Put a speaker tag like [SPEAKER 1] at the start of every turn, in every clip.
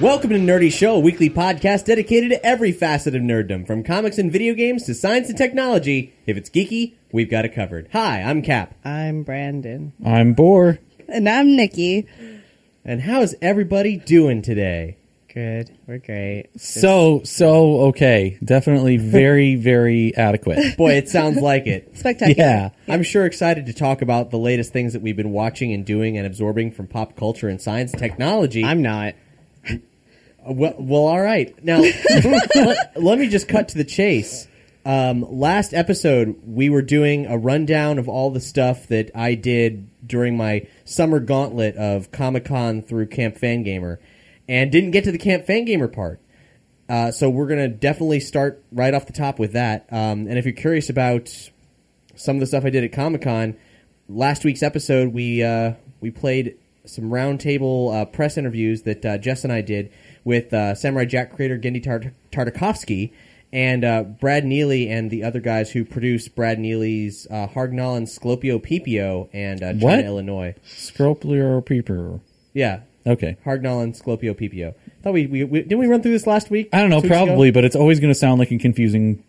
[SPEAKER 1] Welcome to Nerdy Show, a weekly podcast dedicated to every facet of nerddom, from comics and video games to science and technology. If it's geeky, we've got it covered. Hi, I'm Cap.
[SPEAKER 2] I'm Brandon.
[SPEAKER 3] I'm Boar.
[SPEAKER 2] And I'm Nikki.
[SPEAKER 1] And how is everybody doing today?
[SPEAKER 4] Good. We're great.
[SPEAKER 3] So, so, okay. Definitely very, very adequate.
[SPEAKER 1] Boy, it sounds like it.
[SPEAKER 2] Spectacular.
[SPEAKER 3] Yeah.
[SPEAKER 1] I'm sure excited to talk about the latest things that we've been watching and doing and absorbing from pop culture and science and technology.
[SPEAKER 4] I'm not.
[SPEAKER 1] Well, well all right. Now, let, let me just cut to the chase. Um, last episode, we were doing a rundown of all the stuff that I did during my summer gauntlet of Comic Con through Camp Fangamer, and didn't get to the Camp Fangamer part. Uh, so we're gonna definitely start right off the top with that. Um, and if you're curious about some of the stuff I did at Comic Con, last week's episode we uh, we played some roundtable uh, press interviews that uh, Jess and I did with uh, Samurai Jack creator Gendy Tart- Tartakovsky and uh, Brad Neely and the other guys who produced Brad Neely's uh, Hargnal and Sclopio Pipio and uh, China,
[SPEAKER 3] What?
[SPEAKER 1] Illinois.
[SPEAKER 3] Scropular peeper.
[SPEAKER 1] Yeah,
[SPEAKER 3] Okay.
[SPEAKER 1] Hargnal and Sclopio Pipio. Thought we, we, we didn't we run through this last week?
[SPEAKER 3] I don't know,
[SPEAKER 1] Two weeks ago?
[SPEAKER 3] probably, but it's always going to sound like a confusing.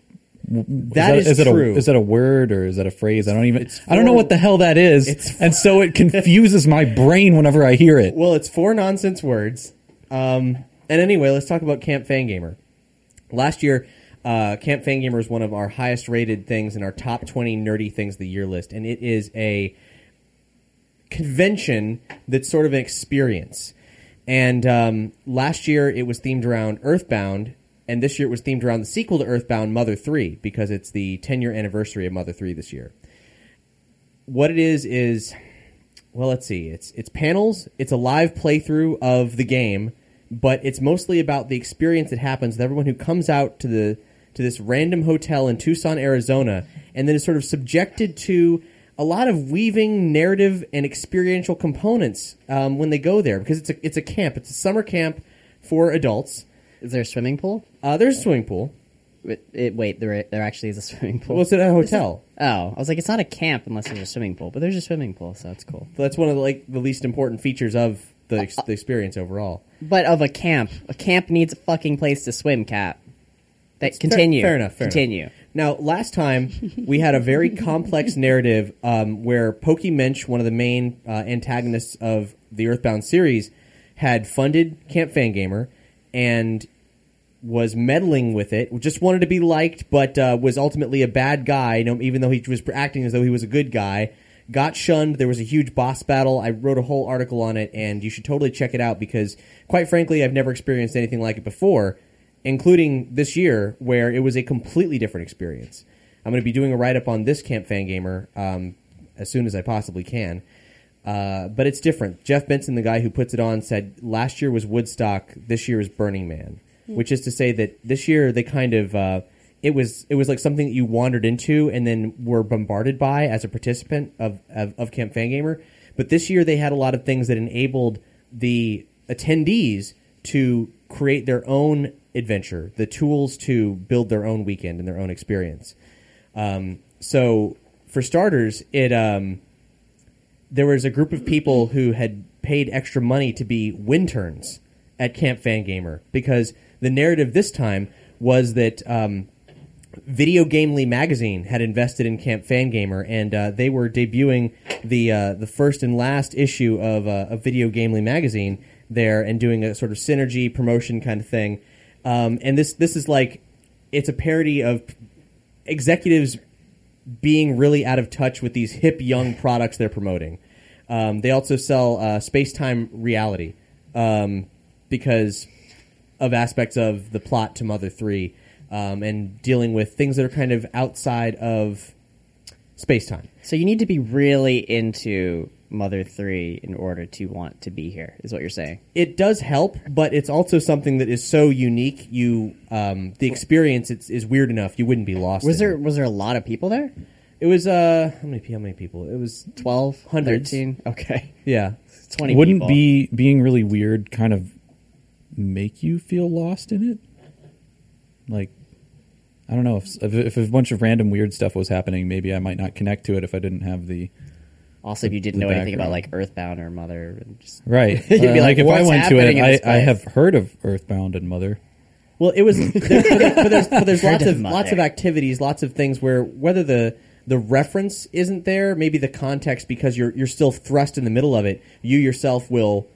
[SPEAKER 1] That is,
[SPEAKER 3] is it
[SPEAKER 1] true.
[SPEAKER 3] A, is that a word or is that a phrase? I don't even. I don't know
[SPEAKER 1] four-
[SPEAKER 3] what the hell that is,
[SPEAKER 1] It's-
[SPEAKER 3] and so it confuses my brain whenever I hear it.
[SPEAKER 1] Well, it's four nonsense words. Um, and anyway, let's talk about Camp Fangamer. Last year, uh, Camp Fangamer was one of our highest rated things in our top 20 nerdy things of the year list. And it is a convention that's sort of an experience. And um, last year it was themed around Earthbound, and this year it was themed around the sequel to Earthbound, Mother 3, because it's the 10 year anniversary of Mother 3 this year. What it is is, well, let's see. It's it's panels. It's a live playthrough of the game, but it's mostly about the experience that happens with everyone who comes out to the to this random hotel in Tucson, Arizona, and then is sort of subjected to a lot of weaving narrative and experiential components um, when they go there because it's a it's a camp. It's a summer camp for adults.
[SPEAKER 4] Is there a swimming pool?
[SPEAKER 1] Uh, there's a swimming pool.
[SPEAKER 4] It, it- wait, there there actually is a swimming pool.
[SPEAKER 1] Well, it's at a hotel.
[SPEAKER 4] oh, I was like, it's not a camp unless there's a swimming pool, but there's a swimming pool, so that's cool.
[SPEAKER 1] So that's one of the, like the least important features of the, ex- the experience overall.
[SPEAKER 4] But of a camp, a camp needs a fucking place to swim. Cap. That continue.
[SPEAKER 1] Fair, fair enough. Fair enough.
[SPEAKER 4] continue.
[SPEAKER 1] Now, last time we had a very complex narrative um, where Pokey Mensch, one of the main uh, antagonists of the Earthbound series, had funded Camp Fangamer and was meddling with it. Just wanted to be liked, but uh, was ultimately a bad guy. You know, even though he was acting as though he was a good guy, got shunned. There was a huge boss battle. I wrote a whole article on it, and you should totally check it out because, quite frankly, I've never experienced anything like it before, including this year where it was a completely different experience. I'm going to be doing a write up on this Camp Fangamer um, as soon as I possibly can. Uh, but it's different. Jeff Benson, the guy who puts it on, said last year was Woodstock, this year is Burning Man, which is to say that this year they kind of uh, it was it was like something that you wandered into and then were bombarded by as a participant of of, of Camp Fangamer. But this year they had a lot of things that enabled the attendees to create their own adventure, the tools to build their own weekend and their own experience. Um, so for starters, it um, there was a group of people who had paid extra money to be winterns at Camp Fangamer because the narrative this time was that um, Video Gamely magazine had invested in Camp Fangamer, and uh, they were debuting the uh, the first and last issue of uh, of Video Gamely magazine there, and doing a sort of synergy promotion kind of thing. Um, and this this is like it's a parody of executives being really out of touch with these hip young products they're promoting. Um, they also sell uh, space time reality um, because of aspects of the plot to Mother 3 um, and dealing with things that are kind of outside of space time.
[SPEAKER 4] So you need to be really into Mother 3 in order to want to be here, is what you're saying.
[SPEAKER 1] It does help, but it's also something that is so unique. You, um, the experience it's, is weird enough. You wouldn't be lost.
[SPEAKER 4] Was
[SPEAKER 1] in
[SPEAKER 4] there
[SPEAKER 1] it.
[SPEAKER 4] was there a lot of people there?
[SPEAKER 1] It was uh, how many? pe- How many people? It was
[SPEAKER 4] 12,
[SPEAKER 1] Hundreds.
[SPEAKER 4] 13? Okay.
[SPEAKER 1] yeah.
[SPEAKER 4] 20
[SPEAKER 3] Wouldn't
[SPEAKER 4] people.
[SPEAKER 3] be being really weird kind of make you feel lost in it? Like, I don't know if, if if a bunch of random weird stuff was happening, maybe I might not connect to it if I didn't have the
[SPEAKER 4] Also, if you didn't
[SPEAKER 3] the
[SPEAKER 4] know anything about
[SPEAKER 3] background.
[SPEAKER 4] like Earthbound or Mother, and just
[SPEAKER 3] right. Uh,
[SPEAKER 4] You'd be like,
[SPEAKER 3] if I
[SPEAKER 4] "What's
[SPEAKER 3] went to
[SPEAKER 4] happening
[SPEAKER 3] it,
[SPEAKER 4] in
[SPEAKER 3] I,
[SPEAKER 4] this
[SPEAKER 3] I
[SPEAKER 4] place?"
[SPEAKER 3] have heard of Earthbound and Mother.
[SPEAKER 1] Well, it was, there, but, there- but there's, but there's lots
[SPEAKER 4] Heard
[SPEAKER 1] of
[SPEAKER 4] of
[SPEAKER 1] lots of
[SPEAKER 4] mother.
[SPEAKER 1] activities, lots of things where whether the the reference isn't there, maybe the context because you're you're still thrust in the middle of it. You yourself will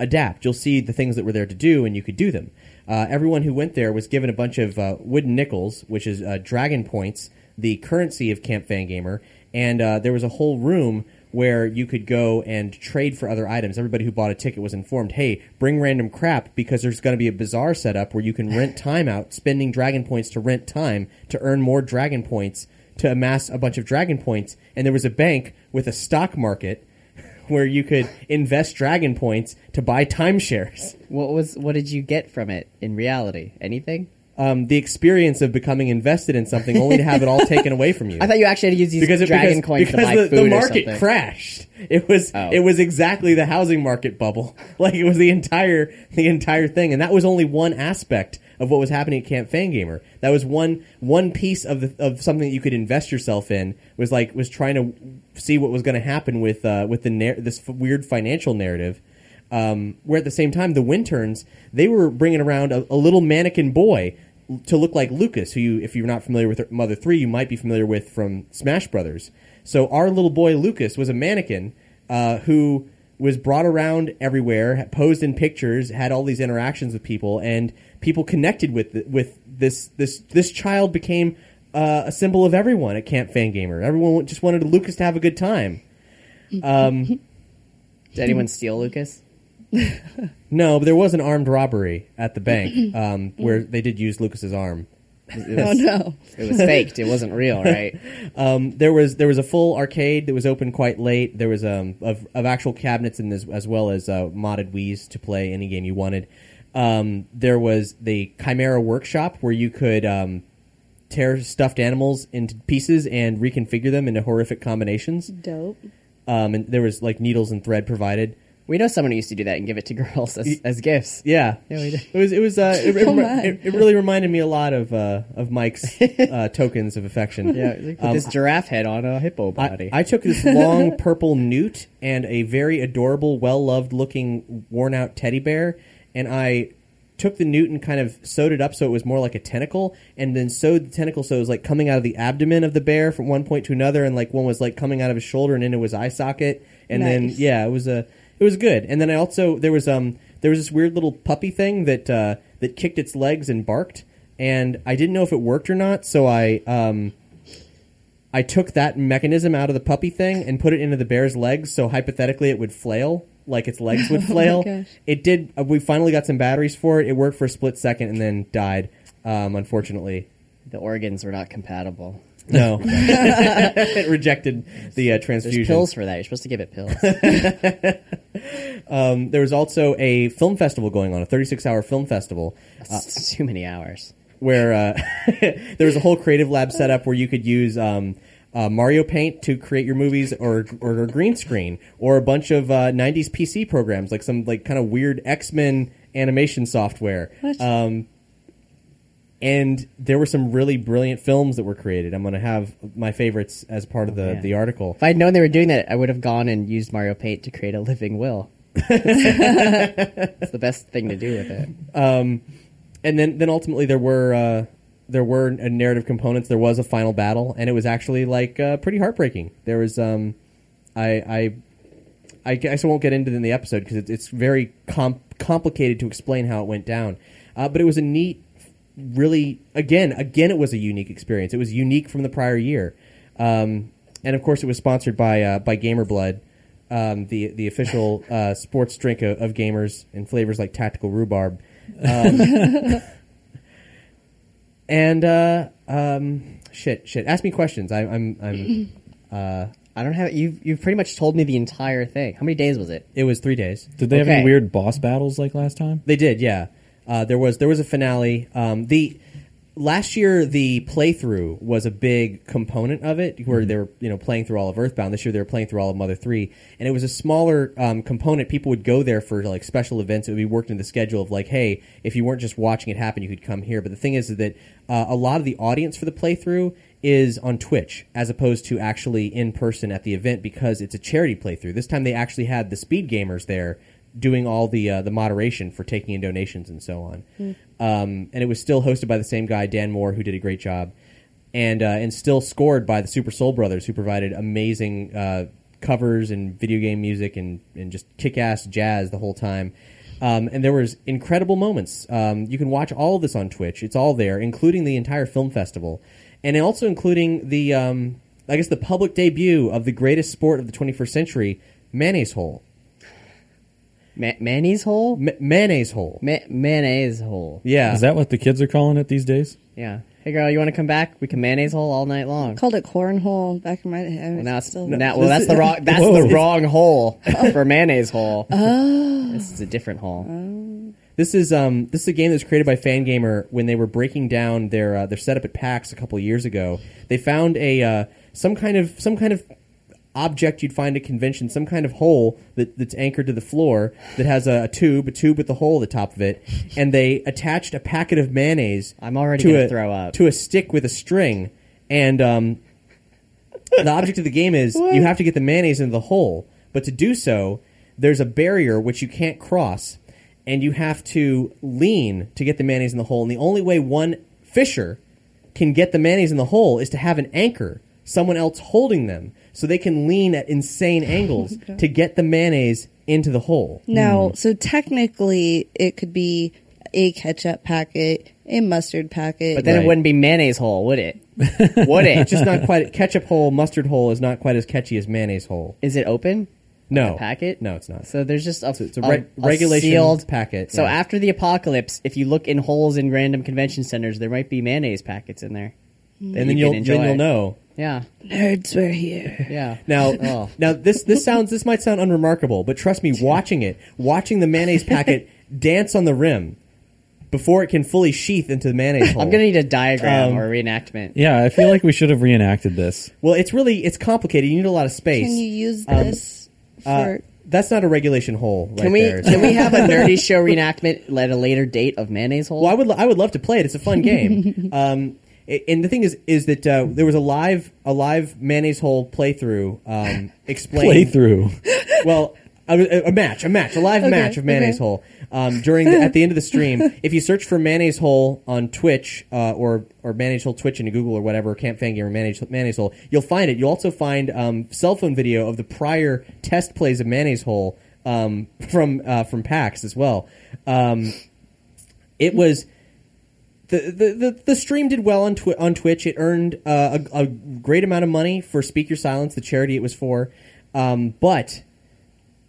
[SPEAKER 1] adapt. You'll see the things that were there to do, and you could do them. Uh, everyone who went there was given a bunch of uh, wooden nickels, which is uh, dragon points, the currency of Camp Fangamer, and uh, there was a whole room where you could go and trade for other items. Everybody who bought a ticket was informed, hey, bring random crap because there's going to be a bazaar setup where you can rent time out, spending dragon points to rent time to earn more dragon points to amass a bunch of dragon points. And there was a bank with a stock market where you could invest dragon points to buy timeshares.
[SPEAKER 4] what was what did you get from it in reality? Anything?
[SPEAKER 1] Um, the experience of becoming invested in something only to have it all taken away from you.
[SPEAKER 4] I thought you actually had to use these
[SPEAKER 1] because it,
[SPEAKER 4] dragon
[SPEAKER 1] because,
[SPEAKER 4] coins
[SPEAKER 1] because
[SPEAKER 4] to buy
[SPEAKER 1] the,
[SPEAKER 4] food
[SPEAKER 1] the
[SPEAKER 4] or
[SPEAKER 1] market
[SPEAKER 4] something.
[SPEAKER 1] crashed. It was
[SPEAKER 4] Oh.
[SPEAKER 1] it was exactly the housing market bubble. Like it was the entire the entire thing, and that was only one aspect of what was happening at Camp Fangamer. That was one one piece of the of something that you could invest yourself in. Was like was trying to see what was going to happen with uh, with the nar- this f- weird financial narrative. Um, where at the same time the Winterns they were bringing around a, a little mannequin boy to look like Lucas, who you, if you're not familiar with Mother Three, you might be familiar with from Smash Brothers. So our little boy Lucas was a mannequin uh, who was brought around everywhere, had posed in pictures, had all these interactions with people, and people connected with th- with this this this child became uh, a symbol of everyone at Camp Fangamer. Everyone just wanted Lucas to have a good time.
[SPEAKER 4] Did anyone steal Lucas?
[SPEAKER 1] No, but there was an armed robbery at the bank um, where they did use Lucas's arm.
[SPEAKER 2] Oh no.
[SPEAKER 4] It was faked. It wasn't real, right?
[SPEAKER 1] Um, there was there was a full arcade that was open quite late. There was um, of, of actual cabinets in this as well as uh, modded Wii's to play any game you wanted. Um, there was the Chimera Workshop where you could um, tear stuffed animals into pieces and reconfigure them into horrific combinations.
[SPEAKER 2] Dope.
[SPEAKER 1] Um, and there was like needles and thread provided.
[SPEAKER 4] We know someone who used to do that and give it to girls as, as gifts.
[SPEAKER 1] Yeah,
[SPEAKER 4] Yeah, we did.
[SPEAKER 1] it was it was uh, it, it,
[SPEAKER 2] Come
[SPEAKER 1] remi-
[SPEAKER 2] on.
[SPEAKER 1] it, it really reminded me a lot of uh, of Mike's uh, tokens of affection.
[SPEAKER 4] Yeah, like with
[SPEAKER 1] Um,
[SPEAKER 4] this giraffe head on a hippo body.
[SPEAKER 1] I, I took this long purple newt and a very adorable, well loved looking, worn out teddy bear, and I took the newt and kind of sewed it up so it was more like a tentacle, and then sewed the tentacle so it was like coming out of the abdomen of the bear from one point to another, and like one was like coming out of his shoulder and into his eye socket, and then
[SPEAKER 2] Nice.
[SPEAKER 1] yeah, it was a it was good. And then I also there was um there was this weird little puppy thing that uh, that kicked its legs and barked. And I didn't know if it worked or not, so I um, I took that mechanism out of the puppy thing and put it into the bear's legs, so hypothetically it would flail, like its legs
[SPEAKER 4] Oh
[SPEAKER 1] would flail.
[SPEAKER 2] gosh.
[SPEAKER 1] It did. Uh, we finally got some batteries for it. It worked for a split second and then died, um, unfortunately.
[SPEAKER 4] the organs were not compatible.
[SPEAKER 1] No, it rejected the uh,
[SPEAKER 4] There's
[SPEAKER 1] transfusion.
[SPEAKER 4] pills for that. You're supposed to give it pills.
[SPEAKER 1] There was also a film festival going on, a 36-hour film festival.
[SPEAKER 4] It's too many hours.
[SPEAKER 1] where uh, there was a whole creative lab set up where you could use um, uh, Mario Paint to create your movies, or or a green screen, or a bunch of uh, '90s PC programs, like some like kind of weird X Men animation software.
[SPEAKER 2] What?
[SPEAKER 1] Um, and there were some really brilliant films that were created. I'm going to have my favorites as part of the,
[SPEAKER 4] man.
[SPEAKER 1] the article.
[SPEAKER 4] If I'd known they were doing that, I would have gone and used Mario Paint to create a living will. it's the best thing to do with it.
[SPEAKER 1] and then then ultimately there were uh, there were uh, narrative components. There was a final battle, and it was actually like uh, pretty heartbreaking. There was um, I I I guess I won't get into it in the episode because it, it's very com- complicated to explain how it went down. Uh, but it was a neat, really again again it was a unique experience. It was unique from the prior year, um, and of course it was sponsored by uh, by Gamerblood. Um, the the official uh, sports drink of, of gamers in flavors like tactical rhubarb, and uh, um, shit, shit. Ask me questions. I, I'm, I'm.
[SPEAKER 4] I don't have you. You've pretty much told me the entire thing. How many days was it?
[SPEAKER 1] It was three days.
[SPEAKER 3] Did they have any
[SPEAKER 4] Okay.
[SPEAKER 3] weird boss battles like last time?
[SPEAKER 1] They did, yeah. Uh, there was there was a finale. Um, the last year the playthrough was a big component of it, where they were you know playing through all of Earthbound. This year they were playing through all of Mother Three, and it was a smaller um, component. People would go there for like special events. It would be worked into the schedule of like, hey, if you weren't just watching it happen, you could come here. But the thing is that uh, a lot of the audience for the playthrough is on Twitch as opposed to actually in person at the event because it's a charity playthrough. This time they actually had the speed gamers there doing all the uh, the moderation for taking in donations and so on. Um, and it was still hosted by the same guy, Dan Moore, who did a great job, and uh, and still scored by the Super Soul Brothers, who provided amazing uh, covers and video game music and and just kick ass jazz the whole time. Um, and there was incredible moments. Um, you can watch all of this on Twitch. It's all there, including the entire film festival, and also including the um, I guess the public debut of the greatest sport of the 21st century, mayonnaise hole,
[SPEAKER 4] Ma- mayonnaise hole.
[SPEAKER 1] Ma- mayonnaise hole.
[SPEAKER 4] Ma- mayonnaise hole.
[SPEAKER 1] Yeah.
[SPEAKER 3] Is that what the kids are calling it these days?
[SPEAKER 4] Yeah. Hey girl, you want to come back? We can mayonnaise hole all night long.
[SPEAKER 2] Called it cornhole back in my day. I was
[SPEAKER 4] Well, now it's
[SPEAKER 2] still
[SPEAKER 4] now, well, that's the wrong that's the wrong hole
[SPEAKER 1] Oh.
[SPEAKER 4] for mayonnaise hole. This is a different hole.
[SPEAKER 1] this is um this is a game that was created by Fangamer when they were breaking down their uh, their setup at PAX a couple of years ago. They found a uh, some kind of some kind of object you'd find at convention, some kind of hole that, that's anchored to the floor that has a, a tube, a tube with a hole at the top of it, and they attached a packet of mayonnaise.
[SPEAKER 4] I'm already
[SPEAKER 1] to
[SPEAKER 4] gonna
[SPEAKER 1] a-
[SPEAKER 4] throw up.
[SPEAKER 1] to a stick with a string, and um, the object of the game is you have to get the mayonnaise into the hole, but to do so, there's a barrier which you can't cross, and you have to lean to get the mayonnaise in the hole. And the only way one fisher can get the mayonnaise in the hole is to have an anchor, someone else holding them, so they can lean at
[SPEAKER 4] Oh
[SPEAKER 1] insane angles to get the mayonnaise into the hole.
[SPEAKER 2] Now,
[SPEAKER 4] Hmm.
[SPEAKER 2] so technically, it could be a ketchup packet, a mustard packet.
[SPEAKER 4] But then
[SPEAKER 1] Right.
[SPEAKER 4] it wouldn't be mayonnaise hole, would it? would it?
[SPEAKER 1] Just not quite ketchup hole, mustard hole is not quite as catchy as mayonnaise hole.
[SPEAKER 4] is it open?
[SPEAKER 1] No
[SPEAKER 4] A packet?
[SPEAKER 1] No, it's not.
[SPEAKER 4] So there's just a,
[SPEAKER 1] it's a reg- regulation
[SPEAKER 4] sealed
[SPEAKER 1] packet,
[SPEAKER 4] So
[SPEAKER 1] yeah.
[SPEAKER 4] after the apocalypse, if you look in holes in random convention centers, there might be mayonnaise packets in there.
[SPEAKER 1] and then
[SPEAKER 4] you
[SPEAKER 1] you'll
[SPEAKER 4] can enjoy
[SPEAKER 1] then you'll
[SPEAKER 4] it.
[SPEAKER 1] know.
[SPEAKER 4] Yeah,
[SPEAKER 2] Nerds were here.
[SPEAKER 4] yeah.
[SPEAKER 1] Now,
[SPEAKER 4] Oh.
[SPEAKER 1] now this this sounds this might sound unremarkable, but trust me, watching it, watching the mayonnaise packet dance on the rim before it can fully sheath into the mayonnaise hole.
[SPEAKER 4] I'm gonna need a diagram
[SPEAKER 1] Um,
[SPEAKER 4] or a reenactment.
[SPEAKER 3] Yeah, I feel like we should have reenacted this.
[SPEAKER 1] well, it's really it's complicated. You need a lot of space.
[SPEAKER 2] Can you use
[SPEAKER 4] Um,
[SPEAKER 2] this
[SPEAKER 4] uh,
[SPEAKER 2] for?
[SPEAKER 1] That's not a regulation hole. Right
[SPEAKER 4] Can we
[SPEAKER 1] There.
[SPEAKER 4] can we have a nerdy show reenactment at a later date of mayonnaise hole?
[SPEAKER 1] Well, I would lo- I would love to play it. It's a fun game. um, a- and the thing is, is that uh, there was a live a live mayonnaise hole playthrough um, explained
[SPEAKER 3] Playthrough.
[SPEAKER 1] well, a, a- a match, a match, a live match of mayonnaise hole. Um, during the, at the end of the stream, if you search for mayonnaise hole on Twitch uh, or or mayonnaise hole Twitch into Google or whatever, Camp Fangame or mayonnaise, mayonnaise hole, you'll find it. You'll also find um, cell phone video of the prior test plays of mayonnaise hole um, from uh, from PAX as well. Um, it was the, the, the, the stream did well on twi- on Twitch. It earned uh, a, a great amount of money for Speak Your Silence, the charity it was for. Um, but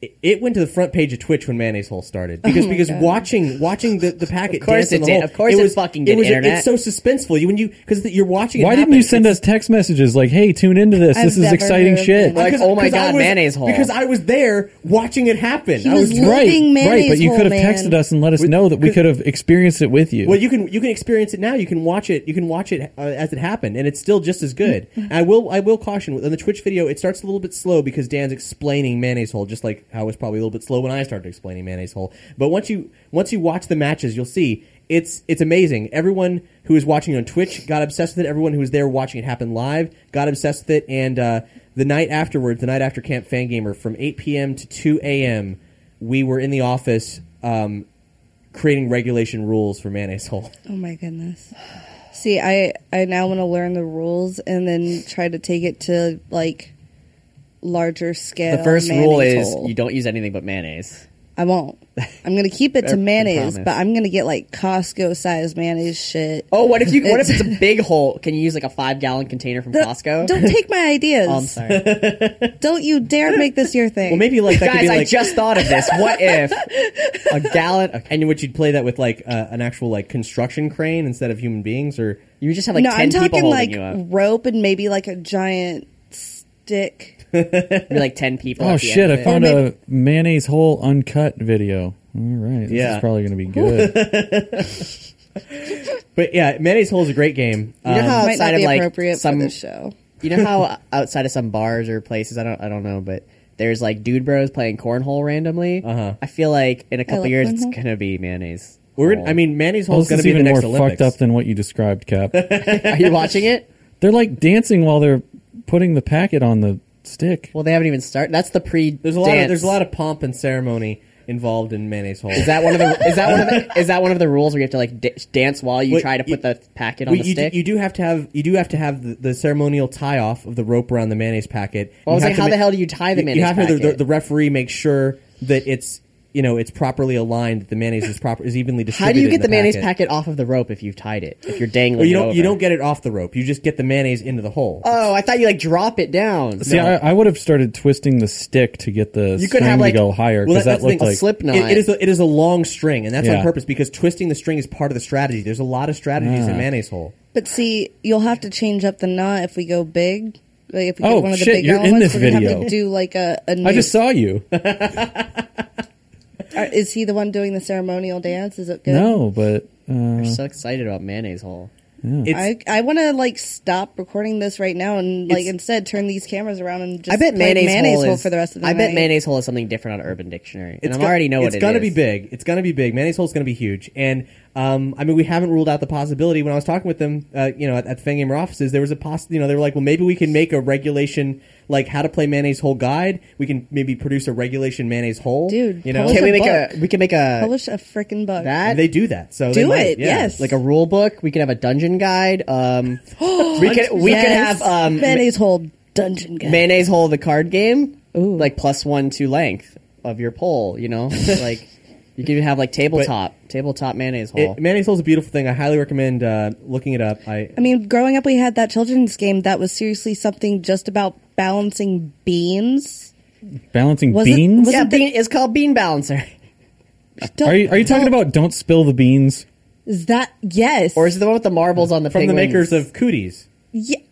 [SPEAKER 1] it, it went to the front page of Twitch when Mayonnaise Hole started because because watching watching the, the packet
[SPEAKER 4] Oh Of course
[SPEAKER 1] dance in
[SPEAKER 4] it
[SPEAKER 1] the
[SPEAKER 4] did.
[SPEAKER 1] hole,
[SPEAKER 4] Of course it
[SPEAKER 1] was
[SPEAKER 4] fucking did,
[SPEAKER 1] It was
[SPEAKER 4] Internet.
[SPEAKER 1] it's so suspenseful. You when you because you're watching. it
[SPEAKER 3] Why didn't
[SPEAKER 1] happen.
[SPEAKER 3] you send
[SPEAKER 1] It's-
[SPEAKER 3] us text messages like, "Hey, tune into this.
[SPEAKER 2] I've
[SPEAKER 3] this is
[SPEAKER 2] never
[SPEAKER 3] exciting
[SPEAKER 2] heard of
[SPEAKER 3] shit."
[SPEAKER 2] that.
[SPEAKER 4] Like,
[SPEAKER 1] because-
[SPEAKER 4] oh my
[SPEAKER 1] because I
[SPEAKER 4] God,
[SPEAKER 1] was-
[SPEAKER 4] Mayonnaise Hole.
[SPEAKER 1] Because I was there watching it happen.
[SPEAKER 2] He
[SPEAKER 1] I
[SPEAKER 2] was
[SPEAKER 1] was
[SPEAKER 2] living
[SPEAKER 3] right,
[SPEAKER 2] mayonnaise
[SPEAKER 3] but you
[SPEAKER 2] hole,
[SPEAKER 3] could have
[SPEAKER 2] man.
[SPEAKER 3] texted us and let us know that we could have experienced it with you.
[SPEAKER 1] Well, you can you can experience it now. You can watch it. You can watch it uh, as it happened, and it's still just as good. I will I will caution on the Twitch video. It starts a little bit slow because Dan's explaining mayonnaise hole, just like I was probably a little bit slow when I started explaining mayonnaise hole. But once you once you watch the matches, you'll see it's it's amazing. Everyone who is watching on Twitch got obsessed with it. Everyone who was there watching it happen live got obsessed with it. And uh, the night afterwards, the night after Camp Fangamer, from 8 p.m. to 2 a.m., we were in the office. Um, creating regulation rules for mayonnaise hole.
[SPEAKER 2] Oh my goodness! See, I I now want to learn the rules and then try to take it to like larger scale.
[SPEAKER 4] The first rule
[SPEAKER 2] mayonnaise
[SPEAKER 4] is
[SPEAKER 2] hole.
[SPEAKER 4] you don't use anything but mayonnaise.
[SPEAKER 2] I won't. I'm gonna keep it to
[SPEAKER 4] I
[SPEAKER 2] mayonnaise,
[SPEAKER 4] promise.
[SPEAKER 2] but I'm gonna get like Costco sized mayonnaise shit.
[SPEAKER 4] Oh, what if you? What if it's a big hole? Can you use like a five gallon container from
[SPEAKER 2] Th-
[SPEAKER 4] Costco?
[SPEAKER 2] Don't take my ideas.
[SPEAKER 4] Oh, I'm sorry, guys.
[SPEAKER 2] Don't you dare make this your thing.
[SPEAKER 1] Well, maybe like that could be like
[SPEAKER 4] I just thought of this. What if a gallon? Okay.
[SPEAKER 1] and would you play that with like uh, an actual like construction crane instead of human beings or
[SPEAKER 4] You just have like
[SPEAKER 2] no,
[SPEAKER 4] ten
[SPEAKER 2] I'm
[SPEAKER 4] people
[SPEAKER 2] talking
[SPEAKER 4] holding
[SPEAKER 2] like
[SPEAKER 4] you up.
[SPEAKER 2] rope and maybe like a giant stick.
[SPEAKER 4] You're like ten people.
[SPEAKER 3] Oh
[SPEAKER 4] at the
[SPEAKER 3] shit!
[SPEAKER 4] end
[SPEAKER 3] I
[SPEAKER 4] of it.
[SPEAKER 3] found
[SPEAKER 2] Or
[SPEAKER 3] a mayonnaise hole uncut video. All right, this
[SPEAKER 1] Yeah.
[SPEAKER 3] is probably gonna be good.
[SPEAKER 1] but yeah mayonnaise hole is a great game
[SPEAKER 4] You know
[SPEAKER 1] Um,
[SPEAKER 4] how
[SPEAKER 2] Might
[SPEAKER 4] outside
[SPEAKER 2] not
[SPEAKER 4] of
[SPEAKER 2] be
[SPEAKER 4] like
[SPEAKER 2] appropriate
[SPEAKER 4] some,
[SPEAKER 2] for this show.
[SPEAKER 4] you know how outside of some bars or places, I don't, I don't know, but there's like dude bros playing cornhole randomly. Uh-huh. I feel like in a couple
[SPEAKER 2] like
[SPEAKER 4] years
[SPEAKER 2] cornhole.
[SPEAKER 4] it's gonna be mayonnaise.
[SPEAKER 1] we're
[SPEAKER 4] hole.
[SPEAKER 1] gonna, i mean mayonnaise hole
[SPEAKER 3] well,
[SPEAKER 1] is
[SPEAKER 3] this
[SPEAKER 1] going to
[SPEAKER 3] Oh.
[SPEAKER 1] be
[SPEAKER 3] is
[SPEAKER 1] the
[SPEAKER 3] even more
[SPEAKER 1] next Olympics.
[SPEAKER 3] fucked up than what you described, Cap.
[SPEAKER 4] are you watching it?
[SPEAKER 3] They're like dancing while they're putting the packet on the stick.
[SPEAKER 4] Well, they haven't even started. That's the pre.
[SPEAKER 1] there's a lot of, there's a lot of pomp and ceremony involved in mayonnaise hole
[SPEAKER 4] Is that one of the? Is that one of the? Is that one of the rules where you have to like d- dance while you
[SPEAKER 1] Wait,
[SPEAKER 4] try to
[SPEAKER 1] you-
[SPEAKER 4] put the packet on
[SPEAKER 1] Well,
[SPEAKER 4] the
[SPEAKER 1] you, do,
[SPEAKER 4] stick?
[SPEAKER 1] you do have to have you do have to have the, the ceremonial tie off of the rope around the mayonnaise packet. You
[SPEAKER 4] Well, I was
[SPEAKER 1] have
[SPEAKER 4] like,
[SPEAKER 1] to
[SPEAKER 4] how the
[SPEAKER 1] ma-
[SPEAKER 4] hell do you tie the
[SPEAKER 1] you-
[SPEAKER 4] mayonnaise
[SPEAKER 1] You have to have the, the,
[SPEAKER 4] packet?
[SPEAKER 1] the referee make sure that it's you know it's properly aligned, that the mayonnaise is proper is evenly distributed.
[SPEAKER 4] How do you
[SPEAKER 1] in
[SPEAKER 4] get the, mayonnaise
[SPEAKER 1] packet?
[SPEAKER 4] packet off of the rope if you've tied it? If you're dangling,
[SPEAKER 1] Well, you
[SPEAKER 4] it
[SPEAKER 1] don't you
[SPEAKER 4] over?
[SPEAKER 1] don't get it off the rope. You just get the mayonnaise into the hole.
[SPEAKER 4] Oh, I thought you like drop it down.
[SPEAKER 3] See, I, I would have started twisting the stick to get the
[SPEAKER 4] You could
[SPEAKER 3] string
[SPEAKER 4] have, like-
[SPEAKER 3] to go higher
[SPEAKER 1] Well,
[SPEAKER 3] because
[SPEAKER 1] that's
[SPEAKER 3] that,
[SPEAKER 1] the thing.
[SPEAKER 3] looked like
[SPEAKER 4] A slip knot.
[SPEAKER 1] It- it is a, it is a long string, and that's on
[SPEAKER 3] Yeah.
[SPEAKER 1] purpose because twisting the string is part of the strategy. There's a lot of strategies in mayonnaise hole.
[SPEAKER 2] But see, you'll have to change up the knot if we go big. Like if we
[SPEAKER 3] Oh,
[SPEAKER 2] get one of the
[SPEAKER 3] shit,
[SPEAKER 2] big
[SPEAKER 3] you're
[SPEAKER 2] ones,
[SPEAKER 3] in this
[SPEAKER 2] we're gonna have
[SPEAKER 3] video.
[SPEAKER 2] to do like a. a new,
[SPEAKER 3] I just saw you.
[SPEAKER 2] Uh, Is he the one doing the ceremonial dance? Is it good?
[SPEAKER 3] no, but uh,
[SPEAKER 4] I'm so excited about mayonnaise hole.
[SPEAKER 1] It's,
[SPEAKER 2] I I want to like stop recording this right now and like
[SPEAKER 1] It's-
[SPEAKER 2] instead turn these cameras around and just
[SPEAKER 4] I bet
[SPEAKER 2] play
[SPEAKER 4] mayonnaise, hole,
[SPEAKER 2] hole
[SPEAKER 4] is,
[SPEAKER 2] for the rest of the
[SPEAKER 4] I
[SPEAKER 2] night.
[SPEAKER 4] bet mayonnaise hole is something different on Urban Dictionary, and
[SPEAKER 1] It's
[SPEAKER 4] I'm
[SPEAKER 1] go-
[SPEAKER 4] already know what
[SPEAKER 1] it's
[SPEAKER 4] it
[SPEAKER 1] gonna
[SPEAKER 4] is.
[SPEAKER 1] be big. It's gonna be big. Mayonnaise hole's gonna be huge. And um, I mean, we haven't ruled out the possibility. When I was talking with them, uh, you know, at, at the Fangamer offices, there was a poss. You know, they were like, well, maybe we can make a regulation like how to play mayonnaise hole guide. We can maybe produce a regulation mayonnaise hole.
[SPEAKER 2] Dude,
[SPEAKER 1] you know,
[SPEAKER 2] publish
[SPEAKER 4] Can we
[SPEAKER 2] a
[SPEAKER 4] make
[SPEAKER 2] book.
[SPEAKER 4] a? We can make a
[SPEAKER 2] Publish a freaking book.
[SPEAKER 4] that.
[SPEAKER 1] they do that. So they
[SPEAKER 2] Do
[SPEAKER 1] might,
[SPEAKER 2] it,
[SPEAKER 1] yeah.
[SPEAKER 2] yes.
[SPEAKER 4] like a rule book. We could have a dungeon guide. Um, we could we
[SPEAKER 2] Yes.
[SPEAKER 4] could have um,
[SPEAKER 2] mayonnaise hole dungeon guy.
[SPEAKER 4] mayonnaise hole the card game. Like plus one to length of your pole. You know, like you could have like tabletop tabletop mayonnaise hole.
[SPEAKER 1] It, mayonnaise hole's a beautiful thing. I highly recommend uh, looking it up. I
[SPEAKER 2] I mean, growing up, we had that children's game that was seriously something just about balancing beans.
[SPEAKER 3] balancing
[SPEAKER 2] Was it-
[SPEAKER 3] beans.
[SPEAKER 2] was
[SPEAKER 4] yeah,
[SPEAKER 2] it the-
[SPEAKER 4] bean, it's called bean balancer.
[SPEAKER 2] Don't-
[SPEAKER 3] are you are you talking
[SPEAKER 2] don't-
[SPEAKER 3] about don't spill the beans?
[SPEAKER 2] Is that yes
[SPEAKER 4] Or is it the one with the marbles on the
[SPEAKER 1] from the
[SPEAKER 4] penguins?
[SPEAKER 1] makers of cooties.
[SPEAKER 2] Ye-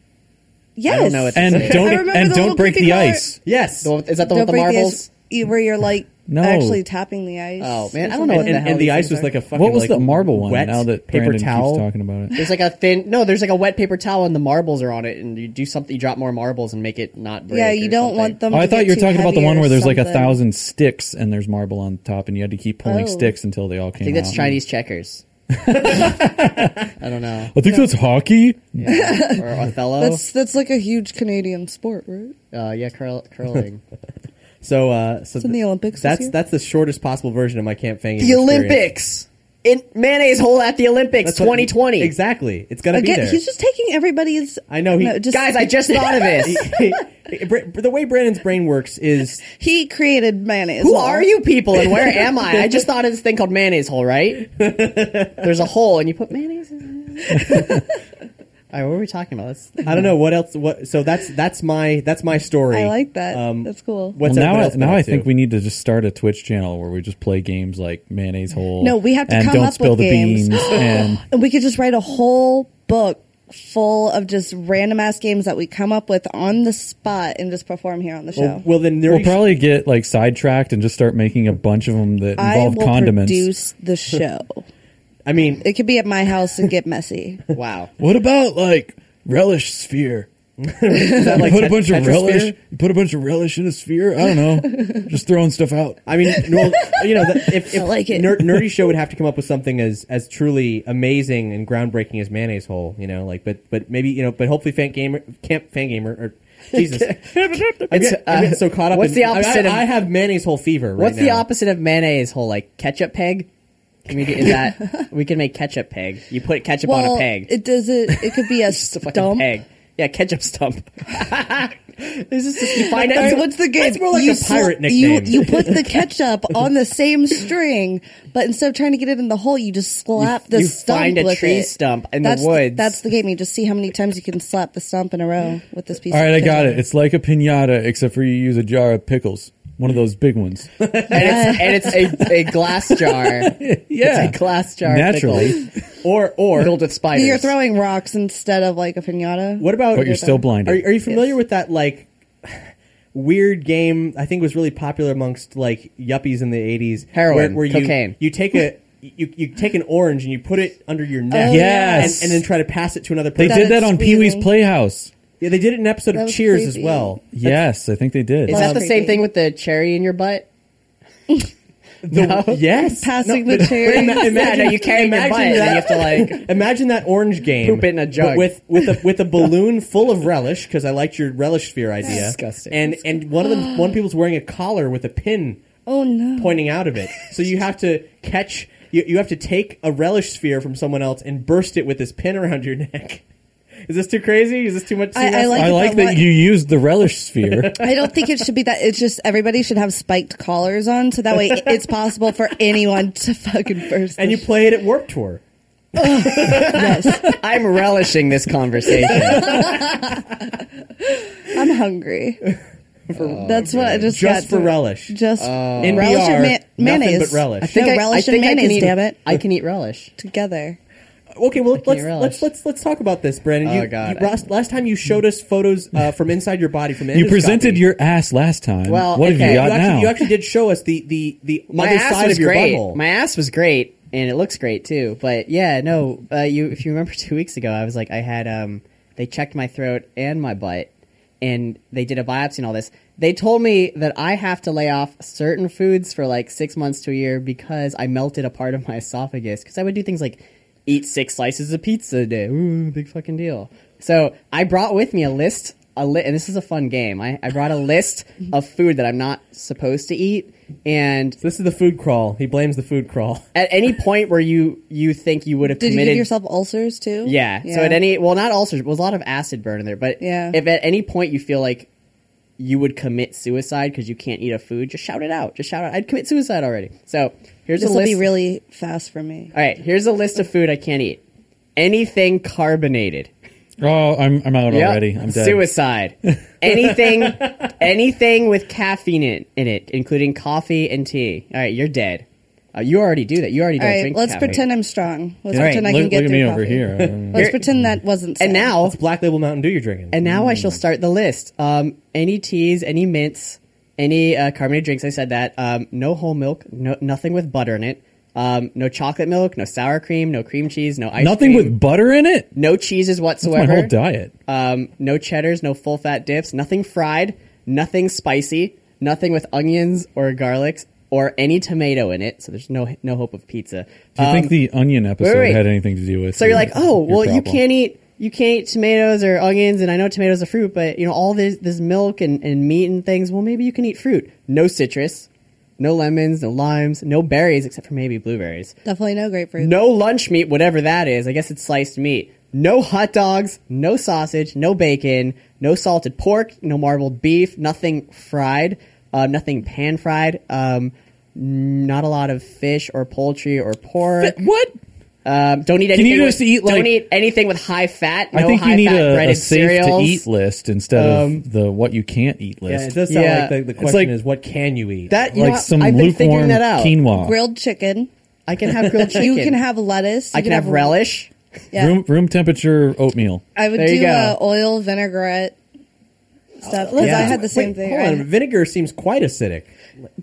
[SPEAKER 2] yes?
[SPEAKER 4] don't know what
[SPEAKER 3] And
[SPEAKER 4] I
[SPEAKER 3] don't
[SPEAKER 2] remember
[SPEAKER 3] and
[SPEAKER 2] the little
[SPEAKER 3] don't break
[SPEAKER 2] creepy
[SPEAKER 3] the
[SPEAKER 2] car-
[SPEAKER 3] ice.
[SPEAKER 1] Yes,
[SPEAKER 4] The one with- is that the
[SPEAKER 2] Don't
[SPEAKER 4] one with the
[SPEAKER 2] break the
[SPEAKER 4] marbles?
[SPEAKER 2] ice, e- where you're like
[SPEAKER 3] No.
[SPEAKER 2] actually tapping the ice.
[SPEAKER 4] Oh,
[SPEAKER 2] or
[SPEAKER 4] man, I don't know
[SPEAKER 2] something.
[SPEAKER 4] what
[SPEAKER 1] and,
[SPEAKER 4] the hell
[SPEAKER 1] and the
[SPEAKER 4] these
[SPEAKER 1] ice
[SPEAKER 4] things
[SPEAKER 1] was
[SPEAKER 4] are.
[SPEAKER 1] like a fucking
[SPEAKER 3] What was
[SPEAKER 1] like,
[SPEAKER 3] the marble one?
[SPEAKER 1] Wet
[SPEAKER 3] now that
[SPEAKER 1] paper
[SPEAKER 3] Brandon
[SPEAKER 1] towel.
[SPEAKER 3] keeps talking about it,
[SPEAKER 4] There's like a thin no. There's like a wet paper towel and the marbles are on it, and you do something. You drop more marbles and make it not. Break
[SPEAKER 2] yeah,
[SPEAKER 4] or
[SPEAKER 2] you don't want
[SPEAKER 4] something.
[SPEAKER 2] them.
[SPEAKER 3] oh, I
[SPEAKER 2] to
[SPEAKER 3] thought
[SPEAKER 2] get
[SPEAKER 3] you were
[SPEAKER 2] too
[SPEAKER 3] talking about the
[SPEAKER 2] heavy
[SPEAKER 3] one where
[SPEAKER 2] or
[SPEAKER 3] there's like a
[SPEAKER 2] something.
[SPEAKER 3] thousand sticks and there's marble on top, and you had to keep pulling
[SPEAKER 2] Oh.
[SPEAKER 3] sticks until they all came.
[SPEAKER 4] I think that's
[SPEAKER 3] out.
[SPEAKER 4] Chinese checkers. I don't know.
[SPEAKER 3] I think that's hockey.
[SPEAKER 4] Or Othello.
[SPEAKER 2] That's that's like a huge Canadian sport, right?
[SPEAKER 4] uh, yeah, curl, curling.
[SPEAKER 1] So, uh, so
[SPEAKER 2] in the
[SPEAKER 1] th-
[SPEAKER 2] Olympics this
[SPEAKER 1] That's
[SPEAKER 2] year?
[SPEAKER 1] that's the shortest possible version of my camp fanging.
[SPEAKER 4] the Olympics. In mayonnaise hole at the Olympics,
[SPEAKER 1] That's what-
[SPEAKER 4] 2020.
[SPEAKER 1] Exactly. It's gonna be
[SPEAKER 2] Again,
[SPEAKER 1] there.
[SPEAKER 2] he's just taking everybody's.
[SPEAKER 1] I know, he-
[SPEAKER 4] Guys, I just thought of this.
[SPEAKER 1] the way Brandon's brain works is
[SPEAKER 2] he created mayonnaise.
[SPEAKER 4] Who
[SPEAKER 2] Well,
[SPEAKER 4] are you people and where am I? I just thought of this thing called mayonnaise hole, right? There's a hole and you put mayonnaise in it. All right, what were we talking about? Let's,
[SPEAKER 1] I don't know what else. What so that's that's my that's my story. Um,
[SPEAKER 2] I like that. That's cool.
[SPEAKER 1] What's
[SPEAKER 3] well,
[SPEAKER 1] up- what
[SPEAKER 3] now, I,
[SPEAKER 1] else
[SPEAKER 3] now
[SPEAKER 1] been
[SPEAKER 3] I
[SPEAKER 1] up to?
[SPEAKER 3] think we need to just start a Twitch channel where we just play games like Mayonnaise Hole.
[SPEAKER 2] No, we have to
[SPEAKER 3] and
[SPEAKER 2] come
[SPEAKER 3] don't
[SPEAKER 2] up
[SPEAKER 3] spill
[SPEAKER 2] with
[SPEAKER 3] the
[SPEAKER 2] games.
[SPEAKER 3] beans. and
[SPEAKER 2] And we could just write a whole book full of just random ass games that we come up with on the spot and just perform here on the show.
[SPEAKER 1] Well, well then there
[SPEAKER 3] we'll probably get like sidetracked and just start making a bunch of them that
[SPEAKER 2] I
[SPEAKER 3] involve
[SPEAKER 2] will
[SPEAKER 3] condiments.
[SPEAKER 2] produce the show.
[SPEAKER 1] I mean,
[SPEAKER 2] it could be at my house and get messy.
[SPEAKER 4] wow.
[SPEAKER 3] What about like relish sphere?
[SPEAKER 1] is that like
[SPEAKER 3] put a
[SPEAKER 1] Tet-
[SPEAKER 3] bunch of
[SPEAKER 1] Tetrisphere?
[SPEAKER 3] relish. You put a bunch of relish in a sphere. I don't know. just throwing stuff out.
[SPEAKER 1] I mean, well, you know, the, if, if
[SPEAKER 2] I like it.
[SPEAKER 1] Ner- Nerdy Show would have to come up with something as as truly amazing and groundbreaking as mayonnaise hole, you know, like but but maybe you know, but hopefully fan gamer camp fan gamer or Jesus, I'm,
[SPEAKER 4] It's,
[SPEAKER 1] get- I'm
[SPEAKER 4] uh,
[SPEAKER 1] getting so caught up.
[SPEAKER 4] what's
[SPEAKER 1] in-
[SPEAKER 4] the opposite
[SPEAKER 1] I,
[SPEAKER 4] of-
[SPEAKER 1] I, I have mayonnaise hole fever. right
[SPEAKER 4] What's the
[SPEAKER 1] now.
[SPEAKER 4] opposite of mayonnaise hole? Like ketchup peg? Can we do that? we can make ketchup peg. You put ketchup on
[SPEAKER 2] well,
[SPEAKER 4] a peg.
[SPEAKER 2] it does it. It could be a
[SPEAKER 4] It's a fucking
[SPEAKER 2] stump.
[SPEAKER 4] peg. Yeah, ketchup stump. this is just, you find
[SPEAKER 2] Sorry,
[SPEAKER 4] out.
[SPEAKER 2] what's the game?
[SPEAKER 1] That's more like
[SPEAKER 2] you
[SPEAKER 1] a pirate
[SPEAKER 2] sl- you-
[SPEAKER 1] nickname.
[SPEAKER 2] You, put the ketchup on the same string, but instead of trying to get it in the hole, you just slap the
[SPEAKER 4] you
[SPEAKER 2] stump
[SPEAKER 4] find a
[SPEAKER 2] with
[SPEAKER 4] tree
[SPEAKER 2] it.
[SPEAKER 4] stump in the
[SPEAKER 2] that's
[SPEAKER 4] woods.
[SPEAKER 2] that's the game. You just see how many times you can slap the stump in a row with this piece.
[SPEAKER 3] All right,
[SPEAKER 2] of
[SPEAKER 3] I got
[SPEAKER 2] ketchup.
[SPEAKER 3] it. It's like a pinata, except for you use a jar of pickles, one of those big ones.
[SPEAKER 4] and it's, and it's a, a glass jar.
[SPEAKER 3] Yeah,
[SPEAKER 4] It's a glass jar. of
[SPEAKER 3] naturally.
[SPEAKER 4] pickles. Or, or. Filled with spiders.
[SPEAKER 2] You're throwing rocks instead of like a pinata.
[SPEAKER 1] What about?
[SPEAKER 3] But you're still blinded.
[SPEAKER 1] Are, are you familiar with that like weird game? I think was really popular amongst like yuppies in the eighties.
[SPEAKER 4] Heroin,
[SPEAKER 1] you,
[SPEAKER 4] cocaine.
[SPEAKER 1] You take a you, you take an orange and you put it under your neck.
[SPEAKER 2] Oh,
[SPEAKER 3] Yes.
[SPEAKER 1] and, and then try to pass it to another
[SPEAKER 3] They
[SPEAKER 1] person.
[SPEAKER 3] did that
[SPEAKER 2] it's
[SPEAKER 3] on Pee Wee's
[SPEAKER 2] squeezing.
[SPEAKER 3] Playhouse.
[SPEAKER 1] Yeah, they did it in an episode
[SPEAKER 2] That
[SPEAKER 1] of
[SPEAKER 2] was
[SPEAKER 1] Cheers as
[SPEAKER 2] creepy.
[SPEAKER 1] well.
[SPEAKER 3] Yes, I think they did.
[SPEAKER 4] Is that the
[SPEAKER 2] creepy.
[SPEAKER 4] same thing with the cherry in your butt?
[SPEAKER 1] The- Yes,
[SPEAKER 2] Passing
[SPEAKER 1] No,
[SPEAKER 2] the
[SPEAKER 1] but-
[SPEAKER 2] cherry.
[SPEAKER 1] ima- Imagine
[SPEAKER 4] yeah, no, you carry in your
[SPEAKER 1] imagine
[SPEAKER 4] butt and
[SPEAKER 1] that-
[SPEAKER 4] you have to like.
[SPEAKER 1] Imagine that orange game.
[SPEAKER 4] Poop it in a
[SPEAKER 1] but
[SPEAKER 4] jug.
[SPEAKER 1] with with a, with a balloon full of relish because I liked your relish sphere idea.
[SPEAKER 4] Disgusting.
[SPEAKER 1] And and one of them one people's wearing a collar with a pin
[SPEAKER 2] Oh no!
[SPEAKER 1] pointing out of it. So you have to catch you, you have to take a relish sphere from someone else and burst it with this pin around your neck. Is this too crazy? Is this too much?
[SPEAKER 2] I- I
[SPEAKER 1] CS?
[SPEAKER 2] like-
[SPEAKER 3] I like that
[SPEAKER 2] What-
[SPEAKER 3] you used the relish sphere.
[SPEAKER 2] I don't think it should be that. It's just everybody should have spiked collars on, so that way it's possible for anyone to fucking burst.
[SPEAKER 1] and
[SPEAKER 2] the
[SPEAKER 1] you play it at Warp Tour.
[SPEAKER 4] I'm relishing this conversation.
[SPEAKER 2] I'm hungry. Oh, That's what I just
[SPEAKER 1] Just
[SPEAKER 2] got
[SPEAKER 1] for
[SPEAKER 2] to-
[SPEAKER 1] relish.
[SPEAKER 2] Just
[SPEAKER 1] NPR,
[SPEAKER 2] relish and ma-
[SPEAKER 1] nothing
[SPEAKER 2] mayonnaise.
[SPEAKER 1] but relish.
[SPEAKER 2] I think no,
[SPEAKER 4] I-
[SPEAKER 2] relish
[SPEAKER 4] I think I
[SPEAKER 2] and
[SPEAKER 4] can
[SPEAKER 2] mayonnaise.
[SPEAKER 4] eat-
[SPEAKER 2] damn it,
[SPEAKER 4] I can eat relish.
[SPEAKER 2] together.
[SPEAKER 1] Okay, well let's
[SPEAKER 4] relish.
[SPEAKER 1] let's let's let's talk about this, Brandon. You,
[SPEAKER 4] Oh, God.
[SPEAKER 1] you- last, last time you showed us photos uh, from inside your body from
[SPEAKER 3] you presented
[SPEAKER 1] endoscopy.
[SPEAKER 3] your ass last time.
[SPEAKER 4] Well,
[SPEAKER 3] what have
[SPEAKER 4] okay,
[SPEAKER 3] you
[SPEAKER 1] You
[SPEAKER 3] got
[SPEAKER 1] actually,
[SPEAKER 3] now?
[SPEAKER 1] you actually did show us the the the
[SPEAKER 4] My
[SPEAKER 1] other
[SPEAKER 4] ass
[SPEAKER 1] side
[SPEAKER 4] was
[SPEAKER 1] of your
[SPEAKER 4] great.
[SPEAKER 1] butthole.
[SPEAKER 4] My ass was great, and it looks great too. But yeah, no, uh, you if you remember two weeks ago, I was like, I had um, they checked my throat and my butt, and they did a biopsy and all this. They told me that I have to lay off certain foods for like six months to a year because I melted a part of my esophagus because I would do things like eat six slices of pizza a day. Ooh, big fucking deal. So I brought with me a list. A li- and this is a fun game. I, I brought a list of food that I'm not supposed to eat, and
[SPEAKER 1] this is the food crawl. He blames the food crawl.
[SPEAKER 4] at any point where you you think you would have
[SPEAKER 2] Did you
[SPEAKER 4] committed
[SPEAKER 2] give yourself ulcers too?
[SPEAKER 4] yeah. so at any well not ulcers but was a lot of acid burn in there but
[SPEAKER 2] Yeah.
[SPEAKER 4] if at any point you feel like you would commit suicide because you can't eat a food just shout it out just shout out i'd commit suicide already so here's
[SPEAKER 2] this
[SPEAKER 4] a
[SPEAKER 2] will
[SPEAKER 4] list
[SPEAKER 2] be really fast for me.
[SPEAKER 4] all right here's a list of food i can't eat anything carbonated
[SPEAKER 3] oh, I'm I'm out
[SPEAKER 4] Yep.
[SPEAKER 3] already. I'm dead.
[SPEAKER 4] Suicide. Anything, anything with caffeine in, in it, including coffee and tea. All right, you're dead. Uh, you already do that. You already
[SPEAKER 2] All
[SPEAKER 4] don't
[SPEAKER 2] right,
[SPEAKER 4] drink.
[SPEAKER 2] let's
[SPEAKER 4] caffeine.
[SPEAKER 2] pretend I'm strong. Let's
[SPEAKER 3] All right,
[SPEAKER 2] pretend I
[SPEAKER 3] look,
[SPEAKER 2] can get
[SPEAKER 3] look at
[SPEAKER 2] through
[SPEAKER 3] me
[SPEAKER 2] coffee.
[SPEAKER 3] over here. I don't know.
[SPEAKER 2] Let's pretend that wasn't.
[SPEAKER 4] And
[SPEAKER 2] sad.
[SPEAKER 4] now
[SPEAKER 1] It's Black Label Mountain Dew you're drinking.
[SPEAKER 4] And now I shall
[SPEAKER 3] Mm.
[SPEAKER 4] start the list. Um, any teas, any mints, any uh, carbonated drinks. I said that. Um, no whole milk. No, nothing with butter in it. Um, no chocolate milk. No sour cream. No cream cheese. No ice.
[SPEAKER 3] Nothing
[SPEAKER 4] cream,
[SPEAKER 3] with butter in it.
[SPEAKER 4] no cheeses
[SPEAKER 3] My
[SPEAKER 4] whatsoever.
[SPEAKER 3] whole diet.
[SPEAKER 4] Um, no cheddars. No full fat dips. Nothing fried. Nothing spicy. Nothing with onions or garlics or any tomato in it. So there's no no hope of pizza.
[SPEAKER 3] Do you
[SPEAKER 4] Um,
[SPEAKER 3] think the onion episode
[SPEAKER 4] wait.
[SPEAKER 3] had anything to do with?
[SPEAKER 4] so you're like, oh, well, you
[SPEAKER 3] problem?
[SPEAKER 4] can't eat you can't eat tomatoes or onions, and I know tomatoes are fruit, but you know all this this milk and, and meat and things. Well, maybe you can eat fruit. No citrus, no lemons, no limes, no berries except for maybe blueberries.
[SPEAKER 2] definitely no grapefruit.
[SPEAKER 4] No lunch meat, whatever that is. I guess it's sliced meat. No hot dogs, no sausage, no bacon, no salted pork, no marbled beef, nothing fried, uh, nothing pan fried. Um, not a lot of fish or poultry or pork.
[SPEAKER 3] What?
[SPEAKER 4] Um, don't eat
[SPEAKER 3] you
[SPEAKER 4] anything.
[SPEAKER 3] just
[SPEAKER 4] with,
[SPEAKER 3] eat, like-
[SPEAKER 4] don't eat anything with high fat. No
[SPEAKER 3] I think
[SPEAKER 4] high
[SPEAKER 3] you need
[SPEAKER 4] fat
[SPEAKER 3] a, a
[SPEAKER 4] breaded
[SPEAKER 3] safe to
[SPEAKER 4] cereals. Um,
[SPEAKER 3] eat list instead of the what you can't eat
[SPEAKER 1] yeah, it
[SPEAKER 3] list.
[SPEAKER 1] does sound
[SPEAKER 4] Yeah.
[SPEAKER 1] like the, the
[SPEAKER 4] It's
[SPEAKER 1] question
[SPEAKER 3] like-
[SPEAKER 1] is what can you eat?
[SPEAKER 4] That you
[SPEAKER 3] like
[SPEAKER 4] know,
[SPEAKER 3] some
[SPEAKER 4] I've been
[SPEAKER 3] lukewarm
[SPEAKER 4] figuring that out.
[SPEAKER 3] quinoa.
[SPEAKER 2] grilled chicken.
[SPEAKER 4] I can have grilled chicken.
[SPEAKER 2] You can have lettuce. You
[SPEAKER 4] I can have relish.
[SPEAKER 2] Yeah.
[SPEAKER 3] Room room temperature oatmeal.
[SPEAKER 2] I would
[SPEAKER 4] There you
[SPEAKER 2] do
[SPEAKER 4] go.
[SPEAKER 2] uh, oil vinaigrette stuff because
[SPEAKER 4] yeah.
[SPEAKER 2] I had the same
[SPEAKER 1] Oh, Wait,
[SPEAKER 2] thing.
[SPEAKER 1] Hold
[SPEAKER 2] right?
[SPEAKER 1] on, vinegar seems quite acidic.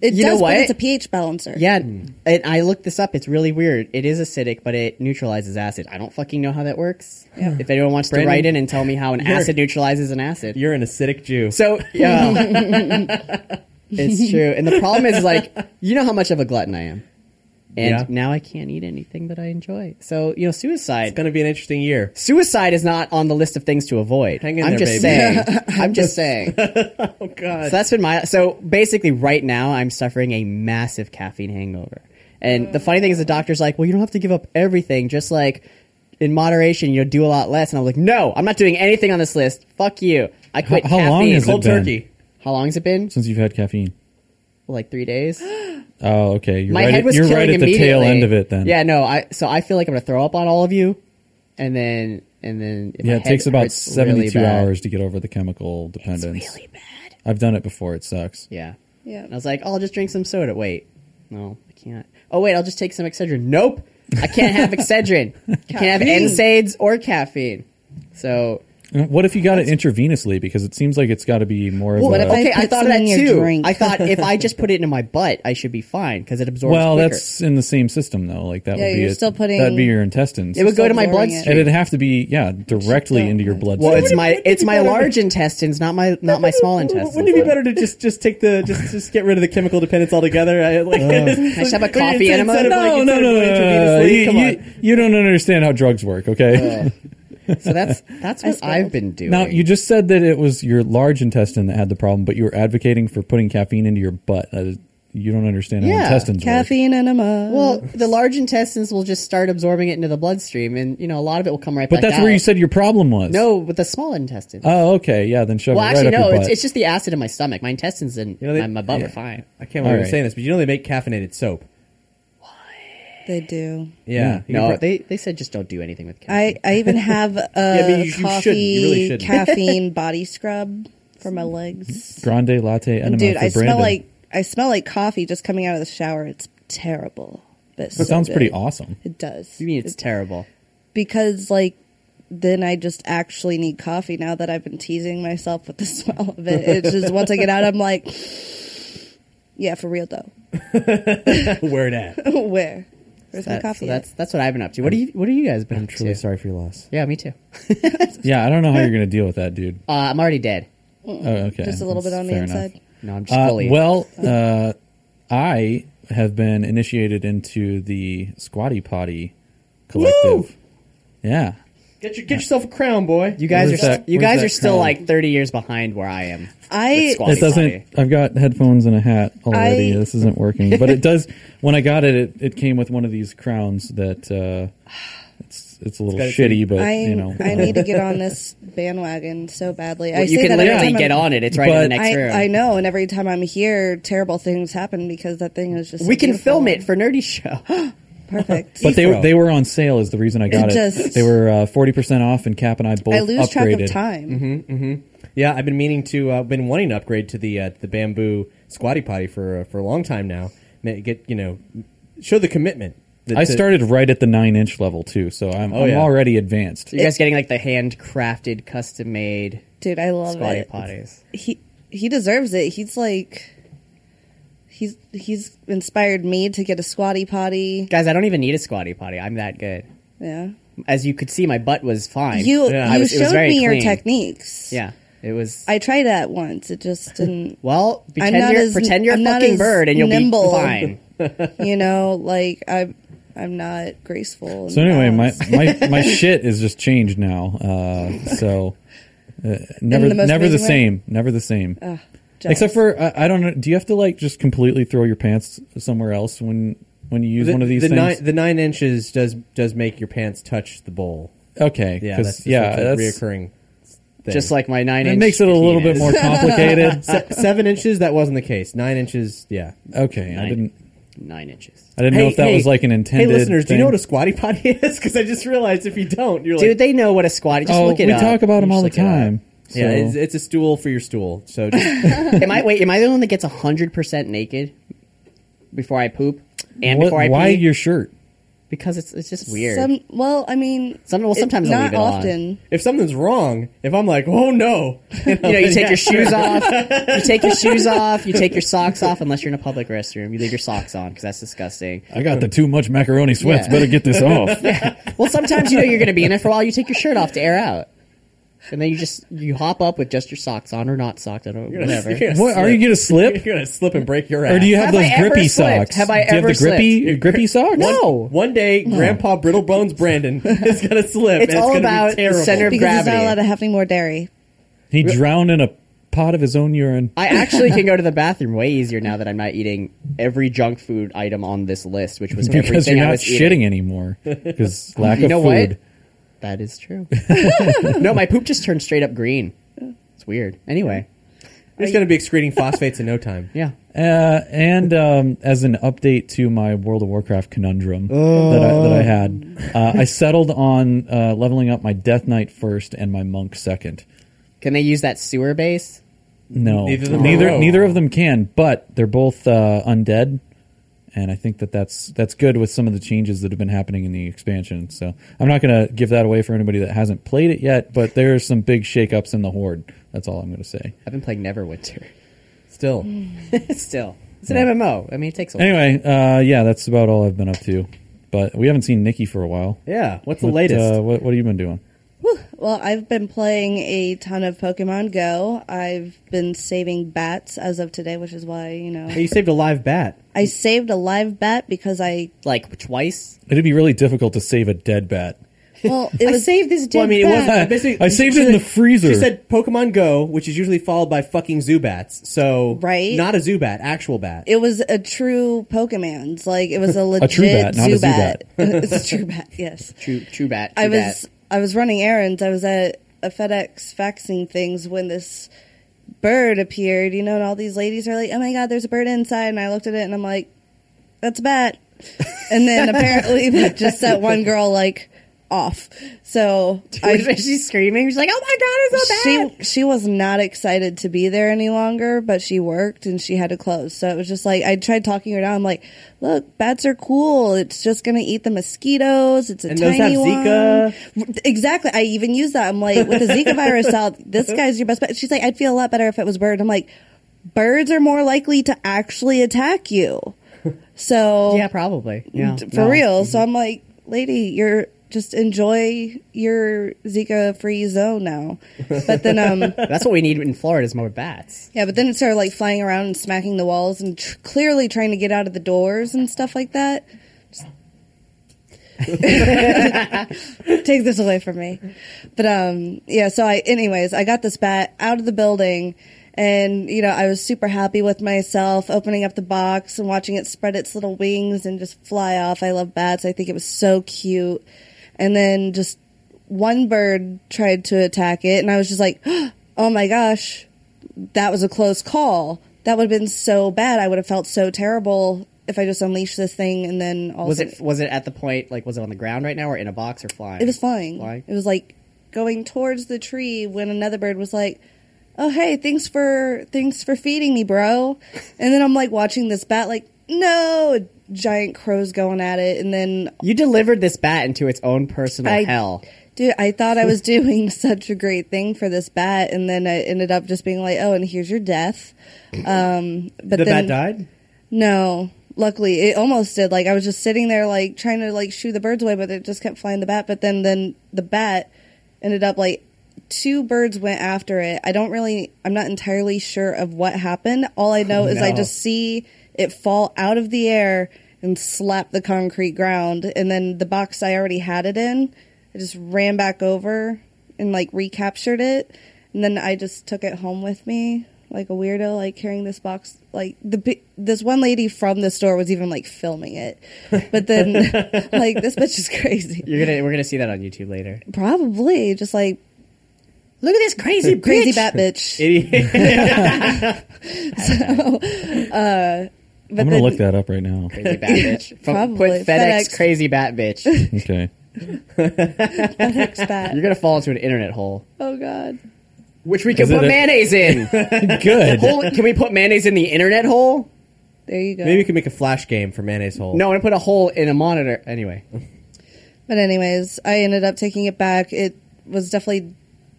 [SPEAKER 2] It
[SPEAKER 4] You know
[SPEAKER 2] does,
[SPEAKER 4] what?
[SPEAKER 2] but it's a pH balancer.
[SPEAKER 4] Yeah, and I looked this up. It's really weird. It is acidic, but it neutralizes acid. I don't fucking know how that works. If anyone wants
[SPEAKER 1] Brandon,
[SPEAKER 4] to write in and tell me how an
[SPEAKER 1] you're-
[SPEAKER 4] acid neutralizes an acid,
[SPEAKER 1] You're an acidic Jew.
[SPEAKER 4] so yeah, it's true. And the problem is, like, you know how much of a glutton I am, and
[SPEAKER 1] Yeah.
[SPEAKER 4] now I can't eat anything that I enjoy. So you know, suicide.
[SPEAKER 1] it's going to be an interesting year.
[SPEAKER 4] Suicide is not on the list of things to avoid.
[SPEAKER 1] Hang in
[SPEAKER 4] I'm
[SPEAKER 1] there,
[SPEAKER 4] just
[SPEAKER 1] baby.
[SPEAKER 4] saying. I'm just saying. So
[SPEAKER 1] Oh God.
[SPEAKER 4] that's been my. So basically, right now, I'm suffering a massive caffeine hangover, And the funny thing is, the doctor's like, well, you don't have to give up everything. Just like in moderation, you know, do a lot less. And I'm like, no, I'm not doing anything on this list. Fuck you. I quit.
[SPEAKER 3] how long
[SPEAKER 4] caffeine.
[SPEAKER 3] is it
[SPEAKER 1] Cold
[SPEAKER 3] been?
[SPEAKER 1] turkey.
[SPEAKER 4] How long has it been?
[SPEAKER 3] since you've had caffeine?
[SPEAKER 4] Like three days.
[SPEAKER 3] Oh, okay. You're
[SPEAKER 4] My
[SPEAKER 3] right,
[SPEAKER 4] head
[SPEAKER 3] at-
[SPEAKER 4] was
[SPEAKER 3] you're
[SPEAKER 4] killing
[SPEAKER 3] right at the tail
[SPEAKER 4] immediately.
[SPEAKER 3] end of it then.
[SPEAKER 4] Yeah, no. I so I feel like I'm gonna throw up on all of you, and then and then if
[SPEAKER 3] Yeah,
[SPEAKER 4] my
[SPEAKER 3] it
[SPEAKER 4] head
[SPEAKER 3] takes about
[SPEAKER 4] hurts really
[SPEAKER 3] 72
[SPEAKER 4] bad-
[SPEAKER 3] hours to get over the chemical
[SPEAKER 4] It's
[SPEAKER 3] dependence.
[SPEAKER 4] really bad.
[SPEAKER 3] I've done it before. It sucks.
[SPEAKER 4] Yeah.
[SPEAKER 2] Yeah.
[SPEAKER 4] And I was like, oh, I'll just drink some soda. Wait, no, I can't. Oh wait, I'll just take some Excedrin. Nope, I can't have Excedrin. I can't have
[SPEAKER 2] Caffeine.
[SPEAKER 4] NSAIDs or caffeine. So
[SPEAKER 3] What if you got it intravenously? Because it seems like it's got to be more of
[SPEAKER 4] Well,
[SPEAKER 3] a.
[SPEAKER 2] if I
[SPEAKER 4] okay, I
[SPEAKER 2] put
[SPEAKER 4] thought
[SPEAKER 2] some
[SPEAKER 4] of that
[SPEAKER 2] in your
[SPEAKER 4] too.
[SPEAKER 2] drink?
[SPEAKER 4] I thought if I just put it in my butt, I should be fine because it absorbs.
[SPEAKER 3] well,
[SPEAKER 4] quicker.
[SPEAKER 3] that's in the same system though. Like that
[SPEAKER 2] Yeah,
[SPEAKER 3] would be
[SPEAKER 2] you're
[SPEAKER 3] it-
[SPEAKER 2] still putting-
[SPEAKER 3] that'd be your intestins.
[SPEAKER 4] it would go to my
[SPEAKER 2] absorbing it.
[SPEAKER 4] bloodstream.
[SPEAKER 3] and it'd have to be yeah directly into your blood.
[SPEAKER 4] Well, it's
[SPEAKER 3] system.
[SPEAKER 4] my it's my large intestines, not my not my small intestines.
[SPEAKER 1] Wouldn't it be better to just just take the just just get rid of the chemical dependence altogether? I, like,
[SPEAKER 4] I should have a coffee
[SPEAKER 1] Instead
[SPEAKER 4] enema.
[SPEAKER 1] of, like,
[SPEAKER 3] no, no,
[SPEAKER 1] instead of
[SPEAKER 3] no, no, no, no.
[SPEAKER 1] intravenously,
[SPEAKER 3] You,
[SPEAKER 1] come
[SPEAKER 3] you, you don't understand how drugs work. Okay.
[SPEAKER 4] So that's that's what I've been doing.
[SPEAKER 3] now you just said that it was your large intestine that had the problem, but you were advocating for putting caffeine into your butt. That is, you don't understand how
[SPEAKER 4] Yeah,
[SPEAKER 3] intestines work.
[SPEAKER 2] Caffeine enema.
[SPEAKER 4] well, the large intestines will just start absorbing it into the bloodstream, and you know a lot of it will come right
[SPEAKER 3] But
[SPEAKER 4] back.
[SPEAKER 3] that's where
[SPEAKER 4] out.
[SPEAKER 3] you said your problem was.
[SPEAKER 4] no with the small intestine.
[SPEAKER 3] Oh, okay. Yeah. Then shove
[SPEAKER 4] well,
[SPEAKER 3] it right
[SPEAKER 4] actually,
[SPEAKER 3] up
[SPEAKER 4] no,
[SPEAKER 3] your butt.
[SPEAKER 4] it's, it's just the acid in my stomach. My intestines and
[SPEAKER 1] know, they-
[SPEAKER 4] my, my butt are
[SPEAKER 1] yeah.
[SPEAKER 4] fine. Mm-hmm.
[SPEAKER 1] I can't believe I'm
[SPEAKER 3] Alright.
[SPEAKER 1] saying this, but you know they make caffeinated soap.
[SPEAKER 2] they do.
[SPEAKER 1] Yeah, You
[SPEAKER 4] No,
[SPEAKER 1] can-
[SPEAKER 4] they they said just don't do anything with caffeine.
[SPEAKER 2] I, I even have a
[SPEAKER 1] but you- you shouldn't. You
[SPEAKER 2] coffee
[SPEAKER 1] really shouldn't.
[SPEAKER 2] caffeine body scrub for my legs.
[SPEAKER 3] grande latte enema
[SPEAKER 2] Dude,
[SPEAKER 3] for
[SPEAKER 2] I
[SPEAKER 3] Brandon.
[SPEAKER 2] smell like I smell like coffee just coming out of the shower. It's terrible. But it's
[SPEAKER 3] That
[SPEAKER 2] so
[SPEAKER 3] sounds
[SPEAKER 2] good.
[SPEAKER 3] pretty awesome.
[SPEAKER 2] It does.
[SPEAKER 4] you mean it's terrible?
[SPEAKER 2] because like then I just actually need coffee now that I've been teasing myself with the smell of it. It's just once I get out, I'm like, yeah, for real though.
[SPEAKER 1] where it at?
[SPEAKER 2] Where? Where's my
[SPEAKER 4] That-
[SPEAKER 2] coffee?
[SPEAKER 4] so
[SPEAKER 2] at?
[SPEAKER 4] that's that's what I've been up to. What do you what are you guys been
[SPEAKER 1] I'm
[SPEAKER 4] up
[SPEAKER 1] truly
[SPEAKER 4] to?
[SPEAKER 1] sorry for your loss.
[SPEAKER 4] Yeah, me too.
[SPEAKER 3] Yeah, I don't know how you're going to deal with that, dude.
[SPEAKER 4] Uh, I'm already dead.
[SPEAKER 3] Oh, okay.
[SPEAKER 2] just a little
[SPEAKER 3] That's
[SPEAKER 2] bit on the
[SPEAKER 3] fair
[SPEAKER 2] inside.
[SPEAKER 3] enough.
[SPEAKER 4] No, I'm just
[SPEAKER 3] Uh,
[SPEAKER 4] fully.
[SPEAKER 3] well, uh, I have been initiated into the Squatty Potty Collective. Yeah.
[SPEAKER 1] Get, your, get yourself a crown, boy.
[SPEAKER 4] you guys are
[SPEAKER 3] where's
[SPEAKER 4] st-
[SPEAKER 3] that-
[SPEAKER 4] you
[SPEAKER 3] where's
[SPEAKER 4] guys
[SPEAKER 3] that
[SPEAKER 4] are still
[SPEAKER 3] crown?
[SPEAKER 4] like 30 years behind where I am.
[SPEAKER 2] I
[SPEAKER 4] With squat. Body
[SPEAKER 3] it doesn't.
[SPEAKER 4] potty.
[SPEAKER 3] I've got headphones and a hat already.
[SPEAKER 2] I-
[SPEAKER 3] this isn't working, but it does. When I got it, it, it came with one of these crowns that uh, it's it's a little
[SPEAKER 1] got its
[SPEAKER 3] shitty, but
[SPEAKER 2] I
[SPEAKER 3] you know,
[SPEAKER 2] I need to get on this bandwagon so badly. I
[SPEAKER 4] Well, you
[SPEAKER 2] say
[SPEAKER 4] can
[SPEAKER 2] that every
[SPEAKER 4] literally
[SPEAKER 2] time I'm-
[SPEAKER 4] get on it. It's right in the
[SPEAKER 3] But-
[SPEAKER 4] next room.
[SPEAKER 2] I, I know, and every time I'm here, terrible things happen because that thing is just.
[SPEAKER 4] we can
[SPEAKER 2] beautiful.
[SPEAKER 4] film it for Nerdy Show.
[SPEAKER 2] Perfect.
[SPEAKER 3] But they were
[SPEAKER 1] Ephro.
[SPEAKER 3] they were on sale is the reason I got it.
[SPEAKER 2] just-
[SPEAKER 3] they were uh, forty percent off, and Cap and I both
[SPEAKER 2] I lose
[SPEAKER 3] upgraded.
[SPEAKER 2] track of time.
[SPEAKER 4] Mm-hmm.
[SPEAKER 1] Yeah, I've been meaning to, uh, been wanting to upgrade to the uh, the bamboo squatty potty for uh, for a long time now. Ma- Get you know, show the commitment. that-
[SPEAKER 3] I
[SPEAKER 1] to-
[SPEAKER 3] started right at the nine inch level too, so I'm,
[SPEAKER 1] Oh,
[SPEAKER 3] I'm
[SPEAKER 1] yeah.
[SPEAKER 3] already advanced.
[SPEAKER 4] You guys getting like the handcrafted, custom made
[SPEAKER 2] Dude, I love
[SPEAKER 4] squatty
[SPEAKER 2] it.
[SPEAKER 4] potties.
[SPEAKER 2] he he deserves it. He's like he's he's inspired me to get a squatty potty.
[SPEAKER 4] Guys, I don't even need a squatty potty. I'm that good.
[SPEAKER 2] Yeah.
[SPEAKER 4] As you could see, my butt was fine.
[SPEAKER 2] You
[SPEAKER 1] Yeah. I
[SPEAKER 2] you
[SPEAKER 4] was- it was
[SPEAKER 2] showed
[SPEAKER 4] very
[SPEAKER 2] me your
[SPEAKER 4] clean.
[SPEAKER 2] techniques.
[SPEAKER 4] yeah, it was.
[SPEAKER 2] I tried that once. It just didn't
[SPEAKER 4] well, pretend
[SPEAKER 2] not
[SPEAKER 4] you're
[SPEAKER 2] as-
[SPEAKER 4] pretend you're
[SPEAKER 2] I'm
[SPEAKER 4] a
[SPEAKER 2] not
[SPEAKER 4] fucking
[SPEAKER 2] as
[SPEAKER 4] bird, and you'll
[SPEAKER 2] nimble.
[SPEAKER 4] be fine.
[SPEAKER 2] you know, like I I'm not graceful. and
[SPEAKER 3] So anyway, my,
[SPEAKER 2] balanced.
[SPEAKER 3] my, my shit is just changed now. Uh, so uh, never
[SPEAKER 2] the most
[SPEAKER 3] never the
[SPEAKER 2] amazing way?
[SPEAKER 3] same, never the same.
[SPEAKER 2] Jealous.
[SPEAKER 3] Except for I, I don't know. Do you have to like just completely throw your pants somewhere else when when you use
[SPEAKER 1] the,
[SPEAKER 3] one of these
[SPEAKER 1] the
[SPEAKER 3] things?
[SPEAKER 1] nine the nine inches does does make your pants touch the bowl.
[SPEAKER 3] okay,
[SPEAKER 1] Yeah,
[SPEAKER 3] 'cause-
[SPEAKER 1] that's just
[SPEAKER 3] yeah,
[SPEAKER 1] like a
[SPEAKER 3] that's-
[SPEAKER 1] reoccurring. Thing.
[SPEAKER 4] Just like my nine.
[SPEAKER 3] It
[SPEAKER 4] inch
[SPEAKER 3] makes it a little bit
[SPEAKER 4] penis.
[SPEAKER 3] more complicated.
[SPEAKER 1] Se- seven inches, that wasn't the case. Nine inches, yeah.
[SPEAKER 3] okay, I
[SPEAKER 4] Nine.
[SPEAKER 3] didn't
[SPEAKER 4] nine inches.
[SPEAKER 3] I didn't know if that was like an intended.
[SPEAKER 1] Hey, listeners, do you know
[SPEAKER 3] thing.
[SPEAKER 1] what a squatty potty is? Because I just realized if you don't, you're
[SPEAKER 4] Dude,
[SPEAKER 1] like,
[SPEAKER 4] they know what a squatty. Just
[SPEAKER 3] oh,
[SPEAKER 4] look it
[SPEAKER 3] we
[SPEAKER 4] up.
[SPEAKER 3] talk about them
[SPEAKER 4] Just
[SPEAKER 3] all the
[SPEAKER 4] look it up.
[SPEAKER 3] time. So,
[SPEAKER 1] yeah, it's, it's a stool for your stool. So just,
[SPEAKER 4] Am I wait? Am I the one that gets hundred percent naked before I poop and
[SPEAKER 3] what-
[SPEAKER 4] before I
[SPEAKER 3] why
[SPEAKER 4] pee?
[SPEAKER 3] your shirt?
[SPEAKER 4] because it's it's just weird.
[SPEAKER 2] Some well, I mean
[SPEAKER 4] Some- well,
[SPEAKER 2] it-
[SPEAKER 4] sometimes I'll
[SPEAKER 2] not
[SPEAKER 4] leave it on.
[SPEAKER 2] often.
[SPEAKER 1] if something's wrong, if I'm like, oh no,
[SPEAKER 4] you know, you take your shoes off. You take your shoes off. You take your socks off unless you're in a public restroom. You leave your socks on because that's disgusting.
[SPEAKER 3] I got the too much macaroni sweats.
[SPEAKER 4] Yeah.
[SPEAKER 3] Better get this off.
[SPEAKER 4] Well, sometimes you know you're going to be in there for a while. You take your shirt off to air out, and then you just you hop up with just your socks on or not socks. I don't know, whatever.
[SPEAKER 1] you're gonna
[SPEAKER 3] What are you gonna slip?
[SPEAKER 1] you're gonna slip and break your ass.
[SPEAKER 3] Or do you have,
[SPEAKER 4] Have
[SPEAKER 3] those
[SPEAKER 4] I ever
[SPEAKER 3] grippy
[SPEAKER 4] slipped?
[SPEAKER 3] socks?
[SPEAKER 4] Have I
[SPEAKER 3] do you
[SPEAKER 4] ever
[SPEAKER 3] have the grippy
[SPEAKER 4] slipped?
[SPEAKER 3] grippy socks?
[SPEAKER 4] No,
[SPEAKER 1] One day, Grandpa Brittle Bones Brandon is gonna slip.
[SPEAKER 4] It's
[SPEAKER 1] and
[SPEAKER 4] all
[SPEAKER 1] it's gonna
[SPEAKER 4] about
[SPEAKER 1] be
[SPEAKER 4] the
[SPEAKER 1] terrible.
[SPEAKER 4] center of
[SPEAKER 2] Because he's not
[SPEAKER 4] Gravity.
[SPEAKER 2] allowed to have any more dairy.
[SPEAKER 3] He drowned in a pot of his own urine.
[SPEAKER 4] I actually can go to the bathroom way easier now that I'm not eating every junk food item on this list, which was
[SPEAKER 3] because
[SPEAKER 4] everything
[SPEAKER 3] you're
[SPEAKER 4] I
[SPEAKER 3] not
[SPEAKER 4] was
[SPEAKER 3] shitting
[SPEAKER 4] eating.
[SPEAKER 3] anymore. Because lack
[SPEAKER 4] You
[SPEAKER 3] of
[SPEAKER 4] know
[SPEAKER 3] food.
[SPEAKER 4] what? That is true. no, my poop just turned straight up green. It's weird. Anyway,
[SPEAKER 1] It's going to be excreting phosphates in no time.
[SPEAKER 4] yeah.
[SPEAKER 3] Uh, and um, as an update to my World of Warcraft conundrum that, I, that I had,
[SPEAKER 4] Oh.
[SPEAKER 3] uh, I settled on uh, leveling up my Death Knight first and my Monk second.
[SPEAKER 4] Can they use that sewer base?
[SPEAKER 3] No,
[SPEAKER 1] Neither of them
[SPEAKER 3] neither,
[SPEAKER 1] will.
[SPEAKER 3] neither of them can, but they're both uh, undead, and I think that that's that's good with some of the changes that have been happening in the expansion. So I'm not going to give that away for anybody that hasn't played it yet, but there's some big shakeups in the Horde. That's all I'm going to say.
[SPEAKER 4] I've been playing Neverwinter.
[SPEAKER 1] Still,
[SPEAKER 4] Still, it's an MMO. I mean, it takes a while.
[SPEAKER 3] Anyway, uh, yeah, that's about all I've been up to. But we haven't seen Nikki for a while.
[SPEAKER 4] Yeah.
[SPEAKER 1] what's the
[SPEAKER 3] What,
[SPEAKER 1] latest?
[SPEAKER 3] Uh, what, what have you been doing?
[SPEAKER 2] Well, I've been playing a ton of Pokemon Go. I've been saving bats as of today, which is why, you know.
[SPEAKER 1] you saved a live bat.
[SPEAKER 2] I saved a live bat because I.
[SPEAKER 4] Like twice.
[SPEAKER 3] It'd be really difficult to save a dead bat.
[SPEAKER 2] Well, it
[SPEAKER 4] I
[SPEAKER 2] was.
[SPEAKER 4] saved this dead
[SPEAKER 1] Well, I mean, it
[SPEAKER 4] bat.
[SPEAKER 1] wasn't. Basically,
[SPEAKER 3] I saved
[SPEAKER 1] she
[SPEAKER 3] it in
[SPEAKER 1] said-
[SPEAKER 3] the freezer.
[SPEAKER 1] She said Pokemon Go, which is usually followed by fucking Zubats. So,
[SPEAKER 2] Right?
[SPEAKER 1] not a Zubat, actual bat.
[SPEAKER 2] It was a true Pokemon's. Like it was a legit
[SPEAKER 3] true bat, not a
[SPEAKER 2] Zubat. it's a true bat. Yes.
[SPEAKER 4] True, true bat. True
[SPEAKER 2] I
[SPEAKER 4] bat.
[SPEAKER 2] was I was running errands. I was at a FedEx faxing things when this bird appeared, you know, and all these ladies are like, "Oh my god, there's a bird inside." And I looked at it and I'm like, "That's a bat." And then apparently that just set one girl like off. So I,
[SPEAKER 4] she's screaming. She's like, "Oh my god, it's a bat!"
[SPEAKER 2] she she was not excited to be there any longer, but she worked and she had to close. So it was just like I tried talking her down. I'm like, "Look, bats are cool. It's just gonna eat the mosquitoes. It's a
[SPEAKER 1] And those
[SPEAKER 2] tiny
[SPEAKER 1] have
[SPEAKER 2] one.
[SPEAKER 1] Zika.
[SPEAKER 2] Exactly. I even use that. I'm like, with the Zika virus out, this guy's your best bet. She's like, I'd feel a lot better if it was bird. I'm like, birds are more likely to actually attack you. So
[SPEAKER 4] yeah, probably. Yeah,
[SPEAKER 2] Mm, for
[SPEAKER 4] No. mm-hmm.
[SPEAKER 2] real. So I'm like, lady, you're just enjoy your Zika free zone now. But then, um,
[SPEAKER 4] That's what we need in Florida is more bats.
[SPEAKER 2] yeah, but then it started like flying around and smacking the walls and tr- clearly trying to get out of the doors and stuff like that. Just- Take this away from me. But um yeah, so I anyways, I got this bat out of the building and you know, I was super happy with myself opening up the box and watching it spread its little wings and just fly off. I love bats. I think it was so cute. And then just one bird tried to attack it and I was just like, "Oh my gosh, that was a close call. That would have been so bad. I would have felt so terrible if I just unleashed this thing and then also
[SPEAKER 4] Was it was it at the point like was it on the ground right now or in a box or flying?
[SPEAKER 2] it was flying.
[SPEAKER 4] Flying.
[SPEAKER 2] It was like going towards the tree when another bird was like, "Oh hey, thanks for thanks for feeding me, bro." And then I'm like watching this bat like, "No, giant crows going at it." And then
[SPEAKER 4] You delivered this bat into its own personal
[SPEAKER 2] I-
[SPEAKER 4] hell.
[SPEAKER 2] Dude, I thought I was doing such a great thing for this bat, and then I ended up just being like, "Oh, and here's your death." Um, but
[SPEAKER 1] the
[SPEAKER 2] then,
[SPEAKER 1] bat died?
[SPEAKER 2] No. Luckily, it almost did. Like I was just sitting there, like trying to like shoo the birds away, but it just kept flying the bat. But then, then the bat ended up like two birds went after it. I don't really, I'm not entirely sure of what happened. All I know is I
[SPEAKER 1] no.
[SPEAKER 2] just see it fall out of the air and slap the concrete ground, and then the box I already had it in, I just ran back over and like recaptured it, and then I just took it home with me like a weirdo, like carrying this box. Like the bi- this one lady from the store was even like filming it, but then like this bitch is crazy.
[SPEAKER 4] You're gonna we're gonna see that on YouTube later.
[SPEAKER 2] Probably just like
[SPEAKER 4] Look at this crazy
[SPEAKER 2] crazy bat bitch.
[SPEAKER 1] Idiot.
[SPEAKER 2] uh,
[SPEAKER 3] I'm going to look that up right now.
[SPEAKER 4] Crazy bat bitch. From, put
[SPEAKER 2] Probably.
[SPEAKER 4] FedEx,
[SPEAKER 2] FedEx.
[SPEAKER 4] crazy bat bitch. You're
[SPEAKER 3] Okay.
[SPEAKER 2] bat.
[SPEAKER 4] gonna fall into an internet hole,
[SPEAKER 2] Oh god.
[SPEAKER 4] which we can
[SPEAKER 3] Is it
[SPEAKER 4] put
[SPEAKER 3] a-
[SPEAKER 4] mayonnaise in.
[SPEAKER 3] Good.
[SPEAKER 4] Hole- can we put mayonnaise in the internet hole?
[SPEAKER 2] There you go.
[SPEAKER 1] Maybe you can make a flash game for Mayonnaise Hole.
[SPEAKER 4] No, I'm gonna put a hole in a monitor. Anyway,
[SPEAKER 2] But anyways, I ended up taking it back. It was definitely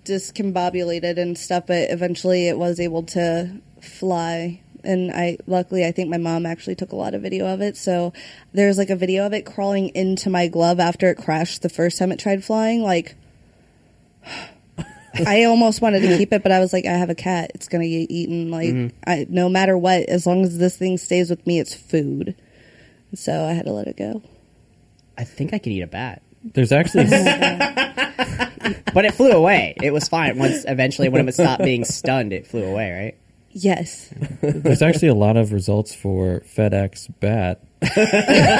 [SPEAKER 2] discombobulated and stuff, but eventually it was able to fly. And I luckily I think my mom actually took a lot of video of it. So there's like a video of it crawling into my glove after it crashed the first time it tried flying. Like I almost wanted to keep it, but I was like, I have a cat. It's gonna get eaten. Like I, no matter what, as long as this thing stays with me, it's food. So I had to let it go.
[SPEAKER 4] I think I could eat a bat.
[SPEAKER 3] There's actually
[SPEAKER 4] but it flew away. It was fine once. Eventually, when it stopped being stunned, it flew away. Right?
[SPEAKER 2] Yes.
[SPEAKER 3] There's actually a lot of results for FedEx Bat,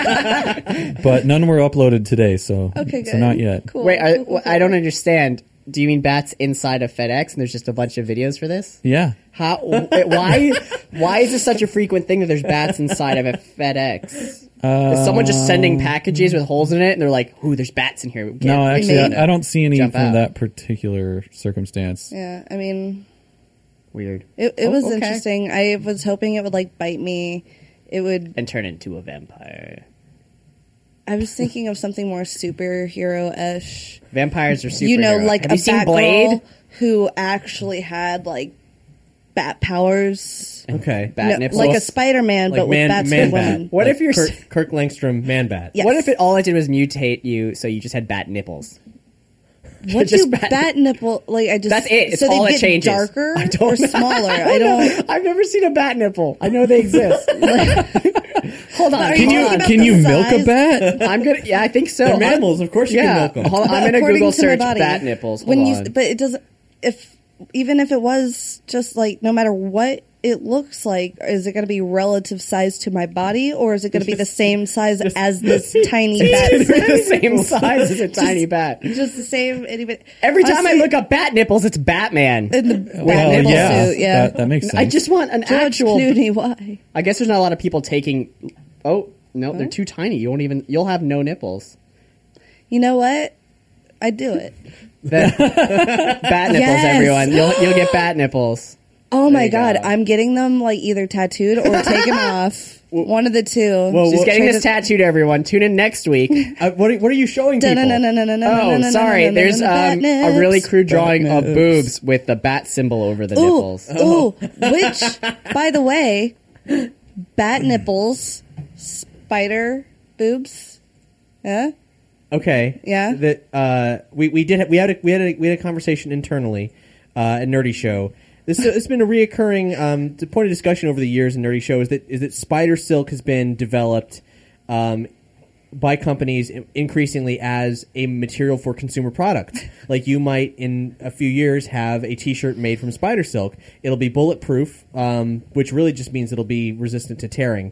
[SPEAKER 3] but none were uploaded today, so
[SPEAKER 2] Okay, good.
[SPEAKER 3] so not yet.
[SPEAKER 2] Cool.
[SPEAKER 4] Wait, I,
[SPEAKER 2] Cool, cool,
[SPEAKER 4] I don't
[SPEAKER 2] cool.
[SPEAKER 4] understand. Do you mean bats inside of FedEx? And there's just a bunch of videos for this.
[SPEAKER 3] Yeah,
[SPEAKER 4] How? wh- Why? Why is this such a frequent thing that there's bats inside of a FedEx?
[SPEAKER 3] Uh,
[SPEAKER 4] is someone just sending packages with holes in it, and they're like, "Ooh, there's bats in here." We
[SPEAKER 3] Um, no,
[SPEAKER 4] can't-
[SPEAKER 3] actually,
[SPEAKER 4] we
[SPEAKER 3] I, I don't see any from
[SPEAKER 4] Jump out.
[SPEAKER 3] that particular circumstance.
[SPEAKER 2] Yeah, I mean,
[SPEAKER 4] Weird.
[SPEAKER 2] it, it
[SPEAKER 4] Oh,
[SPEAKER 2] was
[SPEAKER 4] okay.
[SPEAKER 2] interesting. I was hoping it would like bite me. It would.
[SPEAKER 4] And turn into a vampire.
[SPEAKER 2] I was thinking of something more superhero ish.
[SPEAKER 4] Vampires are super.
[SPEAKER 2] You know, like
[SPEAKER 4] Have
[SPEAKER 2] a
[SPEAKER 4] you seen
[SPEAKER 2] Batgirl
[SPEAKER 4] Blade?
[SPEAKER 2] who actually had like bat powers.
[SPEAKER 1] Okay.
[SPEAKER 4] Bat
[SPEAKER 2] No,
[SPEAKER 4] nipples.
[SPEAKER 2] like a Spider Man,
[SPEAKER 1] Like
[SPEAKER 2] but
[SPEAKER 1] man,
[SPEAKER 2] with bats
[SPEAKER 1] man
[SPEAKER 2] for women.
[SPEAKER 1] bat.
[SPEAKER 4] What
[SPEAKER 1] Like
[SPEAKER 4] if you're s-
[SPEAKER 1] Kirk, Kirk Langstrom man bat?
[SPEAKER 2] Yeah.
[SPEAKER 4] What if it all it did was mutate you, so you just had bat nipples?
[SPEAKER 2] Once
[SPEAKER 4] Just
[SPEAKER 2] you
[SPEAKER 4] bat-
[SPEAKER 2] bat, nipple, like I just
[SPEAKER 4] That's it. It's
[SPEAKER 2] so
[SPEAKER 4] all
[SPEAKER 2] they
[SPEAKER 4] it
[SPEAKER 2] get
[SPEAKER 4] changes.
[SPEAKER 2] darker
[SPEAKER 4] I don't
[SPEAKER 2] or
[SPEAKER 4] know.
[SPEAKER 2] smaller. I don't.
[SPEAKER 4] I've never seen a bat nipple. I know they exist. hold on.
[SPEAKER 2] Are
[SPEAKER 4] Can
[SPEAKER 2] you
[SPEAKER 4] you?
[SPEAKER 2] talking about
[SPEAKER 3] Can
[SPEAKER 2] the
[SPEAKER 3] you milk a
[SPEAKER 2] size?
[SPEAKER 3] bat?
[SPEAKER 4] I'm gonna. Yeah, I think so.
[SPEAKER 1] They're mammals. Of course you
[SPEAKER 4] yeah.
[SPEAKER 1] can milk them.
[SPEAKER 4] Hold on, I'm gonna
[SPEAKER 2] According
[SPEAKER 4] Google
[SPEAKER 2] my
[SPEAKER 4] search
[SPEAKER 2] body,
[SPEAKER 4] bat nipples. Hold
[SPEAKER 2] when you,
[SPEAKER 4] on.
[SPEAKER 2] but it doesn't. If even if it was just like, no matter what it looks like, is it going to be relative size to my body, or is it going to be the same size as this tiny
[SPEAKER 4] It's
[SPEAKER 2] bat?
[SPEAKER 4] the same size as a tiny bat.
[SPEAKER 2] just the same. Anybody,
[SPEAKER 4] Every time I
[SPEAKER 2] see
[SPEAKER 4] look up bat nipples, it's Batman.
[SPEAKER 2] in the bat nipple suit, yeah.
[SPEAKER 3] That, that makes sense.
[SPEAKER 4] I just want an
[SPEAKER 2] George
[SPEAKER 4] actual.
[SPEAKER 2] Clooney, why?
[SPEAKER 4] I guess there's not a lot of people taking. Oh no, they're too tiny. You won't even. You'll have no nipples.
[SPEAKER 2] You know what? I do it.
[SPEAKER 4] That- bat nipples,
[SPEAKER 2] Yes.
[SPEAKER 4] everyone. You'll you'll get bat nipples.
[SPEAKER 2] Oh my
[SPEAKER 4] you
[SPEAKER 2] god,
[SPEAKER 4] go.
[SPEAKER 2] I'm getting them like either tattooed or taken off. One of the two. Well,
[SPEAKER 4] She's getting this tattooed, everyone. Tune in next week.
[SPEAKER 1] Uh, what, are, what are you showing people?
[SPEAKER 4] Oh, sorry. There's um, a really crude drawing of boobs with the bat symbol over the
[SPEAKER 2] Ooh,
[SPEAKER 4] nipples.
[SPEAKER 2] ooh, which, by the way, bat nipples, spider boobs. Yeah,
[SPEAKER 1] Okay.
[SPEAKER 2] Yeah.
[SPEAKER 1] That uh, we we did we had a, we had a, we had a conversation internally uh, at Nerdy Show. This it's been a reoccurring um, the point of discussion over the years in Nerdy Show is that is that spider silk has been developed um, by companies in- increasingly as a material for consumer products. like you might in a few years have a T-shirt made from spider silk. It'll be bulletproof, um, which really just means it'll be resistant to tearing,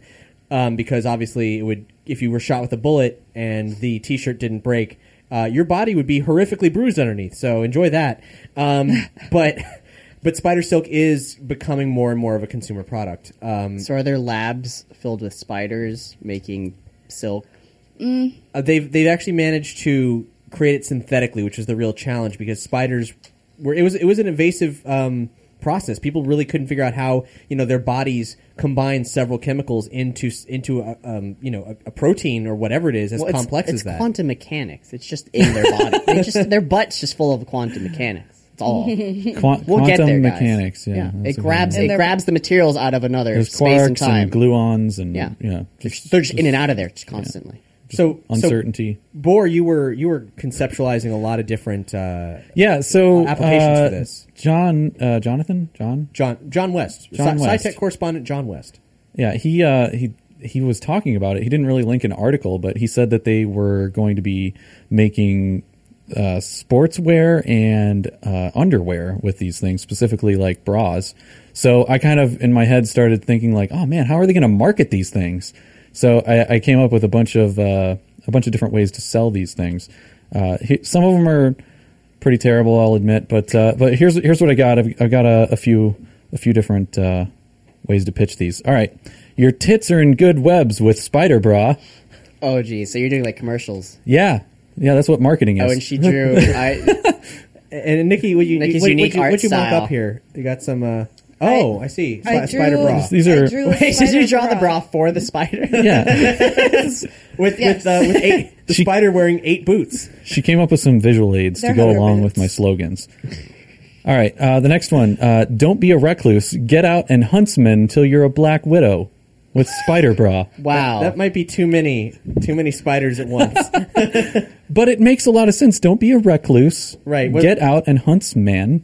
[SPEAKER 1] um, because obviously it would if you were shot with a bullet and the T-shirt didn't break, uh, your body would be horrifically bruised underneath. So enjoy that. Um, but but spider silk is becoming more and more of a consumer product. Um,
[SPEAKER 4] So are there labs filled with spiders making silk?
[SPEAKER 1] Uh, they've they've actually managed to create it synthetically, which is the real challenge because spiders were it was it was an invasive um, process. People really couldn't figure out how you know their bodies combine several chemicals into s- into a, um, you know a, a protein or whatever it is as
[SPEAKER 4] Well, it's-
[SPEAKER 1] complex
[SPEAKER 4] it's
[SPEAKER 1] as that.
[SPEAKER 4] quantum mechanics. It's just in their body. they just their butts just full of quantum mechanics. It's all. we'll
[SPEAKER 3] Quan-
[SPEAKER 4] get
[SPEAKER 3] quantum
[SPEAKER 4] there, guys.
[SPEAKER 3] mechanics. Yeah,
[SPEAKER 4] it
[SPEAKER 3] that's a-
[SPEAKER 4] grabs
[SPEAKER 2] And
[SPEAKER 4] it
[SPEAKER 2] they're-
[SPEAKER 4] grabs the materials out of another
[SPEAKER 3] There's
[SPEAKER 4] space and
[SPEAKER 3] quarks and,
[SPEAKER 4] time.
[SPEAKER 3] gluons and
[SPEAKER 4] Yeah.
[SPEAKER 3] yeah,
[SPEAKER 4] They're just in and out of there just constantly.
[SPEAKER 1] so
[SPEAKER 3] uncertainty.
[SPEAKER 1] So, Bohr, you were you were conceptualizing a lot of different uh,
[SPEAKER 3] Yeah, so
[SPEAKER 1] Uh, applications for
[SPEAKER 3] uh,
[SPEAKER 1] this.
[SPEAKER 3] John, uh, Jonathan, John,
[SPEAKER 1] John John West,
[SPEAKER 3] John
[SPEAKER 1] Sci-
[SPEAKER 3] West.
[SPEAKER 1] SciTech correspondent John West.
[SPEAKER 3] yeah, he uh, he he was talking about it. He didn't really link an article, but he said that they were going to be making uh, sportswear and uh, underwear with these things, specifically like bras. So I kind of in my head started thinking like, oh man, how are they going to market these things? So I, I came up with a bunch of uh, a bunch of different ways to sell these things. Uh, he, some of them are pretty terrible, I'll admit. But uh, but here's here's what I got. I've, I've got a, a few a few different uh, ways to pitch these. All right, your tits are in good webs with spider bra.
[SPEAKER 4] Oh geez, so you're doing like commercials.
[SPEAKER 3] Yeah, yeah, that's what marketing is.
[SPEAKER 4] Oh, and she drew. I,
[SPEAKER 1] And Nikki, what you
[SPEAKER 4] Nikki's
[SPEAKER 1] what,
[SPEAKER 4] unique
[SPEAKER 1] what you,
[SPEAKER 4] art
[SPEAKER 1] what you mock
[SPEAKER 4] style.
[SPEAKER 1] up here? You got some. Uh, oh, I, see. Spi- spider bra.
[SPEAKER 3] These are-
[SPEAKER 2] I drew a
[SPEAKER 4] wait, did
[SPEAKER 2] spider
[SPEAKER 4] you draw the bra for the spider?
[SPEAKER 3] yeah,
[SPEAKER 1] with
[SPEAKER 2] Yes.
[SPEAKER 1] with, uh, with eight, the
[SPEAKER 3] She-
[SPEAKER 1] spider wearing eight boots.
[SPEAKER 3] she came up with some visual aids
[SPEAKER 2] They're
[SPEAKER 3] to go
[SPEAKER 2] hunter
[SPEAKER 3] along
[SPEAKER 2] boots.
[SPEAKER 3] with my slogans. All right, uh, the next one. Uh, don't be a recluse. Get out and huntsman till you're a black widow with spider bra.
[SPEAKER 4] Wow.
[SPEAKER 1] That might be too many too many spiders at once.
[SPEAKER 3] But it makes a lot of sense. Don't be a recluse.
[SPEAKER 1] Right, what-
[SPEAKER 3] Get out and huntsman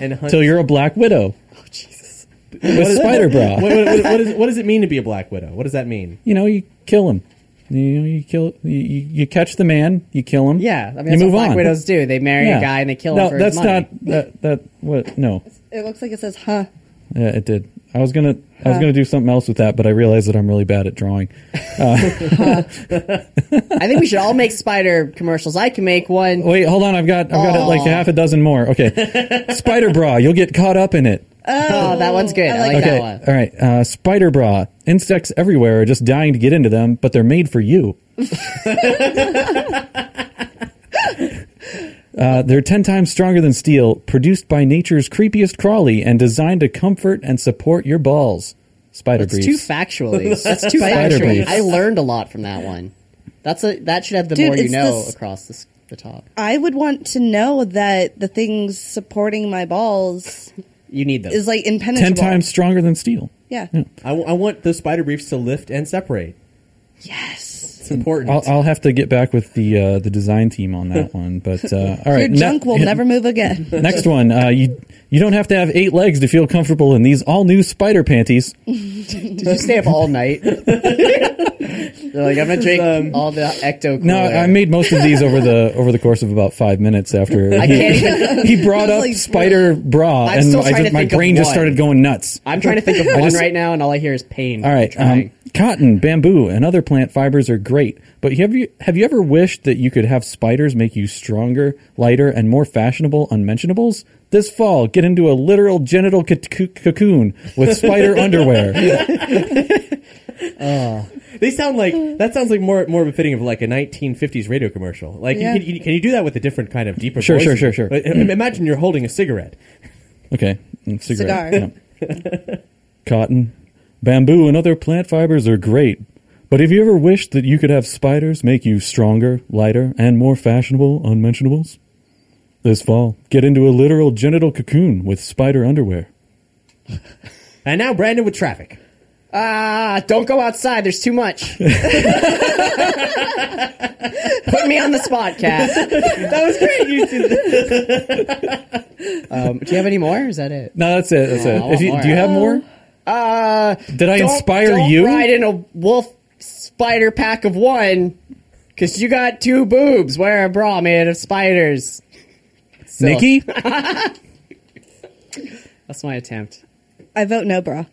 [SPEAKER 1] and hunt.
[SPEAKER 3] till you're a black widow. Oh Jesus! With spider bra.
[SPEAKER 1] What, what, what, what, is, what does it mean to be a black widow? What does that mean?
[SPEAKER 3] You know, you kill him. You know, you kill, you, you you catch the man, you kill him.
[SPEAKER 4] Yeah, I mean,
[SPEAKER 3] you
[SPEAKER 4] that's
[SPEAKER 3] move
[SPEAKER 4] what Black
[SPEAKER 3] on.
[SPEAKER 4] Widows do. They marry
[SPEAKER 3] Yeah.
[SPEAKER 4] a guy and they kill
[SPEAKER 3] no,
[SPEAKER 4] him for
[SPEAKER 3] that's
[SPEAKER 4] his money.
[SPEAKER 3] not that that what no.
[SPEAKER 2] It looks like it says, huh.
[SPEAKER 3] Yeah, it did. I was gonna I was gonna do something else with that, but I realized that I'm really bad at drawing.
[SPEAKER 4] I think we should all make spider commercials. I can make one.
[SPEAKER 3] Wait, hold on. I've got I've got like half a dozen more. Okay, spider bra. You'll get caught up in it.
[SPEAKER 4] Oh, that one's good. I like,
[SPEAKER 3] okay,
[SPEAKER 4] that one.
[SPEAKER 3] all right. Uh, spider bra. Insects everywhere are just dying to get into them, but they're made for you. Uh, they're 10 times stronger than steel, produced by nature's creepiest crawly, and designed to comfort and support your balls. Spider
[SPEAKER 4] It's
[SPEAKER 3] briefs.
[SPEAKER 4] too factually. That's too
[SPEAKER 3] Spider
[SPEAKER 4] factually.
[SPEAKER 3] briefs.
[SPEAKER 4] I learned a lot from that one. That's a that should have the
[SPEAKER 2] Dude,
[SPEAKER 4] more you
[SPEAKER 2] it's
[SPEAKER 4] know
[SPEAKER 2] this-
[SPEAKER 4] across the, s- the top.
[SPEAKER 2] I would want to know that the things supporting my balls
[SPEAKER 4] You need them.
[SPEAKER 2] is like impenetrable.
[SPEAKER 3] 10 times stronger than steel.
[SPEAKER 2] Yeah.
[SPEAKER 1] I, w- I want those spider briefs to lift and separate.
[SPEAKER 2] Yes.
[SPEAKER 1] It's important.
[SPEAKER 3] I'll, I'll have to get back with the uh, the design team on that one. But uh, all right,
[SPEAKER 2] Your
[SPEAKER 3] ne-
[SPEAKER 2] junk will never move again.
[SPEAKER 3] Next one, uh, you you don't have to have eight legs to feel comfortable in these all new spider panties.
[SPEAKER 4] Did you stay up all night? They're like, I'm gonna drink all the ecto.
[SPEAKER 3] No,
[SPEAKER 4] Cooler.
[SPEAKER 3] I made most of these over the over the course of about five minutes after
[SPEAKER 4] I
[SPEAKER 3] he,
[SPEAKER 4] can't even.
[SPEAKER 3] he brought up
[SPEAKER 2] Like,
[SPEAKER 3] spider bra,
[SPEAKER 4] I'm
[SPEAKER 3] and
[SPEAKER 4] still
[SPEAKER 3] I
[SPEAKER 4] trying
[SPEAKER 3] just-
[SPEAKER 4] to
[SPEAKER 3] my
[SPEAKER 4] think of
[SPEAKER 3] brain just
[SPEAKER 4] one.
[SPEAKER 3] started going nuts.
[SPEAKER 4] I'm trying to think of one
[SPEAKER 3] just-
[SPEAKER 4] right now, and all I hear is pain.
[SPEAKER 3] All right, um,
[SPEAKER 4] Trying.
[SPEAKER 3] cotton, bamboo, and other plant fibers are great, but have you have you ever wished that you could have spiders make you stronger, lighter, and more fashionable? Unmentionables. This fall, get into a literal genital co- co- cocoon with spider underwear.
[SPEAKER 1] They sound like that sounds like more more befitting of like a 1950s radio commercial. Like,
[SPEAKER 2] Yeah.
[SPEAKER 1] you can, you, can you do that with a different kind of deeper?
[SPEAKER 3] Sure,
[SPEAKER 1] voice?
[SPEAKER 3] sure, sure, sure.
[SPEAKER 1] Like, im- imagine you're holding a cigarette.
[SPEAKER 3] Okay. and
[SPEAKER 2] Cigar.
[SPEAKER 3] cigarette. Yeah. Cotton. Bamboo and other plant fibers are great. But have you ever wished that you could have spiders make you stronger, lighter, and more fashionable unmentionables? This fall, get into a literal genital cocoon with spider underwear.
[SPEAKER 1] And now Brandon with traffic.
[SPEAKER 4] Ah, don't go outside. There's too much. Put me on the spot, Cass.
[SPEAKER 1] That was great. You did-
[SPEAKER 4] Um, do you have any more? or Is that it?
[SPEAKER 3] No, that's it. That's
[SPEAKER 4] Oh, I
[SPEAKER 3] it.
[SPEAKER 4] want
[SPEAKER 3] If you,
[SPEAKER 4] more.
[SPEAKER 3] do you have more?
[SPEAKER 4] Uh,
[SPEAKER 3] Did I
[SPEAKER 4] don't-
[SPEAKER 3] inspire
[SPEAKER 4] don't
[SPEAKER 3] you?
[SPEAKER 4] Ride in a wolf spider pack of one, because you got two boobs. Wear a bra made of spiders. So,
[SPEAKER 3] Nikki?
[SPEAKER 4] that's my attempt.
[SPEAKER 2] I vote no, bra.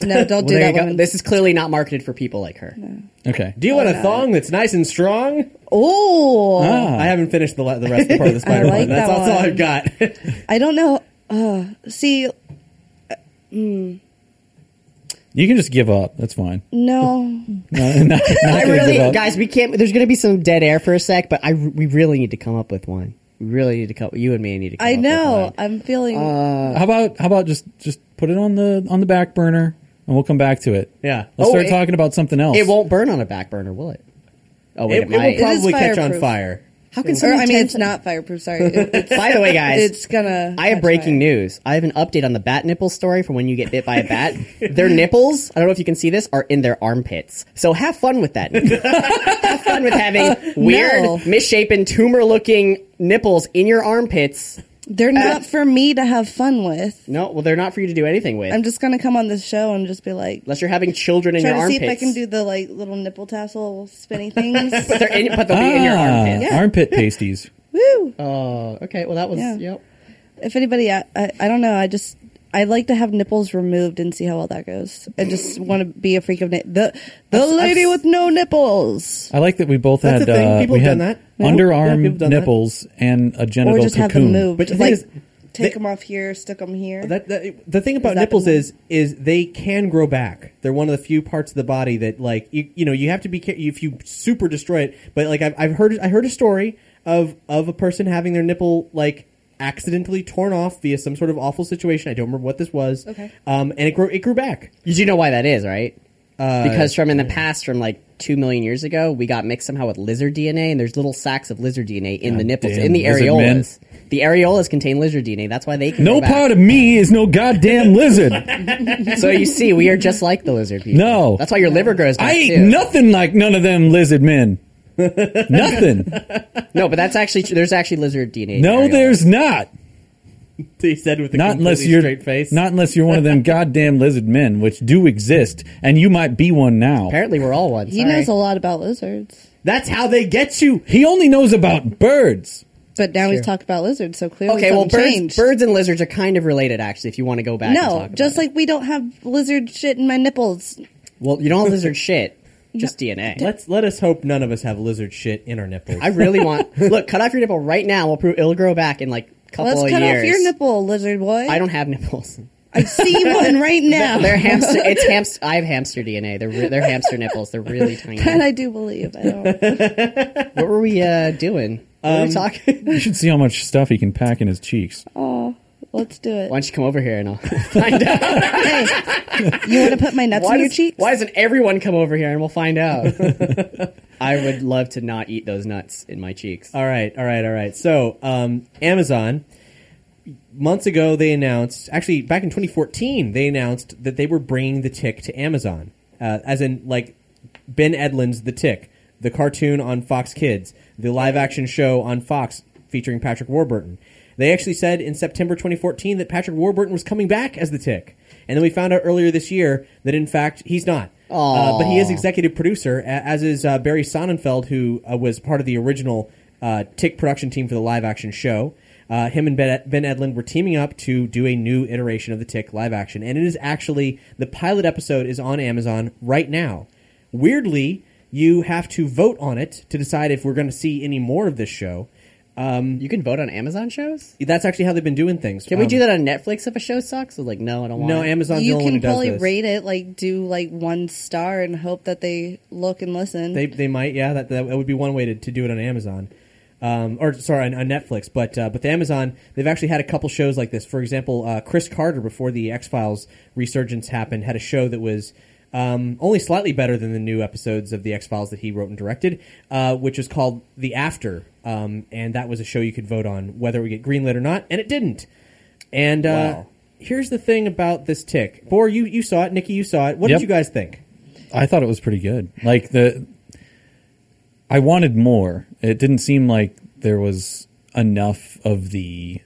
[SPEAKER 2] No, don't do
[SPEAKER 4] Well, there
[SPEAKER 2] that,
[SPEAKER 4] you go.
[SPEAKER 2] woman.
[SPEAKER 4] This is clearly not marketed for people like her.
[SPEAKER 3] okay.
[SPEAKER 1] do you want a thong that's nice and strong?
[SPEAKER 2] Oh,
[SPEAKER 3] Ah.
[SPEAKER 1] I haven't finished the, la- the rest of the part of the spider
[SPEAKER 2] like
[SPEAKER 1] one. That's,
[SPEAKER 2] that
[SPEAKER 1] that's all
[SPEAKER 2] one.
[SPEAKER 1] I've got.
[SPEAKER 2] I don't know. Uh, see,
[SPEAKER 3] You can just give up. That's fine.
[SPEAKER 2] no.
[SPEAKER 3] No, not- not
[SPEAKER 4] I
[SPEAKER 3] gonna
[SPEAKER 4] really,
[SPEAKER 3] give up.
[SPEAKER 4] guys, we can't. There's going to be some dead air for a sec, but I we really need to come up with one. We really need to come. You and me need to. Come
[SPEAKER 2] I
[SPEAKER 4] up With
[SPEAKER 2] know.
[SPEAKER 4] one.
[SPEAKER 2] I'm feeling.
[SPEAKER 4] Uh,
[SPEAKER 3] How about how about just just put it on the on the back burner and we'll come back to it.
[SPEAKER 1] Yeah.
[SPEAKER 3] Let's
[SPEAKER 4] Oh,
[SPEAKER 3] start
[SPEAKER 4] it-
[SPEAKER 3] talking about something else.
[SPEAKER 4] It won't burn on a back burner, will it? Oh
[SPEAKER 1] It,
[SPEAKER 4] wait, it,
[SPEAKER 1] it will
[SPEAKER 4] might.
[SPEAKER 2] prob-
[SPEAKER 1] probably catch on
[SPEAKER 2] fireproof.
[SPEAKER 1] fire.
[SPEAKER 4] How can
[SPEAKER 2] or,
[SPEAKER 4] someone?
[SPEAKER 2] I mean,
[SPEAKER 4] type-
[SPEAKER 2] it's not fireproof. Sorry. It- it's,
[SPEAKER 4] By the way, guys,
[SPEAKER 2] it's gonna.
[SPEAKER 4] I have
[SPEAKER 2] catch
[SPEAKER 4] breaking
[SPEAKER 2] fire.
[SPEAKER 4] news. I have an update on the bat nipple story from when you get bit by a bat. their nipples, I don't know if you can see this, are in their armpits. So have fun with that. have fun with having weird,
[SPEAKER 2] no.
[SPEAKER 4] misshapen, tumor looking nipples in your armpits. Uh,
[SPEAKER 2] They're not for me to have fun with.
[SPEAKER 4] No, well, they're not for you to do anything with.
[SPEAKER 2] I'm just gonna come on this show and just be like,
[SPEAKER 4] unless you're having children in
[SPEAKER 2] try
[SPEAKER 4] your
[SPEAKER 2] to
[SPEAKER 4] armpits.
[SPEAKER 2] see if I can do the like little nipple tassel spinny things.
[SPEAKER 4] but, they're in, but they'll be in your
[SPEAKER 3] Ah,
[SPEAKER 4] armpits.
[SPEAKER 2] Yeah.
[SPEAKER 3] armpit pasties.
[SPEAKER 2] Woo!
[SPEAKER 4] Oh, okay. Well, that was,
[SPEAKER 2] Yeah.
[SPEAKER 4] yep.
[SPEAKER 2] If anybody, I, I, I don't know. I just I like to have nipples removed and see how well that goes. I just want to be a freak of na- the the lady with no nipples,
[SPEAKER 3] I like that we both
[SPEAKER 1] That's
[SPEAKER 3] had
[SPEAKER 1] a thing.
[SPEAKER 3] uh,
[SPEAKER 1] People
[SPEAKER 3] we
[SPEAKER 1] have done
[SPEAKER 3] had
[SPEAKER 1] that. Yeah,
[SPEAKER 3] underarm
[SPEAKER 1] people have done that.
[SPEAKER 3] nipples and a genital
[SPEAKER 2] or just
[SPEAKER 3] cocoon.
[SPEAKER 2] have them moved.
[SPEAKER 1] But the thing
[SPEAKER 2] like
[SPEAKER 1] is,
[SPEAKER 2] take
[SPEAKER 1] they-
[SPEAKER 2] them off here, stick them here.
[SPEAKER 1] That, that the thing about
[SPEAKER 2] that
[SPEAKER 1] nipples
[SPEAKER 2] the one?
[SPEAKER 1] is is they can grow back. They're one of the few parts of the body that like you, you know you have to be care- if you super destroy it. But like I've, I've heard I heard a story of of a person having their nipple like accidentally torn off via some sort of awful situation. I don't remember what this was.
[SPEAKER 2] Okay.
[SPEAKER 1] Um, and it grew it grew back.
[SPEAKER 4] You do know why that is, right?
[SPEAKER 3] Uh,
[SPEAKER 4] because from in the past, from like two million years ago, we got mixed somehow with lizard DNA, and there's little sacks of lizard DNA in the nipples,
[SPEAKER 3] damn
[SPEAKER 4] in the
[SPEAKER 3] lizard men.
[SPEAKER 4] areolas. The areolas contain lizard DNA. That's why they can.
[SPEAKER 3] No
[SPEAKER 4] grow back.
[SPEAKER 3] part of me is no goddamn lizard.
[SPEAKER 4] So you see, we are just like the lizard people.
[SPEAKER 3] No.
[SPEAKER 4] that's why your liver grows. Back
[SPEAKER 3] I ate
[SPEAKER 4] too.
[SPEAKER 3] nothing like none of them lizard men. nothing.
[SPEAKER 4] No, but that's actually tr- there's actually lizard DNA. in
[SPEAKER 3] No,
[SPEAKER 4] areolas.
[SPEAKER 3] there's not.
[SPEAKER 1] he said with a
[SPEAKER 3] not unless
[SPEAKER 1] completely
[SPEAKER 3] you're
[SPEAKER 1] straight face.
[SPEAKER 3] not unless you're one of them goddamn lizard men, which do exist, and you might be one now.
[SPEAKER 4] Apparently, we're all one.
[SPEAKER 2] He knows a lot about lizards,
[SPEAKER 1] That's how they get you.
[SPEAKER 3] He only knows about birds.
[SPEAKER 2] but now he's talked about lizards, so clearly
[SPEAKER 4] Okay, well,
[SPEAKER 2] something
[SPEAKER 4] birds,
[SPEAKER 2] changed.
[SPEAKER 4] birds and lizards are kind of related, actually. If you want to go back, and
[SPEAKER 2] no,
[SPEAKER 4] talk
[SPEAKER 2] just
[SPEAKER 4] about it.
[SPEAKER 2] like we don't have lizard shit in my nipples.
[SPEAKER 4] well, you don't have lizard shit, just DNA.
[SPEAKER 1] Let's let us hope none of us have lizard shit in our nipples.
[SPEAKER 4] I really want look. Cut off your nipple right now. We'll prove it'll grow back in like a couple
[SPEAKER 2] Let's
[SPEAKER 4] of
[SPEAKER 2] cut
[SPEAKER 4] years.
[SPEAKER 2] off your nipple, lizard boy.
[SPEAKER 4] I don't have nipples.
[SPEAKER 2] I see one right now.
[SPEAKER 4] They're hamster. It's hamster. I have hamster DNA. They're re- they're hamster nipples. They're really tiny.
[SPEAKER 2] that I do believe. I don't.
[SPEAKER 4] What were we uh, doing? What were we talking?
[SPEAKER 3] You should see how much stuff he can pack in his cheeks.
[SPEAKER 2] Let's do it.
[SPEAKER 4] Why don't you come over here and I'll find out?
[SPEAKER 2] Hey, you want to put my nuts
[SPEAKER 4] Why
[SPEAKER 2] on your
[SPEAKER 4] does-
[SPEAKER 2] cheeks?
[SPEAKER 4] Why doesn't everyone come over here and we'll find out? I would love to not eat those nuts in my cheeks.
[SPEAKER 1] All right, all right, all right. So, um, Amazon months ago they announced, actually back in 2014, they announced that they were bringing the Tick to Amazon, uh, as in like Ben Edlund's The Tick, the cartoon on Fox Kids, the live-action show on Fox featuring Patrick Warburton. They actually said in September 2014 that Patrick Warburton was coming back as the Tick, and then we found out earlier this year that in fact he's not. Uh, but he is executive producer, a- as is uh, Barry Sonnenfeld, who uh, was part of the original uh, Tick production team for the live action show. Uh, him and ben, ben Edlund were teaming up to do a new iteration of the Tick live action, and it is actually the pilot episode is on Amazon right now. Weirdly, you have to vote on it to decide if we're going to see any more of this show.
[SPEAKER 4] You can vote on Amazon shows.
[SPEAKER 1] That's actually how they've been doing things.
[SPEAKER 4] Can we do that on Netflix if a show sucks? I was like, no, I don't want.
[SPEAKER 1] um, No,
[SPEAKER 4] it.
[SPEAKER 1] Amazon's the
[SPEAKER 2] you
[SPEAKER 1] only one who
[SPEAKER 2] can
[SPEAKER 1] does
[SPEAKER 2] probably
[SPEAKER 1] this.
[SPEAKER 2] rate it like do like one star and hope that they look and listen.
[SPEAKER 1] They they might yeah that that would be one way to, to do it on Amazon, um, or sorry on, on Netflix. But uh, but the Amazon they've actually had a couple shows like this. For example, uh, Chris Carter before the X Files resurgence happened had a show that was. Um, only slightly better than the new episodes of the X Files that he wrote and directed, uh, which is called The After, um, and that was a show you could vote on whether it would get greenlit or not, and it didn't. And uh, here's the thing about this tick, Bor, you you saw it, Nikki, you saw it. What
[SPEAKER 3] Yep.
[SPEAKER 1] did you guys think?
[SPEAKER 3] I thought it was pretty good. Like the, I wanted more. It didn't seem like there was enough of the.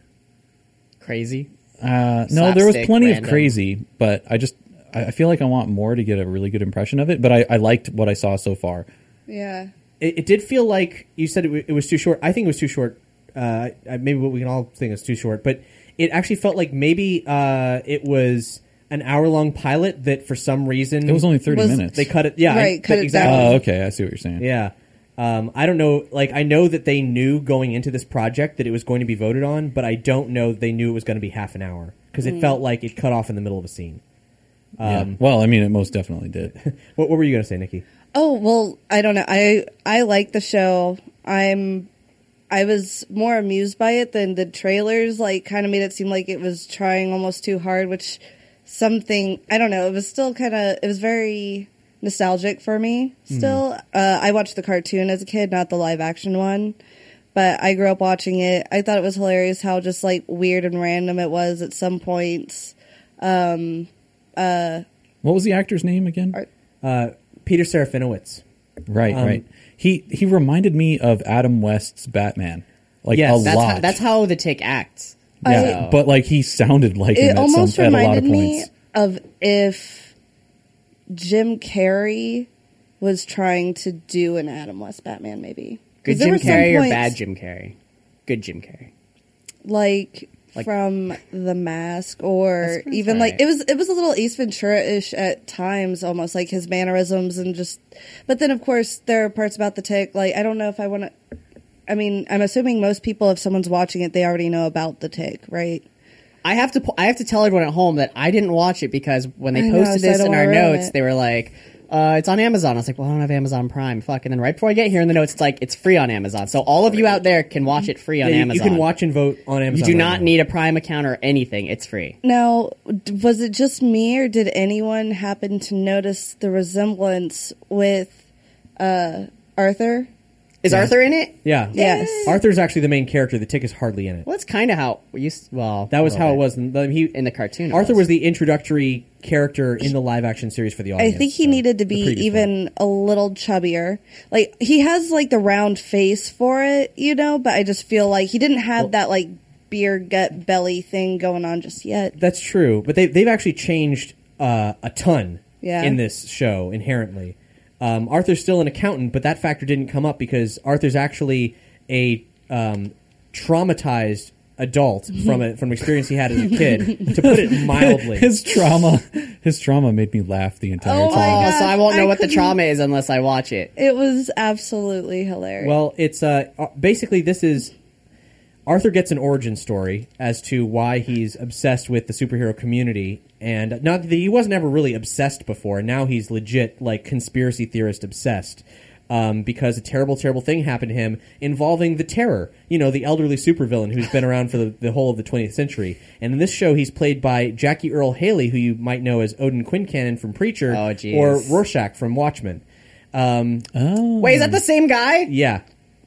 [SPEAKER 4] crazy.
[SPEAKER 3] Uh, no, there was
[SPEAKER 4] Slapstick,
[SPEAKER 3] plenty of
[SPEAKER 4] random.
[SPEAKER 3] crazy, but I just I I feel like I want more to get a really good impression of it. But I, I liked what I saw so far.
[SPEAKER 2] yeah.
[SPEAKER 1] it, it did feel like you said it, w- it was too short. I think it was too short. Uh, uh, maybe what we can all think is too short, but it actually felt like maybe uh, it was an hour long pilot that for some reason
[SPEAKER 3] It was only thirty
[SPEAKER 2] Was-
[SPEAKER 3] minutes.
[SPEAKER 1] they cut it. Yeah, I-
[SPEAKER 2] Right,
[SPEAKER 1] but
[SPEAKER 2] cut it
[SPEAKER 1] exactly.
[SPEAKER 2] down.
[SPEAKER 3] Oh, okay. I see what you're saying.
[SPEAKER 1] Yeah. Um, I don't know. Like, I know that they knew going into this project that it was going to be voted on, but I don't know that they knew it was going to be half an hour because it
[SPEAKER 2] Mm.
[SPEAKER 1] felt like it cut off in the middle of a scene.
[SPEAKER 3] Yeah. Well, I mean, it most definitely did.
[SPEAKER 1] What, what were you going to say, Nikki?
[SPEAKER 2] Oh well, I don't know. I I like the show. I'm I was more amused by it than the trailers. Like, kind of made it seem like it was trying almost too hard, which something I don't know. It was still kind of it was very nostalgic for me. Still, uh, I watched the cartoon as a kid, not the live action one. But I grew up watching it. I thought it was hilarious how just like weird and random it was at some points.
[SPEAKER 3] what was the actor's name again?
[SPEAKER 1] Peter Serafinowicz.
[SPEAKER 3] Right, right. He he reminded me of Adam West's Batman, like
[SPEAKER 1] Yes.
[SPEAKER 3] a
[SPEAKER 4] That's
[SPEAKER 3] lot.
[SPEAKER 4] how, that's how the tick acts.
[SPEAKER 3] yeah.
[SPEAKER 4] I-
[SPEAKER 3] but like he sounded like him
[SPEAKER 2] it
[SPEAKER 3] at,
[SPEAKER 2] almost
[SPEAKER 3] some, at a lot
[SPEAKER 2] reminded
[SPEAKER 3] of
[SPEAKER 2] me
[SPEAKER 3] points.
[SPEAKER 2] of if Jim Carrey was trying to do an Adam West Batman, maybe. 'Cause
[SPEAKER 4] Good
[SPEAKER 2] there
[SPEAKER 4] Jim
[SPEAKER 2] were some
[SPEAKER 4] Carrey or
[SPEAKER 2] points,
[SPEAKER 4] bad Jim Carrey? Good Jim Carrey.
[SPEAKER 2] Like,
[SPEAKER 4] Like-
[SPEAKER 2] from The Mask, or
[SPEAKER 4] That's
[SPEAKER 2] even like
[SPEAKER 4] right.
[SPEAKER 2] it was. It was a little East Ventura ish at times, almost like his mannerisms and just. But then, of course, there are parts about the tick. Like, I don't know if I want to. I mean, I'm assuming most people, if someone's watching it, they already know about the tick, right?
[SPEAKER 4] I have to. po- I have to tell everyone at home that I didn't watch it because when they
[SPEAKER 2] I know,
[SPEAKER 4] posted
[SPEAKER 2] so I
[SPEAKER 4] this
[SPEAKER 2] don't
[SPEAKER 4] in
[SPEAKER 2] wanna
[SPEAKER 4] our
[SPEAKER 2] ruin
[SPEAKER 4] notes,
[SPEAKER 2] it.
[SPEAKER 4] they were like, uh, "It's on Amazon." I was like, "Well, I don't have Amazon Prime." Fuck. And then right before I get here in the notes, it's like it's free on Amazon. So all of you out there can watch it free on
[SPEAKER 1] Yeah, you, you
[SPEAKER 4] Amazon.
[SPEAKER 1] can watch and vote on
[SPEAKER 4] You
[SPEAKER 1] Amazon.
[SPEAKER 4] do
[SPEAKER 1] right
[SPEAKER 4] not
[SPEAKER 1] now.
[SPEAKER 4] need a Prime account or anything. It's free.
[SPEAKER 2] Now, d- was it just me, or did anyone happen to notice the resemblance with uh, Arthur?
[SPEAKER 4] Is Arthur in it?
[SPEAKER 1] Yeah.
[SPEAKER 2] Yes.
[SPEAKER 1] Arthur's actually the main character. The tick is hardly in it.
[SPEAKER 4] Well, that's kind of how you. s- Well,
[SPEAKER 1] That was
[SPEAKER 4] a
[SPEAKER 1] how it
[SPEAKER 4] little bit.
[SPEAKER 1] was. In the, he,
[SPEAKER 4] in the cartoon. it
[SPEAKER 1] Arthur was the introductory character in the live action series for the
[SPEAKER 2] I
[SPEAKER 1] audience.
[SPEAKER 2] think he
[SPEAKER 1] so
[SPEAKER 2] needed to
[SPEAKER 1] uh, the
[SPEAKER 2] be
[SPEAKER 1] previous one.
[SPEAKER 2] even a little chubbier. Like he has like the round face for it, you know, but I just feel like he didn't have that like beer gut belly thing going on just yet.
[SPEAKER 1] That's true, but they they've actually changed uh, a ton
[SPEAKER 2] Yeah.
[SPEAKER 1] in this show inherently. Um, Arthur's still an accountant, but that factor didn't come up because Arthur's actually a um, traumatized adult
[SPEAKER 2] Mm-hmm.
[SPEAKER 1] from a, from experience he had as a kid, to put it mildly.
[SPEAKER 3] His trauma, his trauma made me laugh the entire
[SPEAKER 2] Oh my
[SPEAKER 3] time.
[SPEAKER 2] God,
[SPEAKER 4] so I won't know
[SPEAKER 2] I
[SPEAKER 4] what the
[SPEAKER 2] couldn't-
[SPEAKER 4] trauma is unless I watch it.
[SPEAKER 1] Mm.
[SPEAKER 2] It was absolutely hilarious.
[SPEAKER 1] Well, it's uh, uh, basically this is Arthur gets an origin story as to why he's obsessed with the superhero community, and not that he wasn't ever really obsessed before. Now he's legit like conspiracy theorist obsessed. Um, because a terrible, terrible thing happened to him involving the terror. You know, the elderly supervillain who's been around for the, the whole of the 20th century. And in this show, he's played by Jackie Earl Haley, who you might know as Odin Quincannon from Preacher,
[SPEAKER 4] Oh, jeez.
[SPEAKER 1] or Rorschach from Watchmen.
[SPEAKER 4] Wait, is that the same guy?
[SPEAKER 1] Yeah,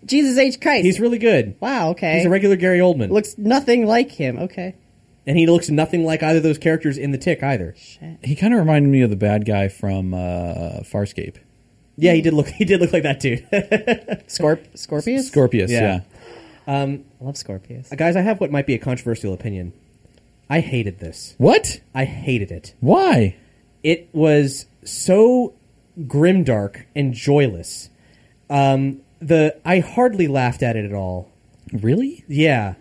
[SPEAKER 4] Jesus H. Christ.
[SPEAKER 1] he's really good.
[SPEAKER 4] wow, okay.
[SPEAKER 1] He's a regular Gary Oldman.
[SPEAKER 4] Looks nothing like him, okay.
[SPEAKER 1] and he looks nothing like either of those characters in The Tick either.
[SPEAKER 3] He kind of reminded me of the bad guy from uh, Farscape,
[SPEAKER 1] Yeah, he did look. He did look like that dude.
[SPEAKER 4] Scorp- Scorpius?
[SPEAKER 3] Scorpius.
[SPEAKER 1] Yeah.
[SPEAKER 3] Yeah.
[SPEAKER 4] I love Scorpius.
[SPEAKER 1] Guys, I have what might be a controversial opinion. I hated this.
[SPEAKER 3] What?
[SPEAKER 1] I hated it.
[SPEAKER 3] Why?
[SPEAKER 1] It was so grimdark and joyless. Um, the I hardly laughed at it at all.
[SPEAKER 3] Really?
[SPEAKER 1] Yeah,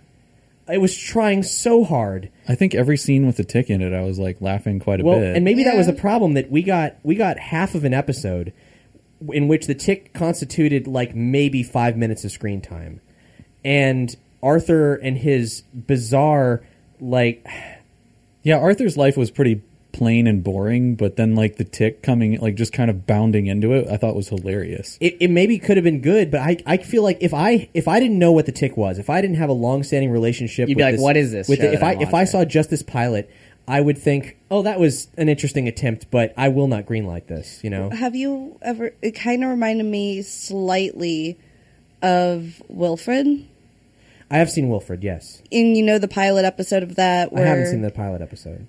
[SPEAKER 1] it was trying so hard.
[SPEAKER 3] I think every scene with the tick in it, I was like laughing quite a
[SPEAKER 1] well,
[SPEAKER 3] bit.
[SPEAKER 1] and maybe that was the problem that we got we got half of an episode in which the tick constituted like maybe five minutes of screen time, and Arthur and his bizarre like
[SPEAKER 3] yeah, Arthur's life was pretty plain and boring, but then like the tick coming, like just kind of bounding into it, I thought was hilarious.
[SPEAKER 1] it, it maybe could have been good, but I, I feel like if I if I didn't know what the tick was, if I didn't have a long standing relationship,
[SPEAKER 4] You'd be
[SPEAKER 1] with
[SPEAKER 4] like,
[SPEAKER 1] this,
[SPEAKER 4] "What is this
[SPEAKER 1] With
[SPEAKER 4] show
[SPEAKER 1] the, if
[SPEAKER 4] that
[SPEAKER 1] I
[SPEAKER 4] I'm
[SPEAKER 1] if I
[SPEAKER 4] watching?"
[SPEAKER 1] saw just this pilot, I would think, oh, that was an interesting attempt, but I will not greenlight this. You know,
[SPEAKER 2] Have you ever? It kind of reminded me slightly of Wilfred.
[SPEAKER 1] I have seen Wilfred, yes,
[SPEAKER 2] In you know the pilot episode of that where
[SPEAKER 1] I haven't seen the pilot episode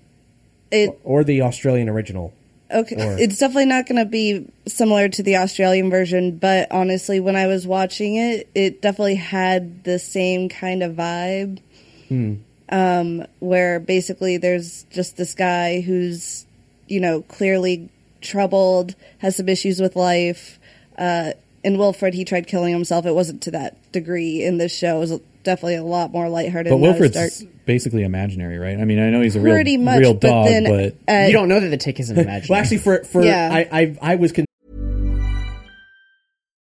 [SPEAKER 2] it
[SPEAKER 1] or the Australian original.
[SPEAKER 2] okay
[SPEAKER 1] or-
[SPEAKER 2] it's definitely not going to be similar to the Australian version but honestly when I was watching it it definitely had the same kind of vibe
[SPEAKER 3] Hmm.
[SPEAKER 2] um where basically there's just this guy who's you know clearly troubled has some issues with life uh in Wilfred he tried killing himself it wasn't to that degree in this show it was definitely a lot more lighthearted
[SPEAKER 3] But
[SPEAKER 2] and not as
[SPEAKER 3] Wilfred's
[SPEAKER 2] dark.
[SPEAKER 3] basically imaginary, right? I mean, I know he's a real,
[SPEAKER 2] pretty much
[SPEAKER 3] real
[SPEAKER 2] but
[SPEAKER 3] dog,
[SPEAKER 2] then
[SPEAKER 3] but
[SPEAKER 2] at-
[SPEAKER 4] you don't know that the tick isn't imaginary.
[SPEAKER 1] Well, actually, for for
[SPEAKER 2] Yeah.
[SPEAKER 1] I, I I was con-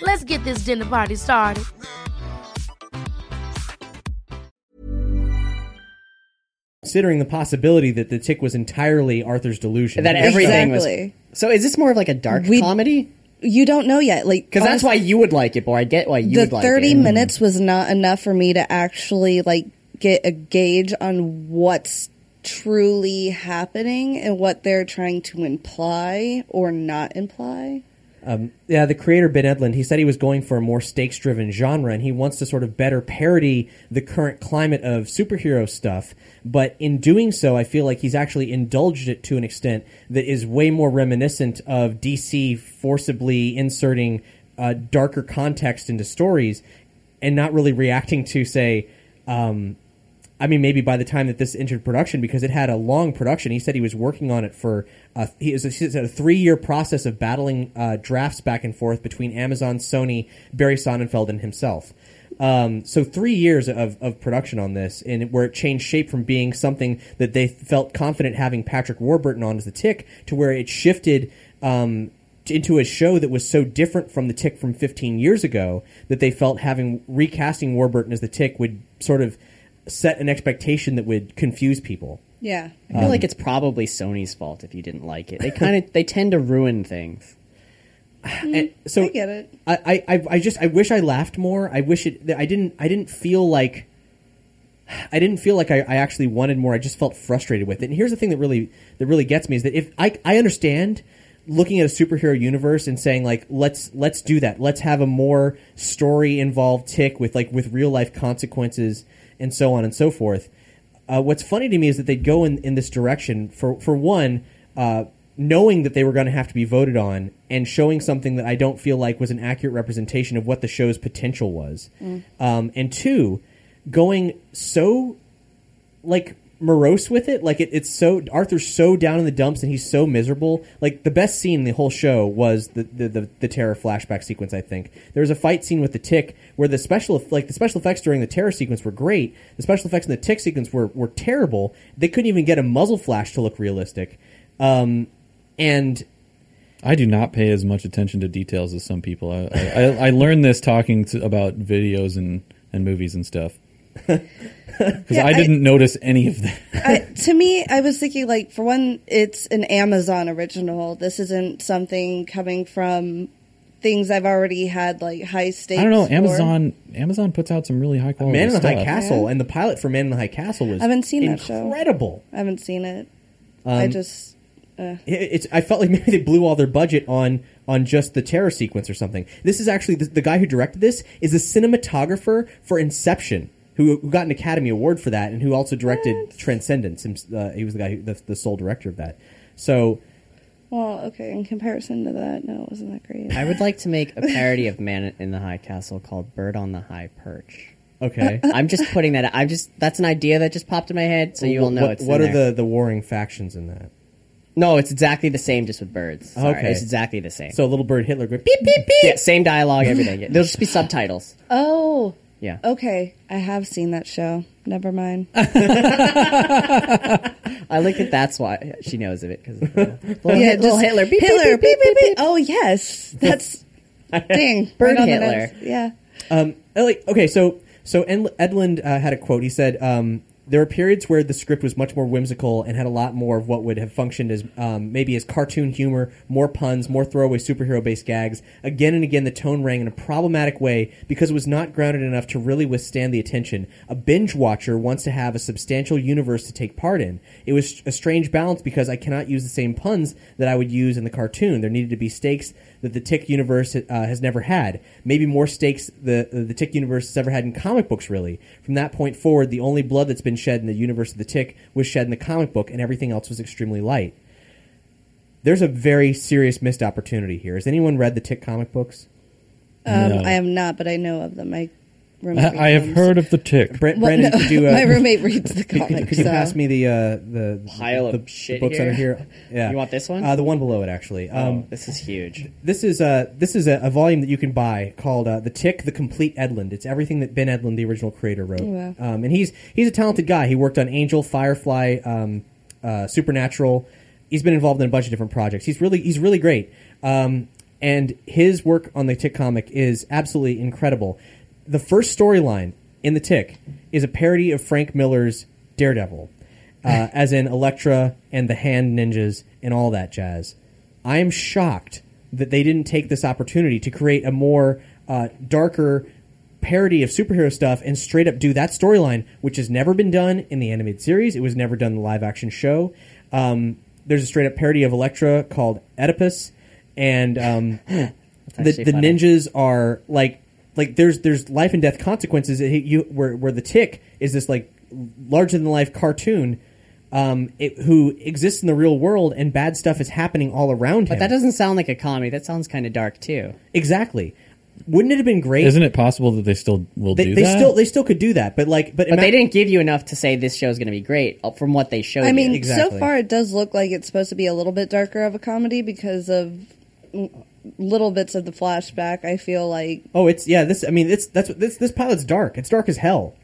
[SPEAKER 5] Let's get this dinner party started.
[SPEAKER 1] considering the possibility that the tick was entirely Arthur's delusion.
[SPEAKER 4] that everything
[SPEAKER 2] Exactly.
[SPEAKER 4] was. So is this more of like a dark
[SPEAKER 2] We-
[SPEAKER 4] comedy?
[SPEAKER 2] you don't know yet like
[SPEAKER 4] Because that's why you would like it, boy. I get why you
[SPEAKER 2] the
[SPEAKER 4] would like
[SPEAKER 2] 30
[SPEAKER 4] it.
[SPEAKER 2] minutes was not enough for me to actually like get a gauge on what's truly happening and what they're trying to imply or not imply
[SPEAKER 1] yeah, the creator Ben Edlund, he said he was going for a more stakes-driven genre, and he wants to sort of better parody the current climate of superhero stuff. But in doing so, I feel like he's actually indulged it to an extent that is way more reminiscent of DC forcibly inserting uh, darker context into stories, and not really reacting to say. Um, I mean, maybe by the time that this entered production, because it had a long production. He said he was working on it for uh, he is he said a three year process of battling uh, drafts back and forth between Amazon, Sony, Barry Sonnenfeld, and himself. Um, so three years of, of production on this, and it- where it changed shape from being something that they felt confident having Patrick Warburton on as the Tick to where it shifted um, t- into a show that was so different from the Tick from 15 years ago that they felt having recasting Warburton as the Tick would sort of set an expectation that would confuse people.
[SPEAKER 2] Yeah.
[SPEAKER 4] I feel like it's probably Sony's fault if you didn't like it. They kind of they tend to ruin things.
[SPEAKER 1] And so
[SPEAKER 2] I get it.
[SPEAKER 1] I, I- I, I just I wish I laughed more. I wish it. I didn't. I didn't feel like. I didn't feel like I, I actually wanted more. I just felt frustrated with it. And here's the thing that really that really gets me is that if I I understand looking at a superhero universe and saying like let's let's do that. Let's have a more story involved tick with like with real life consequences and so on and so forth. Uh, what's funny to me is that they'd go in, in this direction for for one, uh, knowing that they were going to have to be voted on and showing something that I don't feel like was an accurate representation of what the show's potential was, um, and two, going so like morose with it. Like it, it's so Arthur's so down in the dumps and he's so miserable. Like the best scene in the whole show was the the the, the terror flashback sequence. I think there was a fight scene with the tick where the special like the special effects during the terror sequence were great. The special effects in the tick sequence were were terrible. They couldn't even get a muzzle flash to look realistic. Um, and
[SPEAKER 3] I do not pay as much attention to details as some people. I I, I, I learned this talking to, about videos and, and movies and stuff because I didn't notice any of that.
[SPEAKER 2] I, to me, I was thinking like for one, it's an Amazon original. This isn't something coming from things I've already had like high stakes.
[SPEAKER 3] I don't know.
[SPEAKER 2] for.
[SPEAKER 3] Amazon Amazon puts out some really high quality
[SPEAKER 1] Man in the
[SPEAKER 3] stuff.
[SPEAKER 1] High Castle and the pilot for Man in the High Castle was
[SPEAKER 2] I haven't seen that show.
[SPEAKER 1] incredible.
[SPEAKER 2] I haven't seen it. I
[SPEAKER 4] um,
[SPEAKER 2] just
[SPEAKER 1] It- it's I felt like maybe they blew all their budget on on just the terror sequence or something. This is actually the, the guy who directed this is a cinematographer for Inception, who, who got an Academy Award for that, and who also directed Transcendence. Him- Uh, he was the guy, who, the, the sole director of that. So
[SPEAKER 2] well, okay. In comparison to that, no, it wasn't that great.
[SPEAKER 4] I would like to make a parody of Man in the High Castle called Bird on the High Perch.
[SPEAKER 1] okay,
[SPEAKER 4] I'm just putting that. I'm just that's an idea that just popped in my head, so you all know
[SPEAKER 1] what,
[SPEAKER 4] it's.
[SPEAKER 1] what
[SPEAKER 4] in
[SPEAKER 1] are
[SPEAKER 4] there.
[SPEAKER 1] the the warring factions in that?
[SPEAKER 4] No, it's exactly the same, just with birds. Sorry,
[SPEAKER 1] Okay.
[SPEAKER 4] it's exactly the same.
[SPEAKER 1] So Little Bird Hitler going beep beep beep.
[SPEAKER 4] yeah, same dialogue, everything. Yeah, There'll just be subtitles.
[SPEAKER 2] oh,
[SPEAKER 4] Yeah.
[SPEAKER 2] okay. I have seen that show. Never mind.
[SPEAKER 4] I like that. That's why she knows of it because little, little,
[SPEAKER 2] yeah,
[SPEAKER 4] Hit- little
[SPEAKER 2] just
[SPEAKER 4] Hitler, beep,
[SPEAKER 2] Hitler,
[SPEAKER 4] beep, beep, beep, beep.
[SPEAKER 2] Oh yes, that's dang
[SPEAKER 4] Bird
[SPEAKER 2] on the
[SPEAKER 4] Hitler.
[SPEAKER 2] nose. Yeah.
[SPEAKER 1] Um, I like, okay, so so Ed- Edlund uh, had a quote. He said, um, "There are periods where the script was much more whimsical and had a lot more of what would have functioned as um, maybe as cartoon humor, more puns, more throwaway superhero-based gags. Again and again, the tone rang in a problematic way because it was not grounded enough to really withstand the attention. A binge watcher wants to have a substantial universe to take part in. It was a strange balance because I cannot use the same puns that I would use in the cartoon. There needed to be stakes." that the Tick universe uh, has never had. Maybe more stakes the the Tick universe has ever had in comic books. Really, from that point forward, the only blood that's been shed in the universe of the Tick was shed in the comic book, and everything else was extremely light. There's a very serious missed opportunity here. Has anyone read the Tick comic books?
[SPEAKER 2] Um,
[SPEAKER 3] No.
[SPEAKER 2] I am not, but I know of them. I remember.
[SPEAKER 3] I have
[SPEAKER 2] them.
[SPEAKER 3] heard of the tick.
[SPEAKER 1] Brent,
[SPEAKER 2] Well,
[SPEAKER 1] Brandon,
[SPEAKER 2] no,
[SPEAKER 1] could you, uh,
[SPEAKER 2] my roommate reads the
[SPEAKER 1] could,
[SPEAKER 2] comic.
[SPEAKER 1] could, could you
[SPEAKER 2] so.
[SPEAKER 1] pass me the uh, the
[SPEAKER 4] Pile
[SPEAKER 1] the,
[SPEAKER 4] of shit
[SPEAKER 1] books
[SPEAKER 4] here?
[SPEAKER 1] under here? Yeah,
[SPEAKER 4] You want this one? Oh.
[SPEAKER 1] Uh, the one below it, actually. Um,
[SPEAKER 4] This is huge.
[SPEAKER 1] this is a this is a, a volume that you can buy called uh, "The Tick: The Complete Edlund." It's everything that Ben Edlund, the original creator, wrote.
[SPEAKER 2] wow.
[SPEAKER 1] Um, and he's he's a talented guy. He worked on Angel, Firefly, um, uh, Supernatural. He's been involved in a bunch of different projects. He's really he's really great. Um, and his work on the Tick comic is absolutely incredible. The first storyline in the Tick is a parody of Frank Miller's Daredevil, uh, as in Elektra and the Hand Ninjas and all that jazz. I am shocked that they didn't take this opportunity to create a more uh, darker parody of superhero stuff and straight up do that storyline, which has never been done in the animated series. It was never done in the live action show. Um, there's a straight up parody of Elektra called Oedipus, and um, the,
[SPEAKER 4] actually
[SPEAKER 1] the
[SPEAKER 4] funny.
[SPEAKER 1] ninjas are like like there's there's life and death consequences. It, you where where the tick is this like larger than life cartoon. Um, it, who exists in the real world and bad stuff is happening all around him.
[SPEAKER 4] But that doesn't sound like a comedy. That sounds kind of dark too.
[SPEAKER 1] Exactly. Wouldn't it have been great?
[SPEAKER 3] Isn't it possible that they still will
[SPEAKER 1] they,
[SPEAKER 3] do
[SPEAKER 1] they
[SPEAKER 3] that?
[SPEAKER 1] still they still could do that, but like but,
[SPEAKER 4] But
[SPEAKER 1] ima-
[SPEAKER 4] they didn't give you enough to say this show is going to be great uh, from what they showed.
[SPEAKER 2] I
[SPEAKER 4] you.
[SPEAKER 2] mean, so
[SPEAKER 1] Exactly.
[SPEAKER 2] far it does look like it's supposed to be a little bit darker of a comedy because of little bits of the flashback, I feel like.
[SPEAKER 1] Oh, it's yeah. This I mean, it's that's what- this this pilot's dark. It's dark as hell.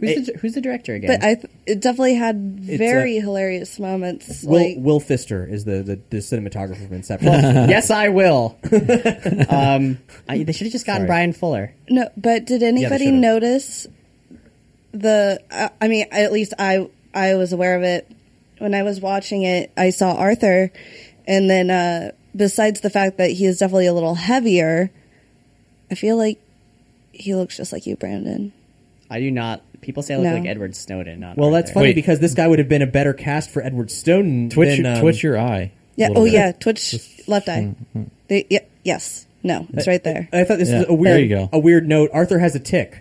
[SPEAKER 4] Who's, the, who's the director again?
[SPEAKER 3] Oh.
[SPEAKER 2] But I, th- it definitely had very
[SPEAKER 1] uh,
[SPEAKER 2] hilarious moments.
[SPEAKER 1] Will
[SPEAKER 2] like,
[SPEAKER 1] Will Fister is the the, the cinematographer from Inception.
[SPEAKER 4] yes, I will. Uh-huh. um, I, they should have just gotten Brian Fuller.
[SPEAKER 2] No, but did anybody
[SPEAKER 1] should've.
[SPEAKER 2] notice the? uh, I I mean, at least I I was aware of it when I was watching it. I saw Arthur, and then uh, besides the fact that he is definitely a little heavier, I feel like he looks just like you, Brandon.
[SPEAKER 4] I do not. People say I look
[SPEAKER 2] No.
[SPEAKER 4] like Edward Snowden. Not
[SPEAKER 1] well, that's
[SPEAKER 4] Arthur.
[SPEAKER 1] funny
[SPEAKER 3] Wait.
[SPEAKER 1] because this guy would have been a better cast for Edward Stone.
[SPEAKER 3] Twitch,
[SPEAKER 1] than, um,
[SPEAKER 3] twitch your eye. a
[SPEAKER 2] Yeah.
[SPEAKER 3] little
[SPEAKER 2] Oh
[SPEAKER 3] bit. mm,
[SPEAKER 2] yeah. Twitch left eye. They, yeah, yes. No. It's
[SPEAKER 3] Uh,
[SPEAKER 2] right there.
[SPEAKER 1] I thought this
[SPEAKER 3] Yeah.
[SPEAKER 1] was a
[SPEAKER 3] There
[SPEAKER 1] weird
[SPEAKER 3] you go.
[SPEAKER 1] a weird note. Arthur has a tick,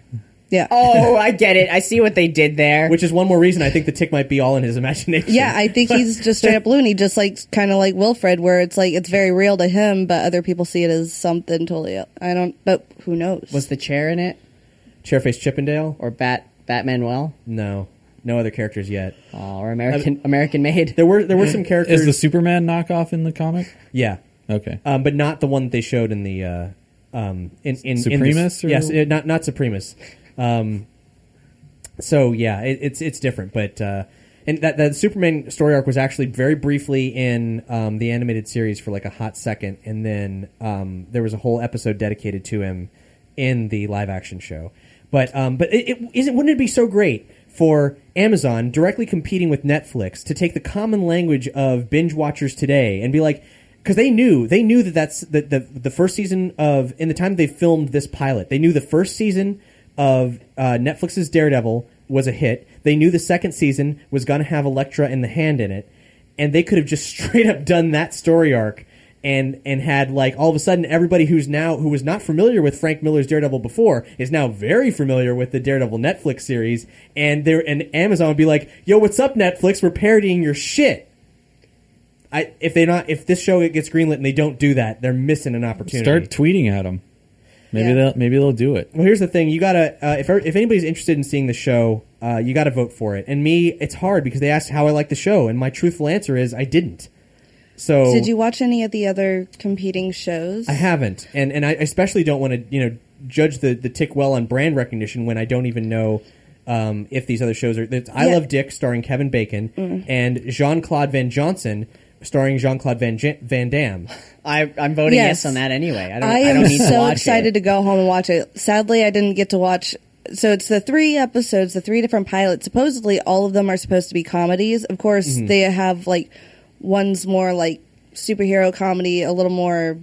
[SPEAKER 2] Yeah.
[SPEAKER 4] Oh, I get it. I see what they did there.
[SPEAKER 1] which is one more reason I think the tick might be all in his imagination.
[SPEAKER 2] Yeah, I think he's just straight up loony, just like kind of like Wilfred, where it's like it's very real to him, but other people see it as something totally. el- I don't, but who knows?
[SPEAKER 4] was the chair in it
[SPEAKER 1] Chairface Chippendale or
[SPEAKER 4] or Bat Batman? Well,
[SPEAKER 1] no, no other characters yet.
[SPEAKER 4] Oh, or American American Made.
[SPEAKER 1] There were there were some characters.
[SPEAKER 3] Is the Superman knockoff in the comic?
[SPEAKER 1] yeah,
[SPEAKER 3] Okay.
[SPEAKER 1] um, but not the one that they showed in the uh, um, in in
[SPEAKER 3] Supremus
[SPEAKER 1] In the,
[SPEAKER 3] or-
[SPEAKER 1] yes, it- not not Supremus. Um, so yeah, it, it's it's different, but uh, and that that Superman story arc was actually very briefly in um, the animated series for like a hot second, and then um, there was a whole episode dedicated to him in the live action show. But um, but it, it isn't. Wouldn't it be so great? For Amazon directly competing with Netflix to take the common language of binge watchers today and be like, because they knew they knew that that's the, the the first season of in the time they filmed this pilot they knew the first season of uh, Netflix's Daredevil was a hit they knew the second season was going to have Elektra and the Hand in it and they could have just straight up done that story arc and and had like all of a sudden everybody who's now who was not familiar with Frank Miller's Daredevil before is now very familiar with the Daredevil Netflix series and there and Amazon would be like yo what's up Netflix we're parodying your shit I, if they not if this show gets greenlit and they don't do that, they're missing an opportunity.
[SPEAKER 3] Start tweeting at him. Maybe
[SPEAKER 2] Yeah.
[SPEAKER 3] they'll maybe they'll do it.
[SPEAKER 1] well, here's the thing: you gotta uh, if if anybody's interested in seeing the show, uh, you gotta vote for it. And me, it's hard because they asked how I like the show, and my truthful answer is I didn't. So
[SPEAKER 2] Did you watch any of the other competing shows?
[SPEAKER 1] I haven't, and and I especially don't want to you know judge the the tick well on brand recognition when I don't even know. Um, if these other shows are, it's I
[SPEAKER 2] Yeah. Mm.
[SPEAKER 1] Love Dick starring Kevin Bacon and Jean Claude Van Johnson starring Jean Claude Van Jan- Van Damme.
[SPEAKER 4] I, I'm voting yes.
[SPEAKER 2] Yes.
[SPEAKER 4] on that anyway. I don't. I,
[SPEAKER 2] I am
[SPEAKER 4] don't need
[SPEAKER 2] so
[SPEAKER 4] to watch
[SPEAKER 2] excited
[SPEAKER 4] it.
[SPEAKER 2] to go home and watch it. Sadly, I didn't get to watch. So it's the three episodes, the three different pilots. Supposedly, all of them are supposed to be comedies. Of course,
[SPEAKER 4] Mm-hmm.
[SPEAKER 2] they have like one's more like superhero comedy, a little more,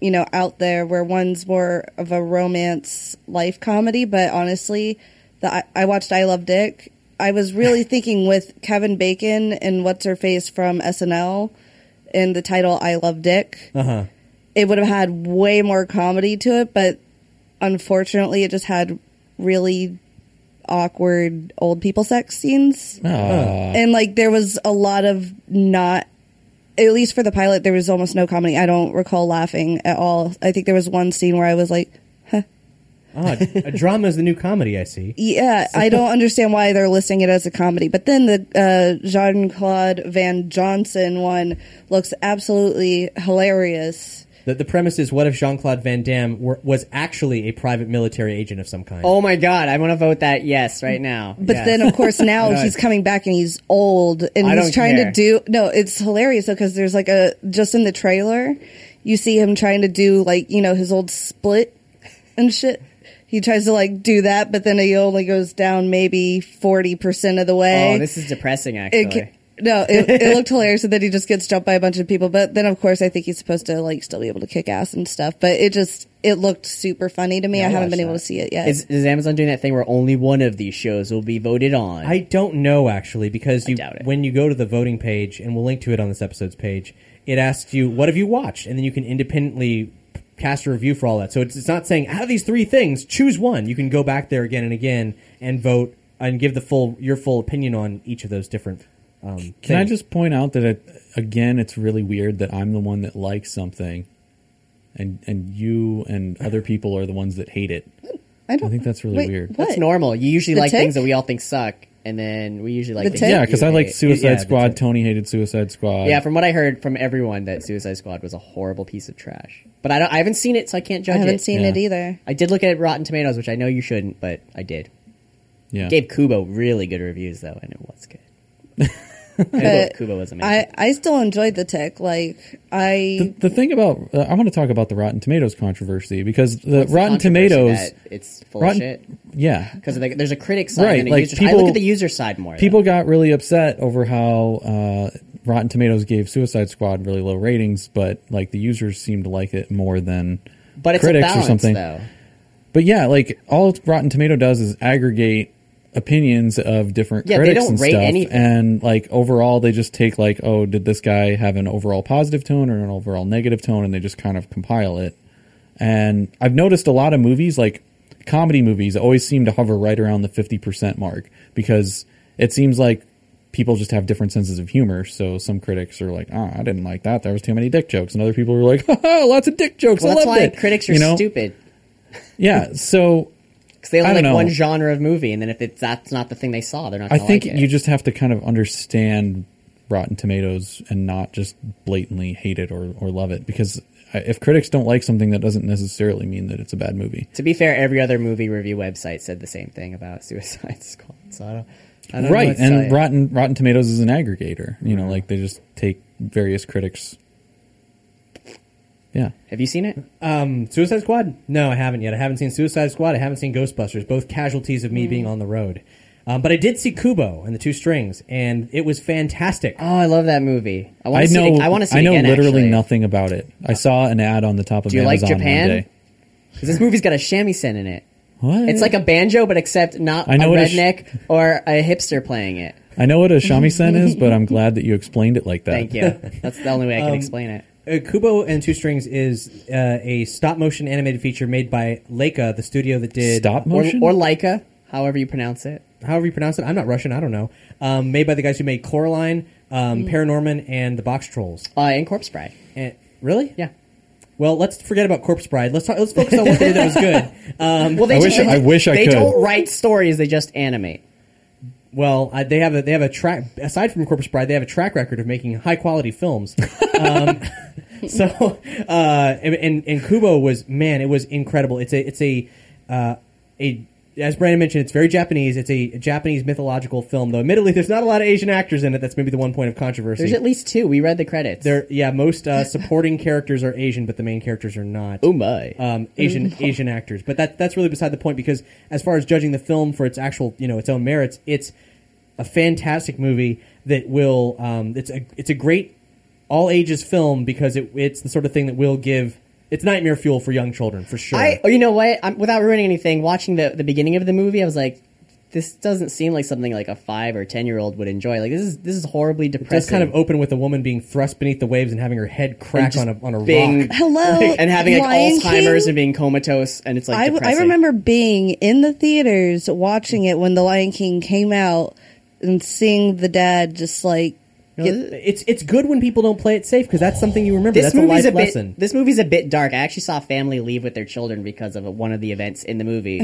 [SPEAKER 2] you know, out there, where one's more of a romance life comedy. But honestly, the I, I watched I Love Dick. I was really thinking with Kevin Bacon and what's her face from SNL, and the title I Love Dick it would have had way more comedy to it, but unfortunately, it just had really awkward old people sex scenes. And like, there was a lot of not, at least for the pilot, there was almost no comedy. I don't recall laughing at all. I think there was one scene where I was like,
[SPEAKER 1] Ah, a drama is the new comedy. I see.
[SPEAKER 2] yeah, I don't understand why they're listing it as a comedy. But then the uh, Jean Claude Van Johnson one looks absolutely hilarious.
[SPEAKER 1] The, the premise is what if Jean Claude Van Damme were, was actually a private military agent of some kind?
[SPEAKER 4] Oh my god! I want to vote that yes right now.
[SPEAKER 2] But
[SPEAKER 4] Yes.
[SPEAKER 2] then, of course, now he's coming back and he's old and
[SPEAKER 4] I
[SPEAKER 2] he's
[SPEAKER 4] don't
[SPEAKER 2] trying
[SPEAKER 4] care.
[SPEAKER 2] to do. No, it's hilarious because there's like a just in the trailer, you see him trying to do like you know his old split and shit. He tries to like do that, but then he only goes down maybe forty percent of the way.
[SPEAKER 4] oh, this is depressing. Actually,
[SPEAKER 2] It ca- no, it, it looked hilarious, and then he just gets jumped by a bunch of people. But then, of course, I think he's supposed to like still be able to kick ass and stuff. But it just it looked super funny to me. I, haven't been able to see it yet.
[SPEAKER 4] Is, is Amazon doing that thing where only one of these shows will be voted on?
[SPEAKER 1] I don't know actually because you
[SPEAKER 4] doubt it.
[SPEAKER 1] when you go to the voting page and we'll link to it on this episode's page, it asks you what have you watched, and then you can independently cast a review for all that. So it's, it's not saying out of these three things choose one. You can go back there again and again and vote and give the full your full opinion on each of those different. Um,
[SPEAKER 3] Can I
[SPEAKER 1] things.
[SPEAKER 3] just point out that it, again, it's really weird that I'm the one that likes something, and and you and other people are the ones that hate it.
[SPEAKER 2] I don't
[SPEAKER 3] I think that's really
[SPEAKER 2] wait,
[SPEAKER 3] weird.
[SPEAKER 4] That's
[SPEAKER 2] what?
[SPEAKER 4] normal. You usually
[SPEAKER 2] The
[SPEAKER 4] like
[SPEAKER 2] tick?
[SPEAKER 4] things that we all think suck. and then we usually like
[SPEAKER 2] The
[SPEAKER 4] to
[SPEAKER 2] Ted?
[SPEAKER 4] hear
[SPEAKER 3] Yeah, because I
[SPEAKER 4] you
[SPEAKER 3] liked
[SPEAKER 4] hate-
[SPEAKER 3] Suicide
[SPEAKER 1] yeah, the
[SPEAKER 3] Squad.
[SPEAKER 1] Ted.
[SPEAKER 3] Tony hated Suicide Squad.
[SPEAKER 4] Yeah, from what I heard from everyone, that Suicide Squad was a horrible piece of trash. But I don't. I haven't seen it, so I can't
[SPEAKER 2] I
[SPEAKER 4] judge
[SPEAKER 2] haven't
[SPEAKER 4] it.
[SPEAKER 2] seen
[SPEAKER 3] Yeah.
[SPEAKER 2] it either.
[SPEAKER 4] I did look at Rotten Tomatoes, which I know you shouldn't, but I did.
[SPEAKER 3] yeah.
[SPEAKER 4] Gave Kubo really good reviews though, and it was good. Kubo,
[SPEAKER 2] But
[SPEAKER 4] Kubo was amazing.
[SPEAKER 2] I, I still enjoyed the tick. Like I
[SPEAKER 3] the, the thing about uh, I want to talk about the Rotten Tomatoes controversy because the
[SPEAKER 4] It's
[SPEAKER 3] Rotten
[SPEAKER 4] controversy
[SPEAKER 3] Tomatoes,
[SPEAKER 4] that It's full
[SPEAKER 3] Rotten-
[SPEAKER 4] of shit.
[SPEAKER 3] yeah,
[SPEAKER 4] Because there's a critic side
[SPEAKER 3] Right,
[SPEAKER 4] and a
[SPEAKER 3] like,
[SPEAKER 4] user I
[SPEAKER 3] people-
[SPEAKER 4] look at the user side more.
[SPEAKER 3] people got really upset over how uh, Rotten Tomatoes gave Suicide Squad really low ratings, but like the users seemed to like it more than
[SPEAKER 4] though. but it's
[SPEAKER 3] critics
[SPEAKER 4] a balance,
[SPEAKER 3] or something.
[SPEAKER 4] Though.
[SPEAKER 3] But yeah, like all Rotten Tomato does is aggregate opinions of different
[SPEAKER 4] Yeah, they
[SPEAKER 3] critics
[SPEAKER 4] don't
[SPEAKER 3] and
[SPEAKER 4] rate
[SPEAKER 3] stuff,
[SPEAKER 4] anything.
[SPEAKER 3] and like overall, they just take like, oh, did this guy have an overall positive tone or an overall negative tone, and they just kind of compile it. And I've noticed a lot of movies, like comedy movies, always seem to hover right around the fifty percent mark because it seems like people just have different senses of humor. So some critics are like, oh, I didn't like that. There was too many dick jokes, and other people were like, oh, lots of dick jokes.
[SPEAKER 4] Well,
[SPEAKER 3] I
[SPEAKER 4] that's
[SPEAKER 3] loved
[SPEAKER 4] why
[SPEAKER 3] it.
[SPEAKER 4] critics are
[SPEAKER 3] You know?
[SPEAKER 4] stupid.
[SPEAKER 3] Yeah. So
[SPEAKER 4] Because they
[SPEAKER 3] I
[SPEAKER 4] only
[SPEAKER 3] don't
[SPEAKER 4] like
[SPEAKER 3] know.
[SPEAKER 4] one genre of movie, and then if it's, that's not the thing they saw, they're not.
[SPEAKER 3] I
[SPEAKER 4] Gonna
[SPEAKER 3] think
[SPEAKER 4] like it.
[SPEAKER 3] you just have to kind of understand Rotten Tomatoes and not just blatantly hate it or, or love it because I- if critics don't like something, that doesn't necessarily mean that it's a bad movie.
[SPEAKER 4] To be fair, every other movie review website said the same thing about Suicide Squad. So I don't. I don't know
[SPEAKER 3] Right,
[SPEAKER 4] what to tell
[SPEAKER 3] and
[SPEAKER 4] you. Mm-hmm.
[SPEAKER 3] Rotten Rotten Tomatoes is an aggregator. You know, like they just take various critics. Yeah,
[SPEAKER 4] Have you seen it?
[SPEAKER 1] Um, Suicide Squad? No, I haven't yet. I haven't seen Suicide Squad. I haven't seen Ghostbusters. Both casualties of me being on the road. Um, but I did see Kubo and the Two Strings, and it it was fantastic.
[SPEAKER 4] Oh, I love that movie. I want
[SPEAKER 3] I
[SPEAKER 4] to see.
[SPEAKER 3] know.
[SPEAKER 4] It, I want to see.
[SPEAKER 3] I
[SPEAKER 4] it
[SPEAKER 3] know
[SPEAKER 4] again,
[SPEAKER 3] literally
[SPEAKER 4] actually.
[SPEAKER 3] nothing about it. I saw an ad on the top of
[SPEAKER 4] Do you like
[SPEAKER 3] Amazon
[SPEAKER 4] Japan?
[SPEAKER 3] one day.
[SPEAKER 4] 'Cause this movie's got a shamisen in it.
[SPEAKER 3] What?
[SPEAKER 4] It's like a banjo, but except not
[SPEAKER 3] I know
[SPEAKER 4] a
[SPEAKER 3] what a sh-
[SPEAKER 4] redneck or a hipster playing it.
[SPEAKER 3] I know what a shamisen is, but I'm glad that you explained it like that.
[SPEAKER 4] Thank you. That's the only way I
[SPEAKER 3] Um,
[SPEAKER 4] can explain it.
[SPEAKER 1] Uh, Kubo and the Two Strings is uh, a stop motion animated feature made by Leica, the studio that did
[SPEAKER 3] Stop
[SPEAKER 4] Or,
[SPEAKER 3] motion
[SPEAKER 4] or Leica, however you pronounce it.
[SPEAKER 1] however you pronounce it. I'm not Russian. I don't know. Um, made by the guys who made Coraline, um, Paranorman, and the Box Trolls.
[SPEAKER 4] Uh, and Corpse Bride.
[SPEAKER 1] And, really?
[SPEAKER 4] Yeah.
[SPEAKER 1] Well, let's forget about Corpse Bride. Let's talk, let's focus on what they did that was good. Um,
[SPEAKER 4] Well, they
[SPEAKER 3] I
[SPEAKER 4] just-
[SPEAKER 3] wish- I wish I
[SPEAKER 4] they
[SPEAKER 3] could.
[SPEAKER 4] don't write stories; they just animate.
[SPEAKER 1] well, I, they have a they have a track aside from Corpse Bride, they have a track record of making high quality films. um, so, uh, and, and and Kubo was man, it was incredible. It's a it's a uh, a as Brandon mentioned, it's very Japanese. It's a Japanese mythological film, though. Admittedly, there's not a lot of Asian actors in it. That's maybe the one point of controversy.
[SPEAKER 4] There's at least two. We read the credits.
[SPEAKER 1] There- yeah, most uh, supporting characters are Asian, but the main characters are not.
[SPEAKER 4] oh my.
[SPEAKER 3] Uh,
[SPEAKER 1] um, Asian
[SPEAKER 4] Mm-hmm.
[SPEAKER 1] Asian actors. But that that's really beside the point because as far as judging the film for its actual you know its own merits, it's a fantastic movie that will um, it's a it's a great all ages film because it it's the sort of thing that will give it's nightmare fuel for young children for sure.
[SPEAKER 4] I, oh, you know what? I'm, without ruining anything, watching the the beginning of the movie, I was like, this doesn't seem like something like a five or ten year old would enjoy. Like this is this is horribly depressing.
[SPEAKER 1] That's kind of open with a woman being thrust beneath the waves and having her head crack on a on a
[SPEAKER 4] being-
[SPEAKER 1] rock.
[SPEAKER 2] hello
[SPEAKER 4] and having like
[SPEAKER 2] Lion
[SPEAKER 4] Alzheimer's
[SPEAKER 2] King?
[SPEAKER 4] and being comatose, and it's like
[SPEAKER 2] I, I
[SPEAKER 4] depressing.
[SPEAKER 2] remember being in the theaters watching it when The Lion King came out and seeing the dad just like get,
[SPEAKER 1] It's it's good when people don't play it safe because that's something you remember.
[SPEAKER 4] This
[SPEAKER 1] that's a life
[SPEAKER 4] movie's a, bit.
[SPEAKER 1] lesson.
[SPEAKER 4] This movie's a bit dark. I actually saw a family leave with their children because of one of the events in the movie.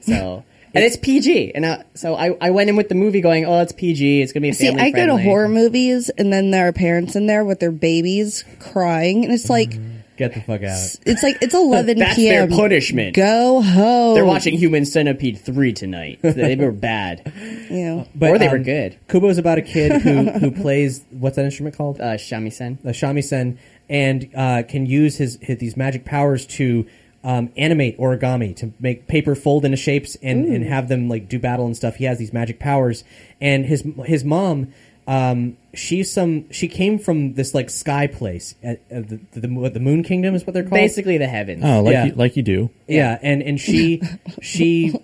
[SPEAKER 4] so, and it's PG. And I, so I, I went in with the movie going, oh, it's PG. It's gonna be a
[SPEAKER 2] see
[SPEAKER 4] family.
[SPEAKER 2] I go to
[SPEAKER 4] friendly."
[SPEAKER 2] horror movies and then there are parents in there with their babies crying and it's like
[SPEAKER 1] Get the fuck out.
[SPEAKER 2] it's like it's 11
[SPEAKER 4] Mm-hmm. That's their
[SPEAKER 2] p.m.
[SPEAKER 4] punishment.
[SPEAKER 2] Go home.
[SPEAKER 4] They're watching Human Centipede three tonight. They were bad.
[SPEAKER 2] You know.
[SPEAKER 1] But,
[SPEAKER 4] Or they were good.
[SPEAKER 1] Kubo's about a kid who, who plays what's that instrument called?
[SPEAKER 4] Uh, Shamisen.
[SPEAKER 1] a shamisen, and uh, can use his, his these magic powers to um, animate origami to make paper fold into shapes and, and have them like do battle and stuff. He has these magic powers, and his his mom. Um, she's some. She came from this like sky place, at, uh the, the what, the moon kingdom is what they're called.
[SPEAKER 4] Basically, the heavens.
[SPEAKER 3] Oh, like
[SPEAKER 1] Yeah.
[SPEAKER 3] you, like you do.
[SPEAKER 1] Yeah, and and she she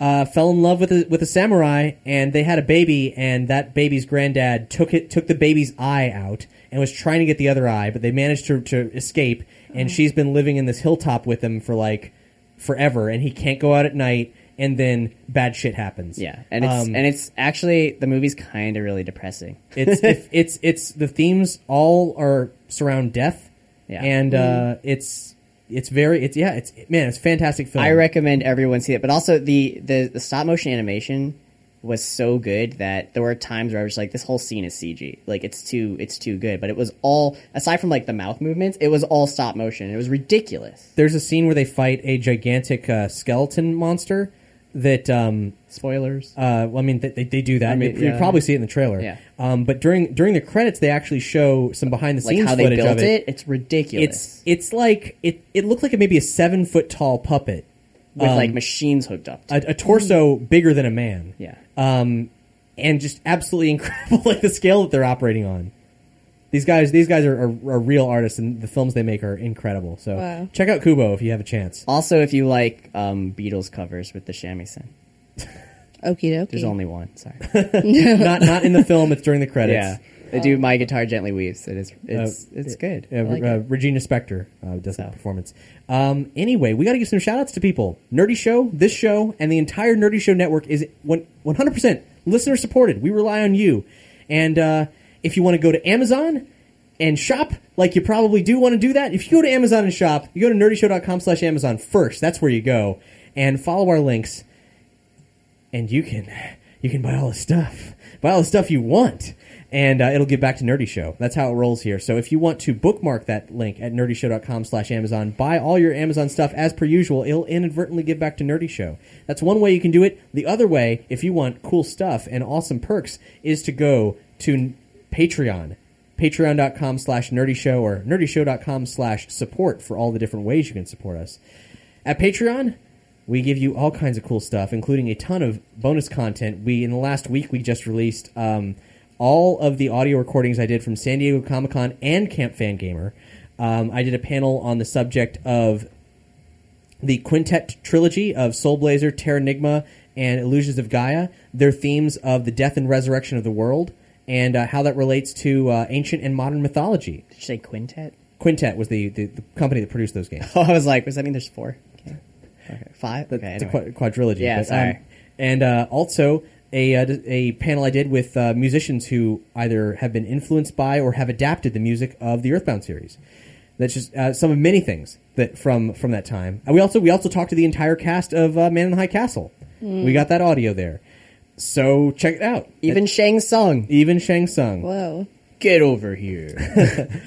[SPEAKER 1] uh, fell in love with a, with a samurai, and they had a baby, and that baby's granddad took it took the baby's eye out and was trying to get the other eye, but they managed to to escape, and
[SPEAKER 4] Oh.
[SPEAKER 1] she's been living in this hilltop with him for like forever, and he can't go out at night, and then bad shit happens.
[SPEAKER 4] Yeah, and it's
[SPEAKER 1] Um,
[SPEAKER 4] and it's actually the movie's kind of really depressing.
[SPEAKER 1] it's if, it's it's the themes all are surround death,
[SPEAKER 4] Yeah. Mm.
[SPEAKER 1] and uh, it's. It's very, it's yeah, it's man, it's a fantastic film.
[SPEAKER 4] I recommend everyone see it, but also the the, the stop motion animation was so good that there were times where I was just like, this whole scene is CG. Like it's too it's too good. But it was all aside from like the mouth movements, it was all stop motion. It was ridiculous.
[SPEAKER 1] There's a scene where they fight a gigantic uh, skeleton monster that um,
[SPEAKER 4] Spoilers.
[SPEAKER 1] Uh, well, I mean, they, they, they do that.
[SPEAKER 4] mean,
[SPEAKER 1] you, you
[SPEAKER 4] yeah.
[SPEAKER 1] probably see it in the trailer.
[SPEAKER 4] Yeah.
[SPEAKER 1] Um, but during during the credits, they actually show some behind the
[SPEAKER 4] like
[SPEAKER 1] scenes
[SPEAKER 4] how they
[SPEAKER 1] footage
[SPEAKER 4] built
[SPEAKER 1] of
[SPEAKER 4] it.
[SPEAKER 1] it.
[SPEAKER 4] it's ridiculous.
[SPEAKER 1] It's it's like it it looked like maybe a seven foot tall puppet,
[SPEAKER 4] with
[SPEAKER 1] um,
[SPEAKER 4] like machines hooked up to
[SPEAKER 1] a,
[SPEAKER 4] it.
[SPEAKER 1] a torso bigger than a man.
[SPEAKER 4] Yeah.
[SPEAKER 1] Um, and just absolutely incredible, like the scale that they're operating on. These guys, these guys are, are, are real artists, and the films they make are incredible. So
[SPEAKER 2] Wow.
[SPEAKER 1] check out Kubo if you have a chance.
[SPEAKER 4] Also, if you like um, Beatles covers with the shamisen,
[SPEAKER 2] Okie dokie.
[SPEAKER 4] there's only one. Sorry.
[SPEAKER 1] not not in the film; it's during the credits.
[SPEAKER 4] yeah, they do. My guitar gently weaves. It is. It's it's good.
[SPEAKER 1] Uh, Yeah,
[SPEAKER 4] I like
[SPEAKER 1] uh,
[SPEAKER 4] it.
[SPEAKER 1] Regina Spektor uh, does that performance. Um, anyway, we got to give some shout outs to people. Nerdy Show, this show, and the entire Nerdy Show network is one- 100% listener supported. We rely on you. And uh, if you want to go to Amazon and shop, like you probably do want to do that, if you go to Amazon and shop, you go to nerdyshow.com slash Amazon first. That's where you go. And follow our links and you can you can buy all the stuff, buy all the stuff you want, and uh, it'll get back to Nerdy Show. That's how it rolls here. So if you want to bookmark that link at nerdyshow.com/amazon, buy all your Amazon stuff as per usual. It'll inadvertently give back to Nerdy Show. That's one way you can do it. The other way, if you want cool stuff and awesome perks, is to go to n- Patreon patreon.com slash nerdy show or nerdyshow.com slash support for all the different ways you can support us at patreon we give you all kinds of cool stuff, including a ton of bonus content. We in the last week we just released um, all of the audio recordings I did from San Diego Comic Con and Camp Fan Gamer. Um, I did a panel on the subject of the quintet trilogy of Soul Blazer, Terranigma, and Illusions of Gaia. Their themes of the death and resurrection of the world, and uh, how that relates to uh, ancient and modern mythology.
[SPEAKER 4] Did you say quintet?
[SPEAKER 1] Quintet was the, the, the company that produced those games.
[SPEAKER 4] Oh, I was like, does that mean there's four? Okay, okay. five. Okay,
[SPEAKER 1] it's a
[SPEAKER 4] anyway.
[SPEAKER 1] quad- quadrilogy.
[SPEAKER 4] Yeah,
[SPEAKER 1] but, um,
[SPEAKER 4] sorry.
[SPEAKER 1] and uh, also a, uh, d- a panel I did with uh, musicians who either have been influenced by or have adapted the music of the Earthbound series. That's just uh, some of many things that from from that time. And we also we also talked to the entire cast of uh, Man in the High Castle.
[SPEAKER 4] Mm.
[SPEAKER 1] We got that audio there, so check it out.
[SPEAKER 4] Even Shang Tsung.
[SPEAKER 1] Even Shang Tsung.
[SPEAKER 2] Whoa,
[SPEAKER 4] Get over here.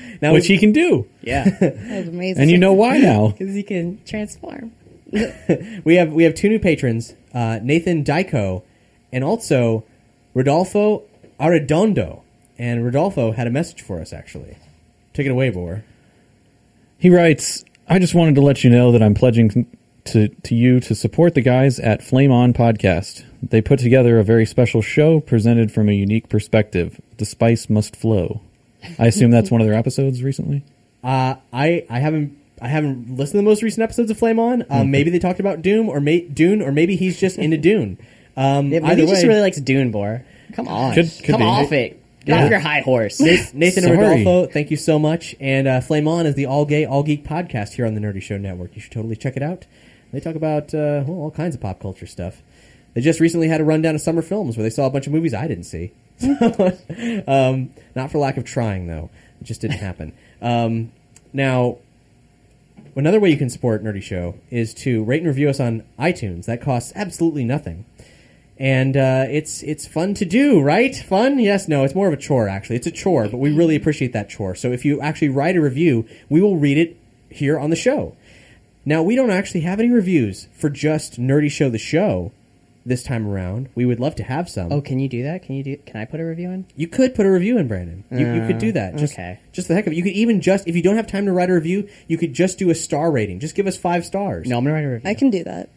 [SPEAKER 1] Now
[SPEAKER 3] which
[SPEAKER 1] we-
[SPEAKER 3] he can do.
[SPEAKER 4] Yeah,
[SPEAKER 2] that was amazing.
[SPEAKER 3] And you know why now?
[SPEAKER 4] because he can transform.
[SPEAKER 1] We have we have two new patrons, uh, Nathan Dyko, and also Rodolfo Arredondo. And Rodolfo had a message for us actually. Take it away, Boar.
[SPEAKER 3] He writes, I just wanted to let you know that I'm pledging to, to you to support the guys at Flame On Podcast. They put together a very special show presented from a unique perspective. The spice must flow. I assume that's one of their episodes recently.
[SPEAKER 1] Uh, I I haven't I haven't listened to the most recent episodes of Flame On. Um,
[SPEAKER 4] Mm-hmm.
[SPEAKER 1] Maybe they talked about Doom or may, Dune, or maybe he's just into Dune. Um,
[SPEAKER 4] Yeah,
[SPEAKER 1] either
[SPEAKER 4] maybe he just
[SPEAKER 1] way,
[SPEAKER 4] really likes Dune Bore. Come on,
[SPEAKER 3] Could- could
[SPEAKER 4] come
[SPEAKER 3] be.
[SPEAKER 4] off it. Get off your high horse.
[SPEAKER 1] Nathan and
[SPEAKER 3] Sorry.
[SPEAKER 1] Rodolfo, thank you so much. And uh, Flame On is the all gay, all geek podcast here on the Nerdy Show Network. You should totally check it out. They talk about uh, well, all kinds of pop culture stuff. They just recently had a rundown of summer films where they saw a bunch of movies I didn't see. um, not for lack of trying, though. It just didn't happen. Um, now, Another way you can support Nerdy Show is to rate and review us on iTunes. That costs absolutely nothing, and uh, it's it's fun to do, right? Fun? Yes. No. It's more of a chore, actually. It's a chore, but we really appreciate that chore. So if you actually write a review, we will read it here on the show. Now we don't actually have any reviews for just Nerdy Show the show this time around. We would love to have some.
[SPEAKER 4] Oh, can you do that? Can you do? Can I put a review in?
[SPEAKER 1] You could put a review in, Brandon. You, you could do that. Just,
[SPEAKER 4] okay.
[SPEAKER 1] Just the heck of it. You could even just, if you don't have time to write a review, you could just do a star rating. Just give us five stars.
[SPEAKER 4] No, I'm gonna write a review.
[SPEAKER 2] I can do that.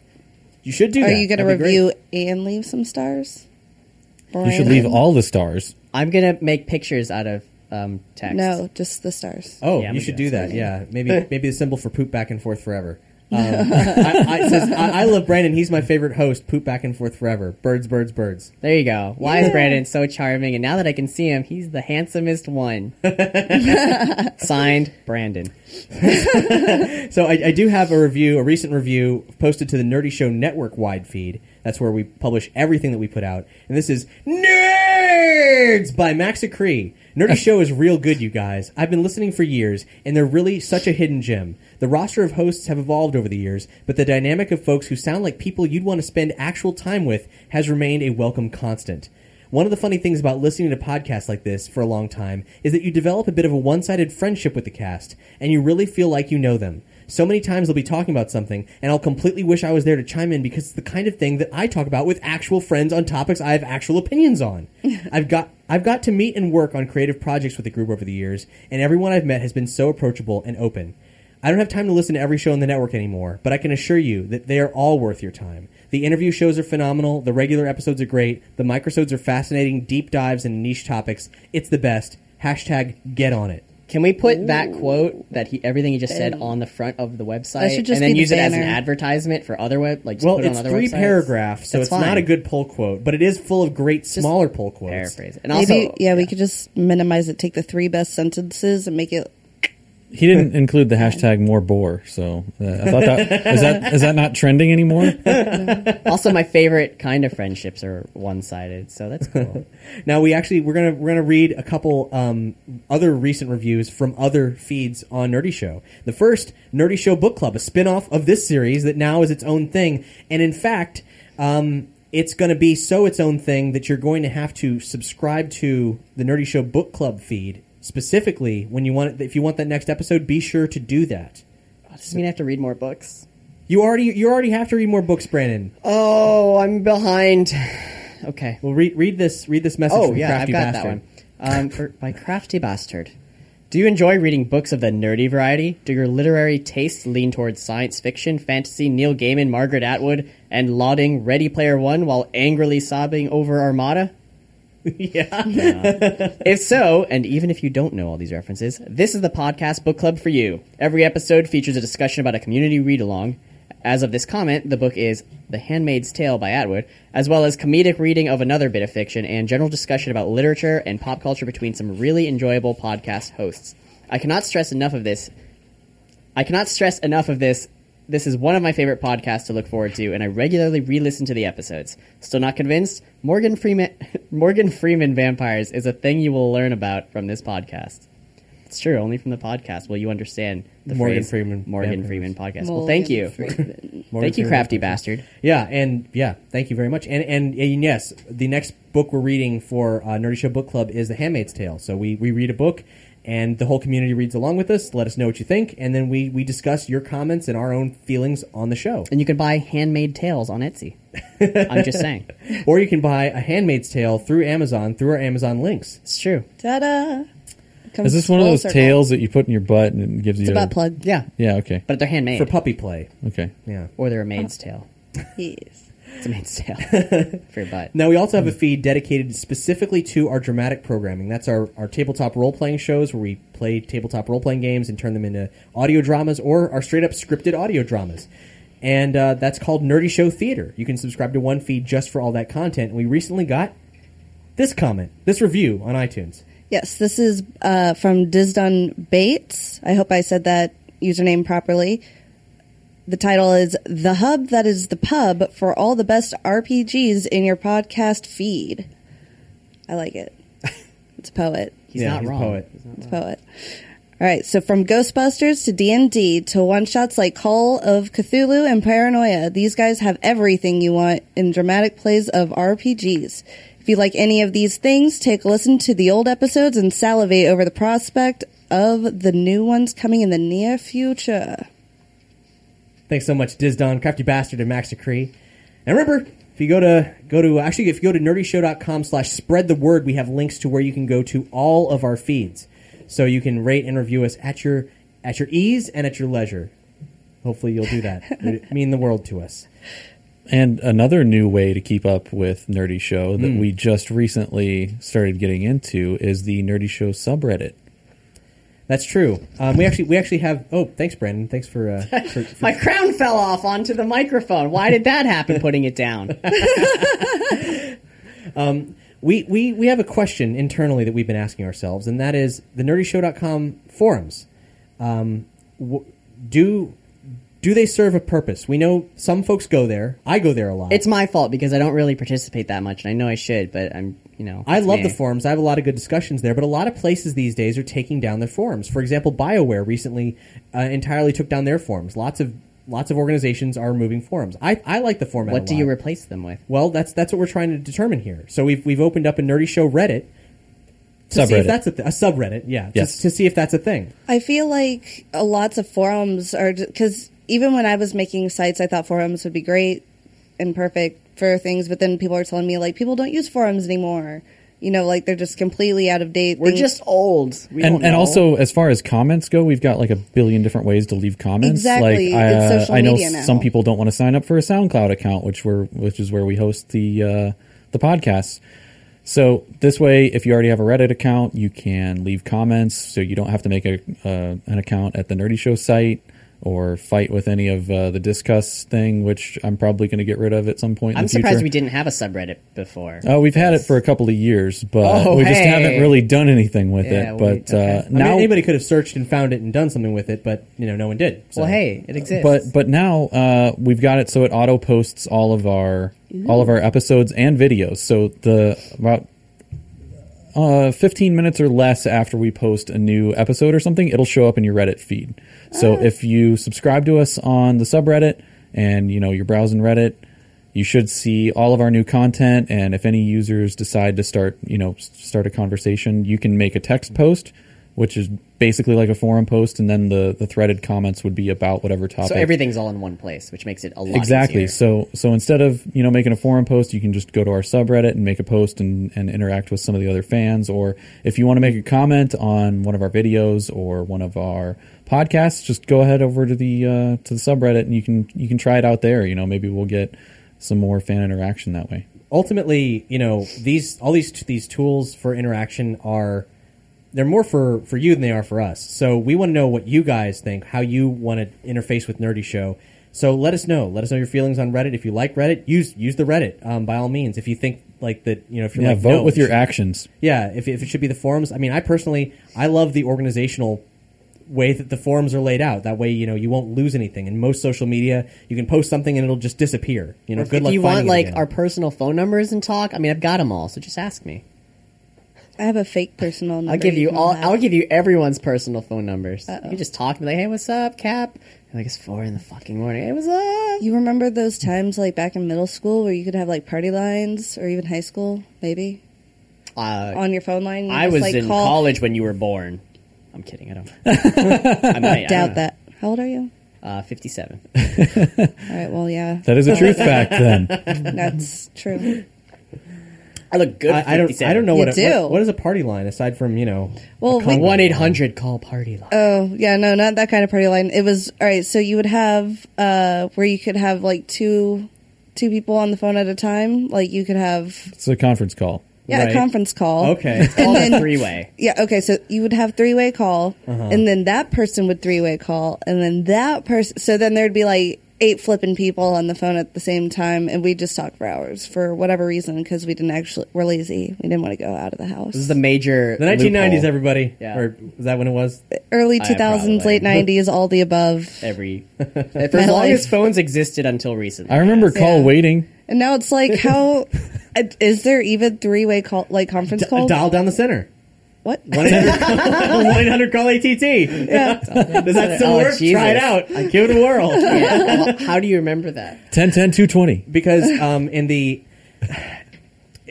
[SPEAKER 1] You should do
[SPEAKER 2] Are
[SPEAKER 1] that.
[SPEAKER 2] you going to
[SPEAKER 1] That'd be great.
[SPEAKER 2] review and leave some stars?
[SPEAKER 3] You should leave all the stars.
[SPEAKER 4] I'm gonna make pictures out of um, text.
[SPEAKER 2] No, just the stars.
[SPEAKER 1] Oh,
[SPEAKER 4] Yeah, I'm
[SPEAKER 1] you
[SPEAKER 4] gonna
[SPEAKER 1] should
[SPEAKER 4] do
[SPEAKER 1] do that. Yeah. Maybe maybe the symbol for poop back and forth forever. Um, I, I, it says, I, I love Brandon. He's my favorite host. Poop back and forth forever. Birds, birds, birds.
[SPEAKER 4] There you go. Why is Brandon so charming? And now that I can see him, he's the handsomest one. Signed, Brandon.
[SPEAKER 1] So I, I do have a review, a recent review posted to the Nerdy Show Network wide feed. That's where we publish everything that we put out. And this is Nerds by Max Acree. Nerdy Show is real good, you guys. I've been listening for years, and they're really such a hidden gem. The roster of hosts have evolved over the years, but the dynamic of folks who sound like people you'd want to spend actual time with has remained a welcome constant. One of the funny things about listening to podcasts like this for a long time is that you develop a bit of a one sided friendship with the cast, and you really feel like you know them. So many times they'll be talking about something, and I'll completely wish I was there to chime in because it's the kind of thing that I talk about with actual friends on topics I have actual opinions on. I've got I've got to meet and work on creative projects with the group over the years, and everyone I've met has been so approachable and open. I don't have time to listen to every show on the network anymore, but I can assure you that they are all worth your time. The interview shows are phenomenal, the regular episodes are great, the microsodes are fascinating, deep dives and niche topics. It's the best. Hashtag get on it.
[SPEAKER 4] Can we put that quote that he everything he just said on the front of the website
[SPEAKER 2] That should just
[SPEAKER 4] and then
[SPEAKER 2] be the
[SPEAKER 4] use it as an
[SPEAKER 2] banner.
[SPEAKER 4] advertisement for other web like just
[SPEAKER 1] Well,
[SPEAKER 4] put it on
[SPEAKER 1] it's
[SPEAKER 4] other
[SPEAKER 1] three
[SPEAKER 4] websites?
[SPEAKER 1] paragraphs, so
[SPEAKER 4] That's
[SPEAKER 1] it's not
[SPEAKER 4] fine.
[SPEAKER 1] a good pull quote, but it is full of great smaller pull quotes.
[SPEAKER 4] paraphrase. it. And also
[SPEAKER 2] Maybe yeah, we could just minimize it. Take the three best sentences and make it.
[SPEAKER 3] He didn't include the hashtag more bore, so uh, I thought that is that is that not trending anymore?
[SPEAKER 4] also my favorite kind of friendships are one sided, so that's cool.
[SPEAKER 1] Now we actually we're gonna we're gonna read a couple um, other recent reviews from other feeds on Nerdy Show. The first Nerdy Show Book Club, a spin-off of this series that now is its own thing, and in fact, um, it's gonna be so its own thing that you're going to have to subscribe to the Nerdy Show Book Club feed specifically when you want if you want that next episode. Be sure to do that.
[SPEAKER 4] Does this mean I have to read more books?
[SPEAKER 1] You already you already have to read more books, Brandon. Uh,
[SPEAKER 4] Oh, I'm behind. Okay.
[SPEAKER 1] Well, read read this read this message.
[SPEAKER 4] Oh
[SPEAKER 1] from
[SPEAKER 4] yeah, I've
[SPEAKER 1] Crafty
[SPEAKER 4] got
[SPEAKER 1] Bastard.
[SPEAKER 4] that one. Um, for, by Crafty Bastard. Do you enjoy reading books of the nerdy variety? Do your literary tastes lean towards science fiction, fantasy, Neil Gaiman, Margaret Atwood, and lauding Ready Player One while angrily sobbing over Armada? If so, and even if you don't know all these references, this is the podcast book club for you. Every episode features a discussion about a community read along. As of this comment, the book is The Handmaid's Tale by Atwood, as well as comedic reading of another bit of fiction and general discussion about literature and pop culture between some really enjoyable podcast hosts. I cannot stress enough of this. I cannot stress enough of this. This is one of my favorite podcasts to look forward to, and I regularly re-listen to the episodes. Still not convinced? Morgan Freeman, Morgan Freeman vampires is a thing you will learn about from this podcast. It's true, only from the podcast will you understand the
[SPEAKER 1] Morgan
[SPEAKER 4] phrase
[SPEAKER 1] Freeman
[SPEAKER 4] Morgan
[SPEAKER 1] vampires.
[SPEAKER 4] Freeman podcast. well, thank you,
[SPEAKER 1] Morgan
[SPEAKER 4] thank you,
[SPEAKER 1] Freeman
[SPEAKER 4] crafty
[SPEAKER 1] vampires.
[SPEAKER 4] bastard.
[SPEAKER 1] Yeah, and yeah, thank you very much. And and, and yes, the next book we're reading for uh, Nerdy Show Book Club is The Handmaid's Tale. So we we read a book, and the whole community reads along with us. Let us know what you think, and then we we discuss your comments and our own feelings on the show.
[SPEAKER 4] And you can buy handmade tales on Etsy. I'm just saying,
[SPEAKER 1] or you can buy A Handmaid's Tale through Amazon through our Amazon links.
[SPEAKER 4] it's true.
[SPEAKER 2] Ta-da!
[SPEAKER 3] Is this one of those tails that you put in your butt and it gives you?
[SPEAKER 2] It's
[SPEAKER 3] a-
[SPEAKER 2] a butt plug.
[SPEAKER 4] Yeah,
[SPEAKER 3] Yeah. Okay.
[SPEAKER 4] but they're handmade,
[SPEAKER 1] For puppy play.
[SPEAKER 3] Okay.
[SPEAKER 4] or they're a maid's tale.
[SPEAKER 2] Yes.
[SPEAKER 4] It's a maid's tale for your butt.
[SPEAKER 1] Now we also have
[SPEAKER 4] Hmm.
[SPEAKER 1] a feed dedicated specifically to our dramatic programming. That's our, our tabletop role playing shows where we play tabletop role playing games and turn them into audio dramas or our straight up scripted audio dramas. And uh, that's called Nerdy Show Theater. You can subscribe to one feed just for all that content. And we recently got this comment, this review on iTunes.
[SPEAKER 2] Yes, this is uh, from Dizdon Bates. I hope I said that username properly. The title is The Hub That Is the Pub for All the Best RPGs in Your Podcast Feed. I like it. It's a poet.
[SPEAKER 4] He's
[SPEAKER 1] Yeah,
[SPEAKER 4] not
[SPEAKER 1] he's a
[SPEAKER 4] wrong.
[SPEAKER 1] poet.
[SPEAKER 2] It's a poet. All right, so from Ghostbusters to D&D to one-shots like Call of Cthulhu and Paranoia, these guys have everything you want in dramatic plays of RPGs. If you like any of these things, take a listen to the old episodes and salivate over the prospect of the new ones coming in the near future.
[SPEAKER 1] Thanks so much, Dizdon, Crafty Bastard, and Max Decree. And remember, if you go to go to actually if you go to nerdyshow.com slash spread the word, we have links to where you can go to all of our feeds. So you can rate and review us at your at your ease and at your leisure. Hopefully you'll do that. it would mean the world to us.
[SPEAKER 3] And another new way to keep up with Nerdy Show that we just recently started getting into is the Nerdy Show subreddit.
[SPEAKER 1] That's true. Um, we actually we actually have oh, thanks Brandon. Thanks for uh for, for
[SPEAKER 4] My crown fell off onto the microphone. Why did that happen putting it down?
[SPEAKER 1] we, we, we have a question internally that we've been asking ourselves, and that is the nerdyshow.com forums. Um, w- do do they serve a purpose? We know some folks go there. I go there a lot.
[SPEAKER 4] It's my fault because I don't really participate that much, and I know I should, but I'm, you know,
[SPEAKER 1] I
[SPEAKER 4] it's
[SPEAKER 1] love
[SPEAKER 4] me.
[SPEAKER 1] the forums. I have a lot of good discussions there, but a lot of places these days are taking down their forums. For example, BioWare recently uh, entirely took down their forums. Lots of lots of organizations are removing forums. I, I like the format. a
[SPEAKER 4] What do you
[SPEAKER 1] lot.
[SPEAKER 4] replace them with?
[SPEAKER 1] Well, that's that's what we're trying to determine here. So we've we've opened up a nerdy show Reddit to see if
[SPEAKER 3] Subreddit.
[SPEAKER 1] that's a, th- a subreddit. Yeah, to-
[SPEAKER 3] Yes.
[SPEAKER 1] to, see if that's a thing.
[SPEAKER 2] I feel like uh, lots of forums are because even when I was making sites, I thought forums would be great and perfect for things, but then people are telling me like people don't use forums anymore. You know, like they're just completely out of date.
[SPEAKER 4] We're
[SPEAKER 2] Things-
[SPEAKER 4] just old. We
[SPEAKER 3] and
[SPEAKER 4] don't
[SPEAKER 3] and
[SPEAKER 4] know.
[SPEAKER 3] also as far as comments go, we've got like a billion different ways to leave comments.
[SPEAKER 2] Exactly.
[SPEAKER 3] Like I,
[SPEAKER 2] It's
[SPEAKER 3] uh,
[SPEAKER 2] social
[SPEAKER 3] I know
[SPEAKER 2] media now.
[SPEAKER 3] some people don't want to sign up for a SoundCloud account, which we're which is where we host the uh, the podcasts. So this way, if you already have a Reddit account, you can leave comments, so you don't have to make a uh, an account at the Nerdy Show site or fight with any of uh, the discuss thing, which I'm probably going to get rid of at some point. in
[SPEAKER 4] I'm
[SPEAKER 3] the future.
[SPEAKER 4] surprised we didn't have a subreddit before.
[SPEAKER 3] Uh, we've had it for a couple of years, but
[SPEAKER 4] Oh,
[SPEAKER 3] we just
[SPEAKER 4] hey.
[SPEAKER 3] haven't really done anything with
[SPEAKER 4] Yeah,
[SPEAKER 3] it.
[SPEAKER 4] we-
[SPEAKER 3] But
[SPEAKER 4] okay.
[SPEAKER 1] I
[SPEAKER 3] uh, now
[SPEAKER 1] mean, anybody could have searched and found it and done something with it, but you know, no one did. So.
[SPEAKER 4] well, hey, it exists.
[SPEAKER 3] But but now uh, we've got it so it auto posts all of our all of our episodes and videos. So the about uh, 15 minutes or less after we post a new episode or something, it'll show up in your Reddit feed. So if you subscribe to us on the subreddit and you know you're browsing Reddit, you should see all of our new content. And if any users decide to start you know s- start a conversation, you can make a text post. Which is basically like a forum post, and then the, the threaded comments would be about whatever topic
[SPEAKER 4] so everything's all in one place, which makes it a lot
[SPEAKER 3] exactly
[SPEAKER 4] easier.
[SPEAKER 3] so so instead of you know making a forum post you can just go to our subreddit and make a post and, and interact with some of the other fans or if you want to make a comment on one of our videos or one of our podcasts just go ahead over to the uh, to the subreddit and you can you can try it out there you know maybe we'll get some more fan interaction that way
[SPEAKER 1] ultimately, you know, these all these these tools for interaction are they're more for for you than they are for us. So we want to know what you guys think, how you want to interface with Nerdy Show. So let us know. Let us know your feelings on Reddit. If you like Reddit, use use the Reddit um, by all means. If you think like that, you know, if you're
[SPEAKER 3] yeah
[SPEAKER 1] like,
[SPEAKER 3] vote
[SPEAKER 1] no,
[SPEAKER 3] with
[SPEAKER 1] it
[SPEAKER 3] your
[SPEAKER 1] should-
[SPEAKER 3] actions
[SPEAKER 1] yeah, if, if it should be the forums. I mean, I personally, I love the organizational way that the forums are laid out. That way, you know, you won't lose anything. In most social media, you can post something and it'll just disappear. You know,
[SPEAKER 4] If,
[SPEAKER 1] good
[SPEAKER 4] if
[SPEAKER 1] luck
[SPEAKER 4] you
[SPEAKER 1] finding
[SPEAKER 4] want
[SPEAKER 1] it
[SPEAKER 4] like
[SPEAKER 1] again.
[SPEAKER 4] our personal phone numbers and talk, I mean, I've got them all, so just ask me.
[SPEAKER 2] I have a fake personal. Number
[SPEAKER 4] I'll give you
[SPEAKER 2] can
[SPEAKER 4] all.
[SPEAKER 2] have.
[SPEAKER 4] I'll give you everyone's personal phone numbers. You can just talk and be like, "Hey, what's up, Cap?" And like it's four in the fucking morning. Hey, what's up?
[SPEAKER 2] You remember those times like back in middle school where you could have like party lines or even high school, maybe
[SPEAKER 4] Uh,
[SPEAKER 2] on your phone line? You
[SPEAKER 4] I
[SPEAKER 2] just,
[SPEAKER 4] was
[SPEAKER 2] like,
[SPEAKER 4] in
[SPEAKER 2] call-
[SPEAKER 4] college when you were born. I'm kidding. I don't. I might I
[SPEAKER 2] Doubt
[SPEAKER 4] don't know.
[SPEAKER 2] that. How old are you?
[SPEAKER 4] Uh, Fifty-seven.
[SPEAKER 2] All right. Well, yeah,
[SPEAKER 3] that is a truth fact then
[SPEAKER 2] that's true.
[SPEAKER 4] I look good.
[SPEAKER 1] I, I don't. I don't know
[SPEAKER 2] You
[SPEAKER 1] what, a,
[SPEAKER 2] do.
[SPEAKER 1] what. What is a party line aside from you know?
[SPEAKER 2] Well, we,
[SPEAKER 4] One eight hundred call party line.
[SPEAKER 2] Oh yeah, no, not that kind of party line. It was all right. So you would have uh, where you could have like two two people on the phone at a time. Like you could have
[SPEAKER 3] it's a conference call
[SPEAKER 2] yeah
[SPEAKER 1] Right.
[SPEAKER 2] a conference call.
[SPEAKER 1] Okay.
[SPEAKER 4] Call
[SPEAKER 2] and
[SPEAKER 4] a
[SPEAKER 2] then-
[SPEAKER 4] three way.
[SPEAKER 2] Yeah. Okay. So you would have three way call,
[SPEAKER 4] Uh-huh.
[SPEAKER 2] and then that person would three way call, and then that person. So then there'd be like eight flipping people on the phone at the same time, and we would just talk for hours for whatever reason because we didn't actually we're lazy. We didn't want to go out of the house.
[SPEAKER 4] This is the major.
[SPEAKER 1] The 1990s, everybody.
[SPEAKER 4] Yeah.
[SPEAKER 1] Or was that when it was?
[SPEAKER 2] Early
[SPEAKER 4] I
[SPEAKER 2] two thousands,
[SPEAKER 4] probably-
[SPEAKER 2] late nineties, all the above.
[SPEAKER 4] Every. For as long as phones existed until recently.
[SPEAKER 3] i remember call
[SPEAKER 2] Yeah.
[SPEAKER 3] waiting
[SPEAKER 2] And now it's like, how uh, is there even three way call like conference calls?
[SPEAKER 1] Dial down the center.
[SPEAKER 2] what?
[SPEAKER 1] 1-800 call ATT. Does that still
[SPEAKER 4] Oh,
[SPEAKER 1] work?
[SPEAKER 4] Jesus.
[SPEAKER 1] Try it out. Give it a whirl.
[SPEAKER 4] Well, how do you remember that?
[SPEAKER 3] 1010 220
[SPEAKER 1] because um, in the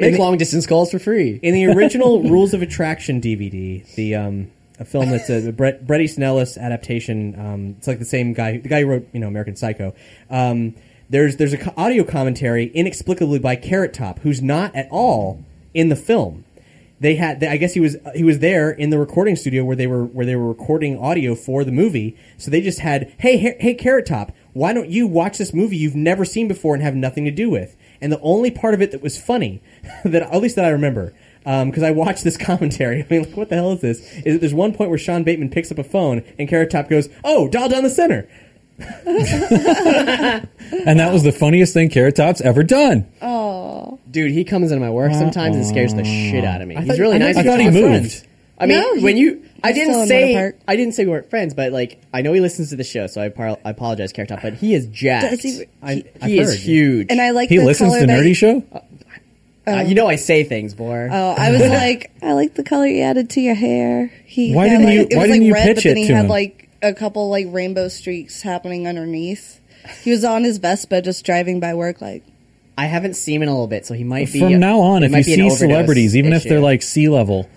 [SPEAKER 4] Make
[SPEAKER 1] the-
[SPEAKER 4] long distance calls for free.
[SPEAKER 1] in the original Rules of Attraction DVD, the um, a film that's a, a Brett, Bret Easton Ellis adaptation. Um, it's like the same guy, the guy who wrote you know American Psycho. Um, there's there's a co- audio commentary inexplicably by Carrot Top, who's not at all in the film. They had, I guess he was he was there in the recording studio where they were where they were recording audio for the movie. So they just had, hey hey, hey Carrot Top, why don't you watch this movie you've never seen before and have nothing to do with? And the only part of it that was funny, that at least that I remember, because Um, I watched this commentary. I mean, like, what the hell is this? Is that there's one point where Sean Bateman picks up a phone and Carrot Top goes, "Oh, dial down the center."
[SPEAKER 3] and that was the funniest thing carrot top's ever done
[SPEAKER 4] Dude, he comes into my work sometimes and scares the shit out of me. He's really nice.
[SPEAKER 3] I
[SPEAKER 4] and
[SPEAKER 3] thought he
[SPEAKER 4] talks-
[SPEAKER 3] moved.
[SPEAKER 1] friends. I mean,
[SPEAKER 2] No,
[SPEAKER 1] when
[SPEAKER 2] he-
[SPEAKER 1] you, I
[SPEAKER 2] he's still
[SPEAKER 1] didn't
[SPEAKER 2] in
[SPEAKER 1] say,
[SPEAKER 2] Motorpark.
[SPEAKER 1] I didn't say we weren't friends, but like, I know he listens to the show, so I, par- I apologize, Carrot Top, but he is jacked.
[SPEAKER 2] Does he-
[SPEAKER 1] I,
[SPEAKER 4] he-
[SPEAKER 1] he
[SPEAKER 4] I've
[SPEAKER 1] is
[SPEAKER 4] heard.
[SPEAKER 1] huge.
[SPEAKER 2] And I like
[SPEAKER 3] he
[SPEAKER 2] the
[SPEAKER 3] listens
[SPEAKER 2] color
[SPEAKER 3] to
[SPEAKER 2] that
[SPEAKER 3] Nerdy Show.
[SPEAKER 1] uh,
[SPEAKER 4] um,
[SPEAKER 1] you know, I say things, Blore.
[SPEAKER 2] Oh, I was like, I like the color you added to your hair. He
[SPEAKER 3] Why
[SPEAKER 2] had,
[SPEAKER 3] didn't
[SPEAKER 2] like-
[SPEAKER 3] you-
[SPEAKER 2] It
[SPEAKER 3] why
[SPEAKER 2] was
[SPEAKER 3] didn't
[SPEAKER 2] like
[SPEAKER 3] you
[SPEAKER 2] red,
[SPEAKER 3] pitch
[SPEAKER 2] but then
[SPEAKER 3] it
[SPEAKER 2] he
[SPEAKER 3] to
[SPEAKER 2] had
[SPEAKER 3] him?
[SPEAKER 2] like a couple like rainbow streaks happening underneath. He was on his Vespa, just driving by work. Like,
[SPEAKER 1] I haven't seen him in a little bit, so he might be.
[SPEAKER 3] From now on,
[SPEAKER 1] it
[SPEAKER 3] if
[SPEAKER 1] might be
[SPEAKER 3] you
[SPEAKER 1] an
[SPEAKER 3] see
[SPEAKER 1] overdose
[SPEAKER 3] celebrities, even if they're
[SPEAKER 1] issue.
[SPEAKER 3] like sea level,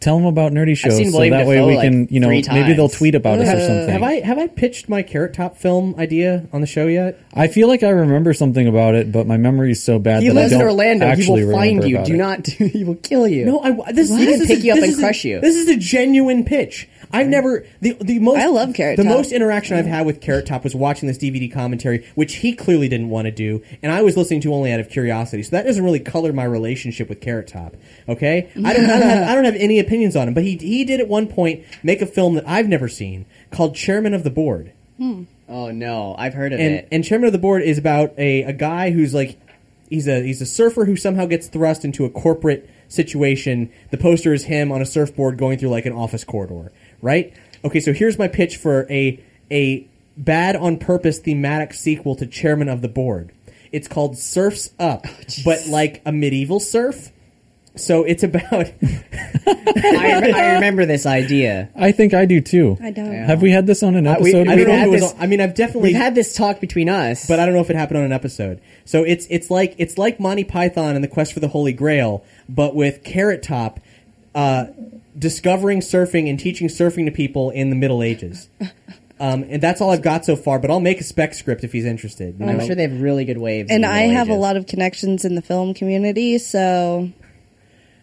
[SPEAKER 3] tell them about Nerdy Show,
[SPEAKER 1] seen
[SPEAKER 3] so
[SPEAKER 1] William
[SPEAKER 3] that way
[SPEAKER 1] Dafoe,
[SPEAKER 3] we
[SPEAKER 1] like,
[SPEAKER 3] can, you know,
[SPEAKER 1] three
[SPEAKER 3] maybe they'll
[SPEAKER 1] times.
[SPEAKER 3] tweet about us or something.
[SPEAKER 4] Have I have I pitched my Carrot Top film idea on the show yet?
[SPEAKER 3] I feel like I remember something about it, but my memory is so bad
[SPEAKER 1] he
[SPEAKER 3] that I
[SPEAKER 1] lives in
[SPEAKER 3] don't
[SPEAKER 1] Orlando. He
[SPEAKER 3] actually
[SPEAKER 1] will find
[SPEAKER 3] remember
[SPEAKER 1] you.
[SPEAKER 3] about
[SPEAKER 1] Do
[SPEAKER 3] it.
[SPEAKER 1] not. Do, he will kill you.
[SPEAKER 4] No, I this,
[SPEAKER 1] He can
[SPEAKER 4] this is
[SPEAKER 1] pick
[SPEAKER 4] a-
[SPEAKER 1] you up
[SPEAKER 4] this
[SPEAKER 1] and
[SPEAKER 4] is a-
[SPEAKER 1] crush you.
[SPEAKER 4] This is a genuine pitch. I've never the the most
[SPEAKER 2] I love Carrot
[SPEAKER 4] the
[SPEAKER 2] Top.
[SPEAKER 4] most interaction I've had with Carrot Top was watching this DVD commentary, which he clearly didn't want to do, and I was listening to only out of curiosity. So that doesn't really color my relationship with Carrot Top. Okay, I don't I don't, have, I don't have any opinions on him, but he he did at one point make a film that I've never seen called Chairman of the Board.
[SPEAKER 1] Oh no, I've heard of
[SPEAKER 4] and
[SPEAKER 1] it.
[SPEAKER 4] and chairman of the board is about a, a guy who's like he's a he's a surfer who somehow gets thrust into a corporate situation. The poster is him on a surfboard going through like an office corridor, right? Okay, so here's my pitch for a a bad on purpose thematic sequel to Chairman of the Board. It's called Surfs
[SPEAKER 1] Oh,
[SPEAKER 4] Up, but like a medieval surf. So it's about
[SPEAKER 1] I, re- I remember this idea.
[SPEAKER 3] I think I do too. I
[SPEAKER 2] don't.
[SPEAKER 3] Have we had this on an
[SPEAKER 1] we-
[SPEAKER 3] episode?
[SPEAKER 1] I
[SPEAKER 4] I
[SPEAKER 1] mean,
[SPEAKER 4] don't know if
[SPEAKER 1] had
[SPEAKER 4] it was
[SPEAKER 1] this-
[SPEAKER 4] on- I mean I've definitely
[SPEAKER 1] We've had this talk between us,
[SPEAKER 4] but I don't know if it happened on an episode. So it's it's like it's like Monty Python and the Quest for the Holy Grail, but with Carrot Top uh, discovering surfing and teaching surfing to people in the Middle Ages. Um, and that's all I've got so far. But I'll make a spec script if he's interested. you
[SPEAKER 1] I'm
[SPEAKER 4] know?
[SPEAKER 1] sure they have really good waves. in
[SPEAKER 2] and
[SPEAKER 1] the
[SPEAKER 2] I
[SPEAKER 1] Middle
[SPEAKER 2] have a
[SPEAKER 1] Ages.
[SPEAKER 2] lot of connections in the film community, so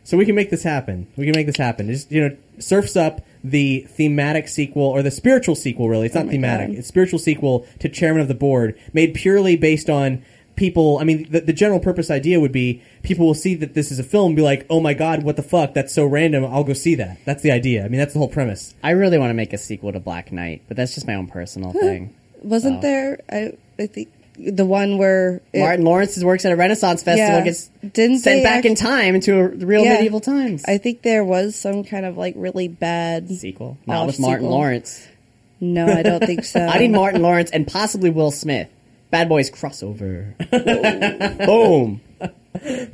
[SPEAKER 4] So we can make this happen. We can make this happen. Just you know, surfs up the thematic sequel or the spiritual sequel. Really,
[SPEAKER 2] Oh
[SPEAKER 4] it's not thematic. It's spiritual sequel to Chairman of the Board, made purely based on people. I mean, the, the general purpose idea would be people will see that this is a film, and be like, "Oh my god, what the fuck? That's so random. I'll go see that." That's the idea. I mean, that's the whole premise.
[SPEAKER 1] I really want to make a sequel to Black Knight, but that's just my own personal thing.
[SPEAKER 2] wasn't
[SPEAKER 3] Oh.
[SPEAKER 2] there? I I think the one where it-
[SPEAKER 1] Martin Lawrence works at a Renaissance festival,
[SPEAKER 2] Yeah.
[SPEAKER 1] gets
[SPEAKER 2] Didn't
[SPEAKER 1] sent
[SPEAKER 2] they
[SPEAKER 1] back in
[SPEAKER 2] act-
[SPEAKER 1] time into a real
[SPEAKER 2] Yeah.
[SPEAKER 1] medieval times.
[SPEAKER 2] I think there was some kind of like really bad
[SPEAKER 1] sequel, not
[SPEAKER 2] off
[SPEAKER 1] with Martin
[SPEAKER 2] sequel.
[SPEAKER 1] Lawrence.
[SPEAKER 2] No, I don't think so.
[SPEAKER 1] I need Martin Lawrence and possibly Will Smith. Bad Boys crossover. Boom.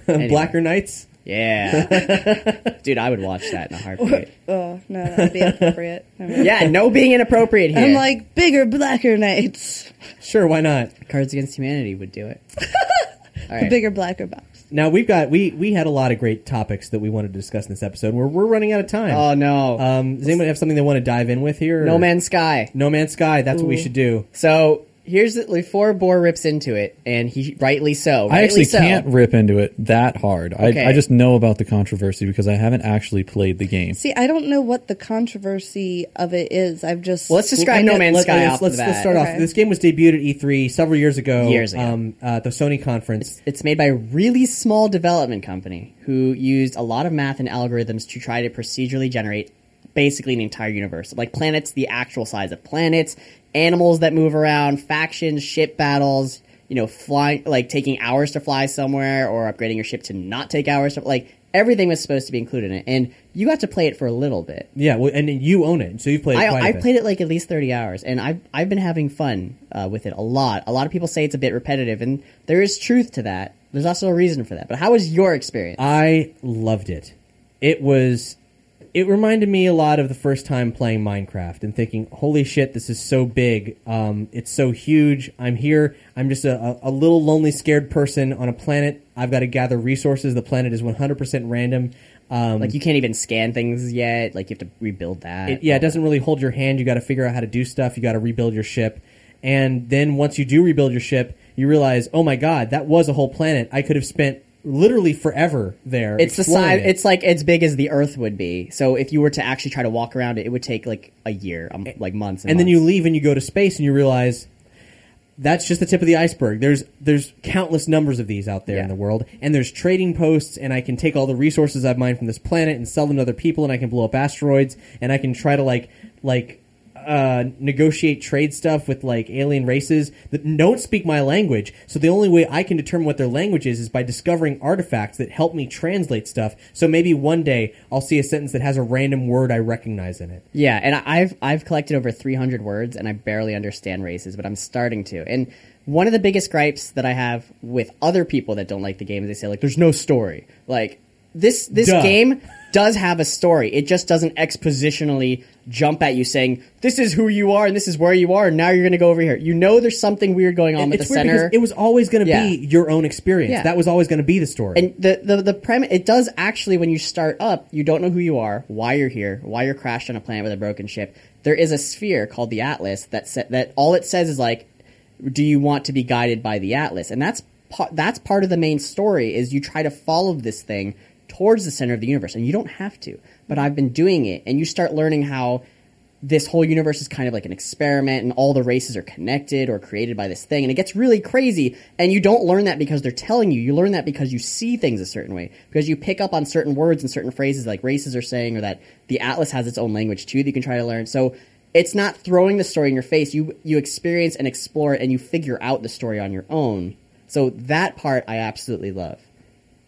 [SPEAKER 1] Anyway.
[SPEAKER 4] Blacker Knights.
[SPEAKER 1] Yeah. Dude, I would watch that in a heartbeat.
[SPEAKER 2] Oh no, that'd be appropriate.
[SPEAKER 1] Yeah, no being inappropriate here.
[SPEAKER 2] I'm like bigger, blacker knights.
[SPEAKER 4] Sure, why not?
[SPEAKER 1] Cards Against Humanity would do it. All right.
[SPEAKER 2] Bigger, blacker box.
[SPEAKER 4] Now we've got we we had a lot of great topics that we wanted to discuss in this episode. We're we're running out of time.
[SPEAKER 1] oh, no.
[SPEAKER 4] Um, does anyone have something they want to dive in with here?
[SPEAKER 1] no
[SPEAKER 4] Or-
[SPEAKER 1] Man's Sky.
[SPEAKER 4] No Man's Sky. That's what we should do.
[SPEAKER 1] So here's the, before Boar rips into it, and he rightly so.
[SPEAKER 3] I
[SPEAKER 1] rightly
[SPEAKER 3] actually
[SPEAKER 1] so.
[SPEAKER 3] can't rip into it that hard.
[SPEAKER 1] Okay.
[SPEAKER 3] I, I just know about the controversy because I haven't actually played the game.
[SPEAKER 2] See, I don't know what the controversy of it is. I've just
[SPEAKER 1] Well, let's describe No Man's
[SPEAKER 4] let's,
[SPEAKER 1] Sky
[SPEAKER 4] let's,
[SPEAKER 1] off
[SPEAKER 4] let's,
[SPEAKER 1] the bat.
[SPEAKER 4] let's start off.
[SPEAKER 2] Okay.
[SPEAKER 4] This game was debuted at E3 several years ago.
[SPEAKER 1] Years ago.
[SPEAKER 4] Um, uh, at the Sony conference.
[SPEAKER 1] It's made by a really small development company who used a lot of math and algorithms to try to procedurally generate basically an entire universe. Like planets, the actual size of planets, animals that move around, factions, ship battles, you know, flying, like taking hours to fly somewhere or upgrading your ship to not take hours to, like, everything was supposed to be included in it. And you got to play it for a little bit.
[SPEAKER 4] Yeah, well, and you own it, so you've played it quite
[SPEAKER 1] I,
[SPEAKER 4] a
[SPEAKER 1] I
[SPEAKER 4] bit.
[SPEAKER 1] played it like at least 30 hours and I've, I've been having fun uh, with it a lot. A lot of people say it's a bit repetitive and there is truth to that. There's also a reason for that. But how was your experience?
[SPEAKER 4] I loved it. It was. It reminded me a lot of the first time playing Minecraft and thinking, "Holy shit, this is so big! Um, it's so huge! I'm here. I'm just a, a, a little lonely, scared person on a planet. I've got to gather resources. The planet is 100 percent random. Um,
[SPEAKER 1] like you can't even scan things yet. Like you have to rebuild that.
[SPEAKER 4] it, yeah, it doesn't really hold your hand. You got to figure out how to do stuff. You got to rebuild your ship, and then once you do rebuild your ship, you realize, oh my god, that was a whole planet. I could have spent literally forever there.
[SPEAKER 1] It's the
[SPEAKER 4] exploring
[SPEAKER 1] size.
[SPEAKER 4] it.
[SPEAKER 1] It's like as big as the Earth would be. So if you were to actually try to walk around it, it would take like a year, um, like months. And,
[SPEAKER 4] and then you
[SPEAKER 1] months.
[SPEAKER 4] leave and you go to space and you realize that's just the tip of the iceberg. There's there's countless numbers of these out there in
[SPEAKER 1] Yeah.
[SPEAKER 4] the world, and there's trading posts, and I can take all the resources I've mined from this planet and sell them to other people, and I can blow up asteroids, and I can try to like like uh, uh, negotiate trade stuff with like alien races that don't speak my language. So the only way I can determine what their language is is by discovering artifacts that help me translate stuff. So maybe one day I'll see a sentence that has a random word I recognize in it.
[SPEAKER 1] Yeah, and I- I've I've collected over 300 words, and I barely understand races, but I'm starting to. And one of the biggest gripes that I have with other people that don't like the game is they say like, "There's no story." Like this this
[SPEAKER 4] Duh.
[SPEAKER 1] game does have a story. It just doesn't expositionally jump at you saying, "This is who you are, and this is where you are, and now you're going to go over here." You know, there's something weird going on with
[SPEAKER 4] it's
[SPEAKER 1] the
[SPEAKER 4] weird
[SPEAKER 1] center.
[SPEAKER 4] because it was always going to
[SPEAKER 1] Yeah.
[SPEAKER 4] be your own experience.
[SPEAKER 1] Yeah.
[SPEAKER 4] That was always going to be the story.
[SPEAKER 1] And the the the premise it does actually when you start up, you don't know who you are, why you're here, why you're crashed on a planet with a broken ship. There is a sphere called the Atlas that sa- that all it says is like, do you want to be guided by the Atlas? And that's pa- that's part of the main story is you try to follow this thing towards the center of the universe, and you don't have to. But I've been doing it, and you start learning how this whole universe is kind of like an experiment and all the races are connected or created by this thing and it gets really crazy and you don't learn that because they're telling you you learn that because you see things a certain way because you pick up on certain words and certain phrases like races are saying or that the atlas has its own language too that you can try to learn so it's not throwing the story in your face you you experience and explore it and you figure out the story on your own so that part i absolutely love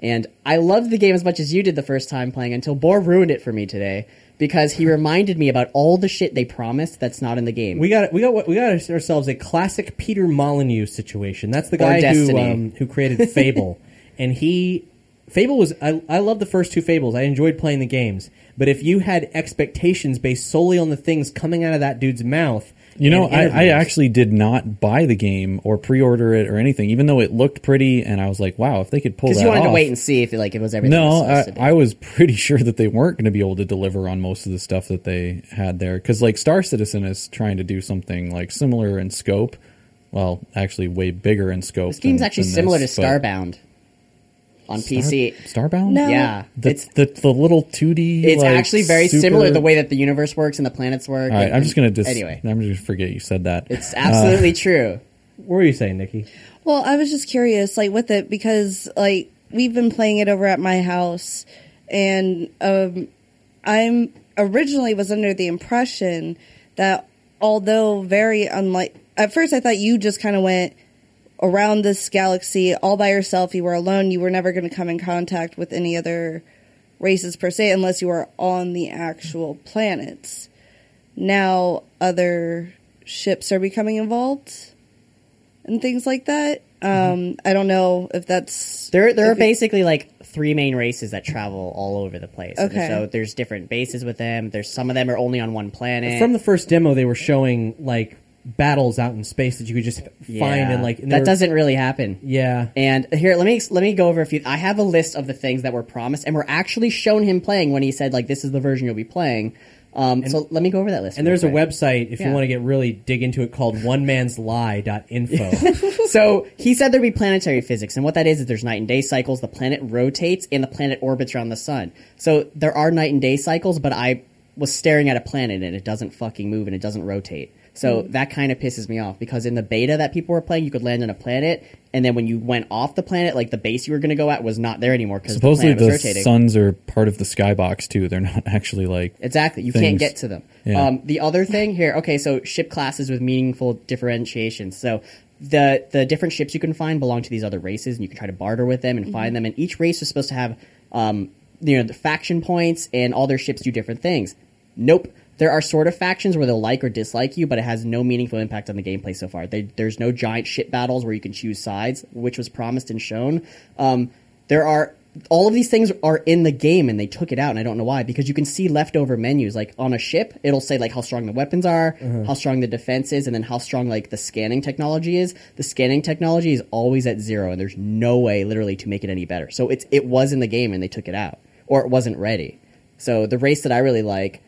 [SPEAKER 1] and I loved the game as much as you did the first time playing until Boar ruined it for me today because he reminded me about all the shit they promised that's not in the game.
[SPEAKER 4] we got we got we got ourselves a classic Peter Molyneux situation. That's the guy who
[SPEAKER 1] Destiny.
[SPEAKER 4] um, who created Fable, and he Fable was I I love the first two Fables. I enjoyed playing the games, but if you had expectations based solely on the things coming out of that dude's mouth,
[SPEAKER 3] You know,
[SPEAKER 4] and
[SPEAKER 3] I, I
[SPEAKER 4] interviews-
[SPEAKER 3] actually did not buy the game or pre-order it or anything, even though it looked pretty, and I was like, "Wow, if they could pull that
[SPEAKER 1] because you wanted to
[SPEAKER 3] off-
[SPEAKER 1] wait and see if it, like it was everything.
[SPEAKER 3] No,
[SPEAKER 1] it was supposed to be.
[SPEAKER 3] I, I was pretty sure that they weren't going to be able to deliver on most of the stuff that they had there, because like Star Citizen is trying to do something like similar in scope. Well, actually, way bigger in scope.
[SPEAKER 1] this game's
[SPEAKER 3] than-
[SPEAKER 1] actually
[SPEAKER 3] than
[SPEAKER 1] similar
[SPEAKER 3] this,
[SPEAKER 1] to
[SPEAKER 3] but-
[SPEAKER 1] Starbound on PC.
[SPEAKER 3] Star- Starbound.
[SPEAKER 2] No.
[SPEAKER 1] Yeah,
[SPEAKER 3] The,
[SPEAKER 1] it's
[SPEAKER 3] the the little two D.
[SPEAKER 1] it's
[SPEAKER 3] like,
[SPEAKER 1] actually very
[SPEAKER 3] super-
[SPEAKER 1] similar the way that the universe works and the planets work.
[SPEAKER 3] All right,
[SPEAKER 1] and-
[SPEAKER 3] I'm just gonna dis-
[SPEAKER 1] anyway.
[SPEAKER 3] I'm just gonna forget you said that.
[SPEAKER 1] It's absolutely true.
[SPEAKER 4] What were you saying, Nikki?
[SPEAKER 2] Well, I was just curious, like with it because like we've been playing it over at my house, and um, I'm originally was under the impression that although very unlike at first, I thought you just kind of went around this galaxy all by yourself. You were alone. You were never going to come in contact with any other races per se, unless you were on the actual planets. Now, other ships are becoming involved and things like that. Um, I don't know if that's
[SPEAKER 1] There, there are basically like three main races that travel all over the place. And
[SPEAKER 2] Okay.
[SPEAKER 1] so there's different bases with them. There's some of them are only on one planet.
[SPEAKER 4] From the first demo, they were showing like battles out in space that you could just find and like and they
[SPEAKER 1] that
[SPEAKER 4] were-
[SPEAKER 1] doesn't really happen.
[SPEAKER 4] yeah.
[SPEAKER 1] And here, let me let me go over a few. I have a list of the things that were promised and were actually shown him playing when he said like this is the version you'll be playing. Um, so let me go over that list.
[SPEAKER 4] And
[SPEAKER 1] real
[SPEAKER 4] there's a
[SPEAKER 1] quick.
[SPEAKER 4] website if you
[SPEAKER 1] Yeah.
[SPEAKER 4] want to get really dig into it called oneman'slie.info.
[SPEAKER 1] so he said there'd be planetary physics, and what that is is there's night and day cycles. The planet rotates, and the planet orbits around the sun. So there are night and day cycles, but I was staring at a planet, and it doesn't fucking move, and it doesn't rotate. So
[SPEAKER 3] Hmm.
[SPEAKER 1] that kind of pisses me off because in the beta that people were playing, you could land on a planet, and then when you went off the planet, like the base you were going to go at was not there anymore because the
[SPEAKER 3] supposedly
[SPEAKER 1] planet was
[SPEAKER 3] the
[SPEAKER 1] rotating.
[SPEAKER 3] suns are part of the skybox too. They're not actually like
[SPEAKER 1] Exactly. You can't
[SPEAKER 3] things.
[SPEAKER 1] get to them.
[SPEAKER 3] Yeah.
[SPEAKER 1] Um, the other thing here, okay, so ship classes with meaningful differentiations. So the the different ships you can find belong to these other races, and you can try to barter with them and
[SPEAKER 3] Mm-hmm.
[SPEAKER 1] find them. And each race was supposed to have, um, you know, the faction points, and all their ships do different things. Nope. There are sort of factions where they'll like or dislike you, but it has no meaningful impact on the gameplay so far. They, there's no giant ship battles where you can choose sides, which was promised and shown. Um, there are all of these things are in the game and they took it out and i don't know why because you can see leftover menus like on a ship it'll say like how strong the weapons are how strong the defense is and then how strong like the scanning technology is the scanning technology is always at zero and there's no way literally to make it any better so it's it was in the game and they took it out or it wasn't ready so the race that i really like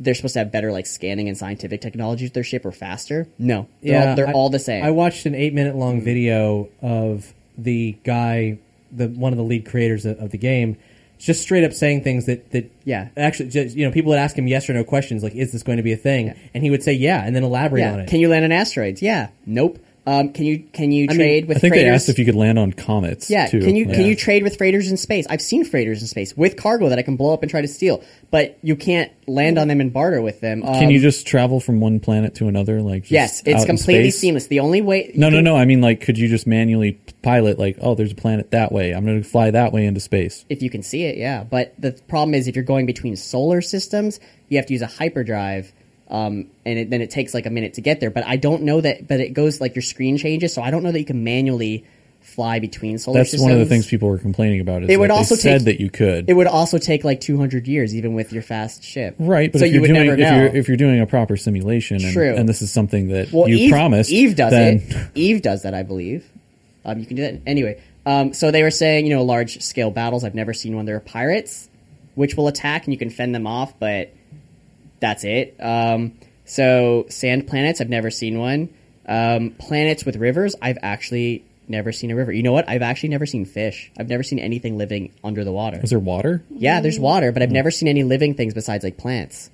[SPEAKER 1] they're supposed to have better like scanning and scientific technology to their ship or faster no they're, all, they're
[SPEAKER 4] I-
[SPEAKER 1] all the same Hmm.
[SPEAKER 4] I watched an eight minute long video of the guy, the one of the lead creators of, of the game, just straight up saying things that that
[SPEAKER 1] Yeah.
[SPEAKER 4] actually just, you know people would ask him yes or no questions like is this going to be a thing and he would say yeah and then elaborate
[SPEAKER 1] Yeah.
[SPEAKER 4] on it.
[SPEAKER 1] Can you land on asteroids? Yeah. Nope. Um, can you can you
[SPEAKER 4] I mean,
[SPEAKER 1] trade with?
[SPEAKER 3] I think
[SPEAKER 1] freighters?
[SPEAKER 3] they asked if you could land on comets.
[SPEAKER 1] Yeah,
[SPEAKER 3] too.
[SPEAKER 1] can you
[SPEAKER 3] Yeah.
[SPEAKER 1] can you trade with freighters in space? I've seen freighters in space with cargo that I can blow up and try to steal, but you can't land on them and barter with them. Um,
[SPEAKER 3] Can you just travel from one planet to another? Like just
[SPEAKER 1] yes,
[SPEAKER 3] out
[SPEAKER 1] it's
[SPEAKER 3] in
[SPEAKER 1] completely
[SPEAKER 3] space?
[SPEAKER 1] seamless. The only way
[SPEAKER 3] No, no, no. I mean, like, could you just manually pilot? Like, oh, there's a planet that way. I'm going to fly that way into space.
[SPEAKER 1] if you can see it, yeah. But the problem is, if you're going between solar systems, you have to use a hyperdrive, um, and it, then it takes like a minute to get there. But I don't know that. But it goes like your screen changes, so I don't know that you can manually fly between solar
[SPEAKER 3] That's
[SPEAKER 1] systems.
[SPEAKER 3] one of the things people were complaining about. Is
[SPEAKER 1] It would
[SPEAKER 3] that they
[SPEAKER 1] also
[SPEAKER 3] said
[SPEAKER 1] take-
[SPEAKER 3] that you could.
[SPEAKER 1] It would also take like 200 years, even with your fast ship.
[SPEAKER 3] Right, but
[SPEAKER 1] so
[SPEAKER 3] if
[SPEAKER 1] you
[SPEAKER 3] you're
[SPEAKER 1] would
[SPEAKER 3] doing
[SPEAKER 1] never
[SPEAKER 3] if
[SPEAKER 1] know.
[SPEAKER 3] you're if you're doing a proper simulation, and,
[SPEAKER 1] True.
[SPEAKER 3] and this is something that
[SPEAKER 1] well,
[SPEAKER 3] you
[SPEAKER 1] Eve,
[SPEAKER 3] promised,
[SPEAKER 1] Eve does
[SPEAKER 3] then
[SPEAKER 1] it. Eve does that, I believe. Um, you can do that anyway. Um, so they were saying, you know, large scale battles. I've never seen one. There are pirates, which will attack, and you can fend them off, but that's it. Um, so sand planets, I've never seen one. Um, planets with rivers, I've actually never seen a river. You know what? I've actually never seen fish. I've never seen anything living under the water.
[SPEAKER 3] Is there water?
[SPEAKER 1] Yeah,
[SPEAKER 4] Mm.
[SPEAKER 1] there's water, but I've never seen any living things besides like plants.